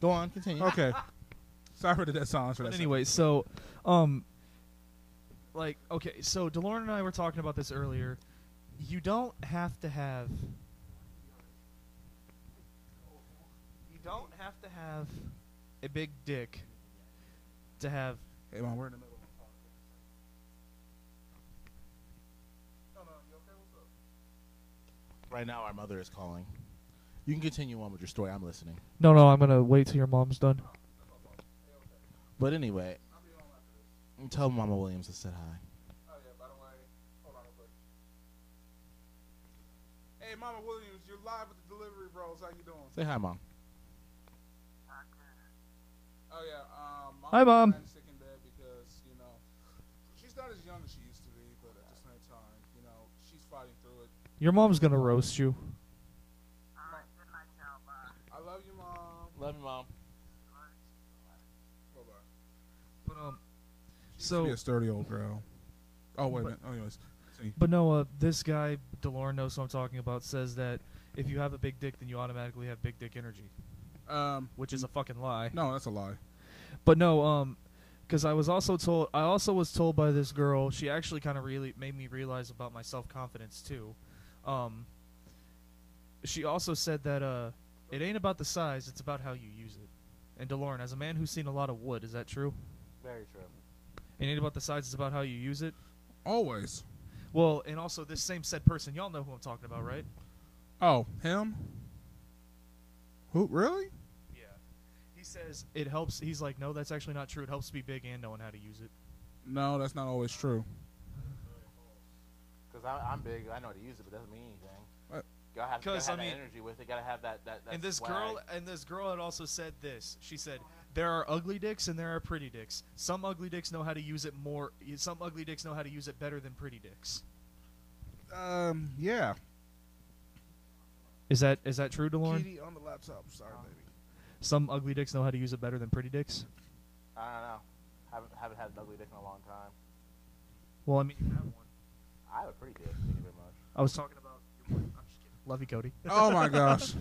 Speaker 2: Go on, continue.
Speaker 1: Okay. [LAUGHS] Sorry for the dead silence for that.
Speaker 3: But anyway, so um, like okay, so DeLorean and I were talking about this earlier. You don't have to have. You don't have to have a big dick to have
Speaker 1: second. Hey, man, we're in the middle.
Speaker 2: Right now, our mother is calling. You can continue on with your story. I'm listening.
Speaker 3: No, no, I'm gonna wait till your mom's done.
Speaker 2: But anyway, tell Mama Williams I said hi.
Speaker 1: Hey, Mama Williams, you're live with the delivery bros. How you doing?
Speaker 2: Say hi, Mom.
Speaker 1: Oh yeah. Um, Mama's
Speaker 3: Hi, Mom.
Speaker 1: kinda Sick in bed because you know she's not as young as she used to be, but at the same time, you know she's fighting through it.
Speaker 3: Your mom's gonna roast you.
Speaker 1: I love you, mom.
Speaker 2: Love you, Mom.
Speaker 1: Bye bye.
Speaker 3: But um,
Speaker 1: be
Speaker 3: so
Speaker 1: a sturdy old girl. Oh wait a
Speaker 3: But-
Speaker 1: minute. Oh, anyways,
Speaker 3: but no, uh, this guy Delore knows who I'm talking about. Says that if you have a big dick, then you automatically have big dick energy,
Speaker 1: um,
Speaker 3: which is a fucking lie.
Speaker 1: no, that's a lie.
Speaker 3: But no, um, because I was also told, I also was told by this girl. She actually kind of really made me realize about my self confidence too. Um, she also said that uh, it ain't about the size; it's about how you use it. And DeLorean, as a man who's seen a lot of wood, is that true?
Speaker 4: Very true.
Speaker 3: It ain't about the size; it's about how you use it.
Speaker 1: Always.
Speaker 3: Well, and also this same said person, y'all know who I'm talking about, right?
Speaker 1: Oh, him. Who really?
Speaker 3: Yeah. He says it helps. He's like, no, that's actually not true. It helps to be big and knowing how to use it.
Speaker 1: No, that's not always true.
Speaker 2: Because I'm big, I know how to use it, but it doesn't mean anything.
Speaker 1: What?
Speaker 2: Gotta have,
Speaker 3: 'Cause, I mean-
Speaker 2: energy with it. Gotta have that. that, that
Speaker 3: and this
Speaker 2: swag.
Speaker 3: girl, and this girl had also said this. She said there are ugly dicks and there are pretty dicks. Some ugly dicks know how to use it more. Some ugly dicks know how to use it better than pretty dicks.
Speaker 1: Um, yeah.
Speaker 3: Is that is that true, Delorme?
Speaker 1: Kitty on the laptop. Sorry, baby.
Speaker 3: Some ugly dicks know how to use it better than pretty dicks.
Speaker 2: I don't know. Haven't haven't had an ugly dick in a long time.
Speaker 3: Well, I mean, you have one.
Speaker 2: I have a pretty dick. Thank you very much.
Speaker 3: I was talking about. Your boy. I'm just kidding. Love you, Cody. [LAUGHS]
Speaker 1: Oh my gosh.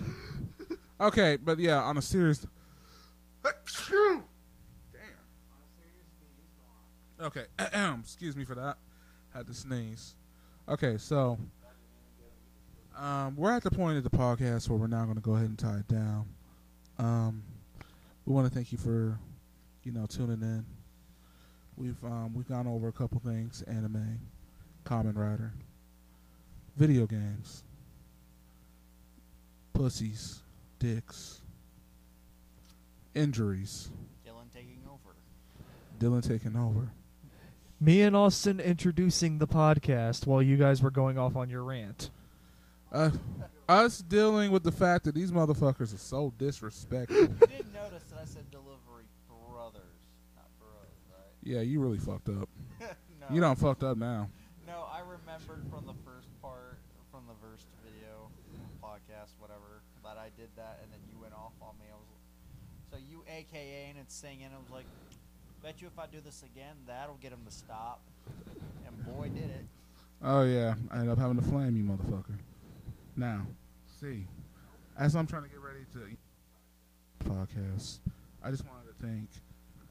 Speaker 1: Okay, but yeah, on a serious. Damn. Okay, [CLEARS THROAT] excuse me for that. Had to sneeze. Okay, so, Um, we're at the point of the podcast where we're now going to go ahead and tie it down. Um, we want to thank you for, you know, tuning in. We've um, we've gone over a couple things: anime, Common Rider, video games, pussies, dicks, injuries.
Speaker 8: Dylan taking
Speaker 1: [LAUGHS]
Speaker 8: over.
Speaker 1: Dylan taking over.
Speaker 3: Me and Austin introducing the podcast while you guys were going off on your rant.
Speaker 1: Uh, us dealing with the fact that these motherfuckers are so disrespectful.
Speaker 8: You did notice that I said delivery brothers, not bros, right?
Speaker 1: yeah, you really fucked up.
Speaker 8: no.
Speaker 1: You don't fucked up now.
Speaker 8: No, I remembered from the first part, from the first video, podcast, whatever, that I did that, and then you went off on me. I was, so you AKA and it's singing. I was like, bet you if I do this again, that'll get him to stop. And boy, did it.
Speaker 1: Oh yeah, I end up having to flame you, motherfucker. Now, see, as I'm trying to get ready to podcast, I just wanted to thank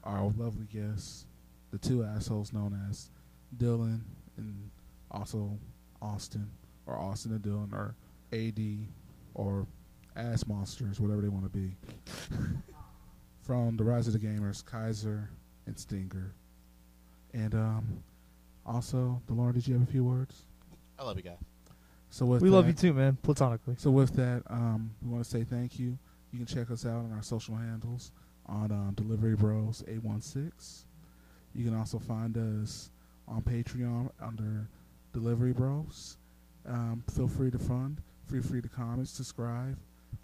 Speaker 1: our lovely guests, the two assholes known as Dylan and also Austin, or Austin and Dylan, or AD, or Ass Monsters, whatever they want to be, [LAUGHS] from the Rise of the Gamers, Kaiser and Stinger, and um, also, Delora, did you have a few words?
Speaker 2: I love you guys.
Speaker 1: So with
Speaker 3: we love
Speaker 1: that-
Speaker 3: you too, man, platonically.
Speaker 1: So with that, um, we want to say thank you. You can check us out on our social handles on um, Delivery Bros eight one six. You can also find us on Patreon under Delivery Bros. Um, feel free to fund, feel free to comment, subscribe,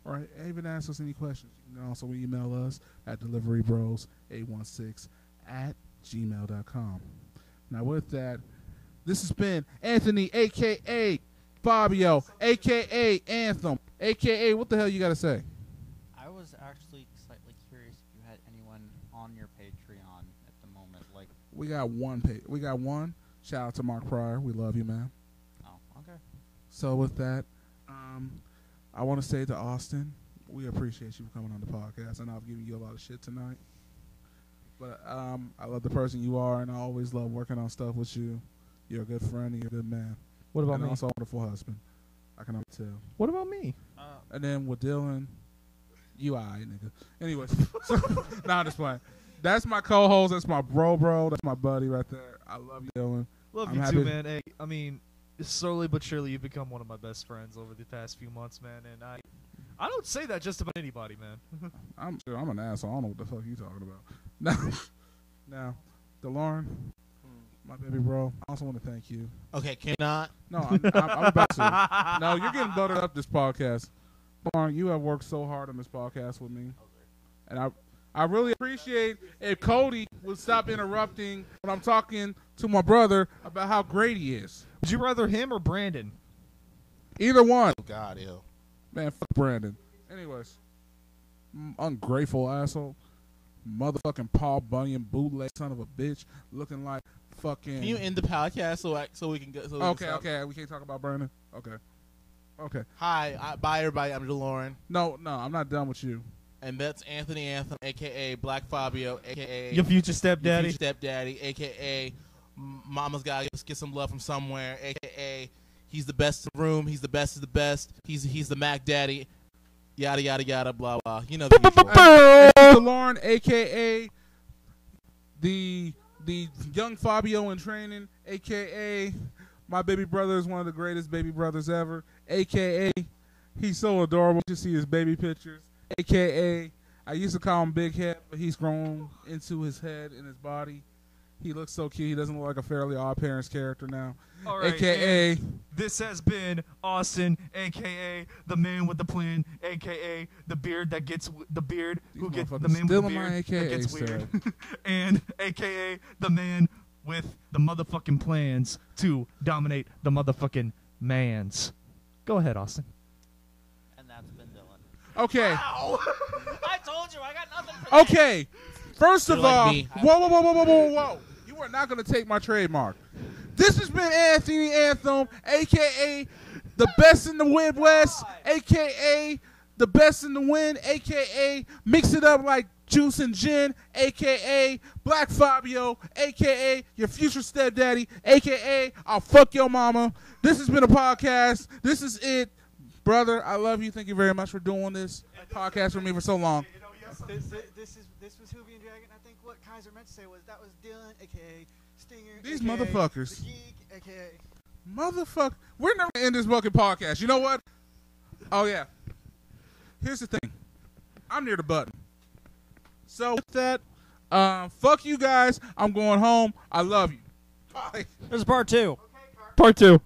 Speaker 1: or even ask us any questions. You can also email us at deliverybros816 at gmail.com. Now, with that, this has been Anthony, a.k.a. Fabio, a.k.a. Anthem, a.k.a. what the hell you got to say?
Speaker 8: I was actually slightly curious if you had anyone on your Patreon at the moment. Like,
Speaker 1: We got one page. We got one. Shout out to Mark Pryor. We love you, man.
Speaker 8: oh, okay.
Speaker 1: So with that, um, I want to say to Austin, we appreciate you for coming on the podcast. I know I've given you a lot of shit tonight, but um, I love the person you are, and I always love working on stuff with you. You're a good friend and you're a good man,
Speaker 3: What about
Speaker 1: and
Speaker 3: me?
Speaker 1: also a wonderful husband. I can always tell.
Speaker 3: What about me?
Speaker 8: Uh,
Speaker 1: And then with Dylan, you alright, nigga. Anyways, [LAUGHS] so, nah, I'm just playing. That's my co-host. That's my bro, bro. That's my buddy right there. I love you, Dylan.
Speaker 3: Love
Speaker 1: I'm
Speaker 3: you
Speaker 1: happy
Speaker 3: too,
Speaker 1: to-
Speaker 3: man. Hey, I mean, slowly but surely you've become one of my best friends over the past few months, man. And I, I don't say that just about anybody, man.
Speaker 1: I'm sure I'm an asshole. I don't know what the fuck you talking about. [LAUGHS] Now, now, DeLauren, my baby bro, I also want to thank you.
Speaker 2: Okay, cannot.
Speaker 1: No, I'm, I'm, I'm about to. No, you're getting loaded up this podcast. DeLauren, you have worked so hard on this podcast with me, and I, I really appreciate if Cody would stop interrupting when I'm talking to my brother about how great he is.
Speaker 3: Would you rather him or Brandon?
Speaker 1: Either one,
Speaker 2: Oh God, ew.
Speaker 1: man. Fuck Brandon. Anyways, m- ungrateful asshole. Motherfucking Paul Bunyan bootleg son of a bitch, looking like fucking.
Speaker 2: Can you end the podcast so I, so we can go? So we can
Speaker 1: okay,
Speaker 2: stop?
Speaker 1: okay, we can't talk about Brandon. Okay, okay.
Speaker 2: Hi, I, bye everybody. I'm DeLorean,
Speaker 1: No, no, I'm not done with you.
Speaker 2: and that's Anthony Anthem, aka Black Fabio, aka
Speaker 3: Your future
Speaker 2: Your
Speaker 3: stepdaddy.
Speaker 2: future stepdaddy, aka M- Mama's gotta get, get some love from somewhere, aka he's the best in the room, he's the best of the best, he's he's the Mac Daddy, yada yada yada, blah blah. You know the usual.
Speaker 1: DeLauren, aka the the young Fabio in training, aka my baby brother is one of the greatest baby brothers ever, aka he's so adorable. You see his baby pictures, aka I used to call him Big Head, but he's grown into his head and his body. He looks so cute. He doesn't look like a Fairly Odd Parents character now,
Speaker 3: All right,
Speaker 1: aka
Speaker 3: and this has been Austin, aka the man with the plan, aka the beard that gets w- the beard who
Speaker 1: These
Speaker 3: gets the
Speaker 1: motherfuckers
Speaker 3: man with the
Speaker 1: stealing my
Speaker 3: beard
Speaker 1: AKA,
Speaker 3: that gets
Speaker 1: sir.
Speaker 3: weird, [LAUGHS] and aka the man with the motherfucking plans to dominate the motherfucking man's. Go ahead, Austin.
Speaker 8: and that's been Dylan.
Speaker 1: okay.
Speaker 8: [LAUGHS] I told you, I got nothing for that.
Speaker 1: Okay. First of
Speaker 2: You're like
Speaker 1: all,
Speaker 2: me.
Speaker 1: whoa, whoa, whoa, whoa, whoa, whoa, whoa. You are not going to take my trademark. This has been Anthony Anthem, a.k.a. the best in the Midwest, a.k.a. the best in the wind, a.k.a. mix it up like juice and gin, a.k.a. Black Fabio, a.k.a. your future stepdaddy, a.k.a. I'll fuck your mama. This has been a podcast. This is it. brother, I love you. Thank you very much for doing this podcast with me for so long.
Speaker 3: You know, yes,
Speaker 6: This, this, this is this was Hoovian Dragon. I think what Kaiser meant to say was that was Dylan, aka Stinger.
Speaker 1: These
Speaker 6: aka
Speaker 1: motherfuckers.
Speaker 6: The geek, aka.
Speaker 1: Motherfucker, we're never gonna end this fucking podcast. You know what? Oh yeah. Here's the thing. I'm near the button. So with that, um, fuck you guys. I'm going home. I love you. Bye.
Speaker 4: There's part two.
Speaker 1: Part two.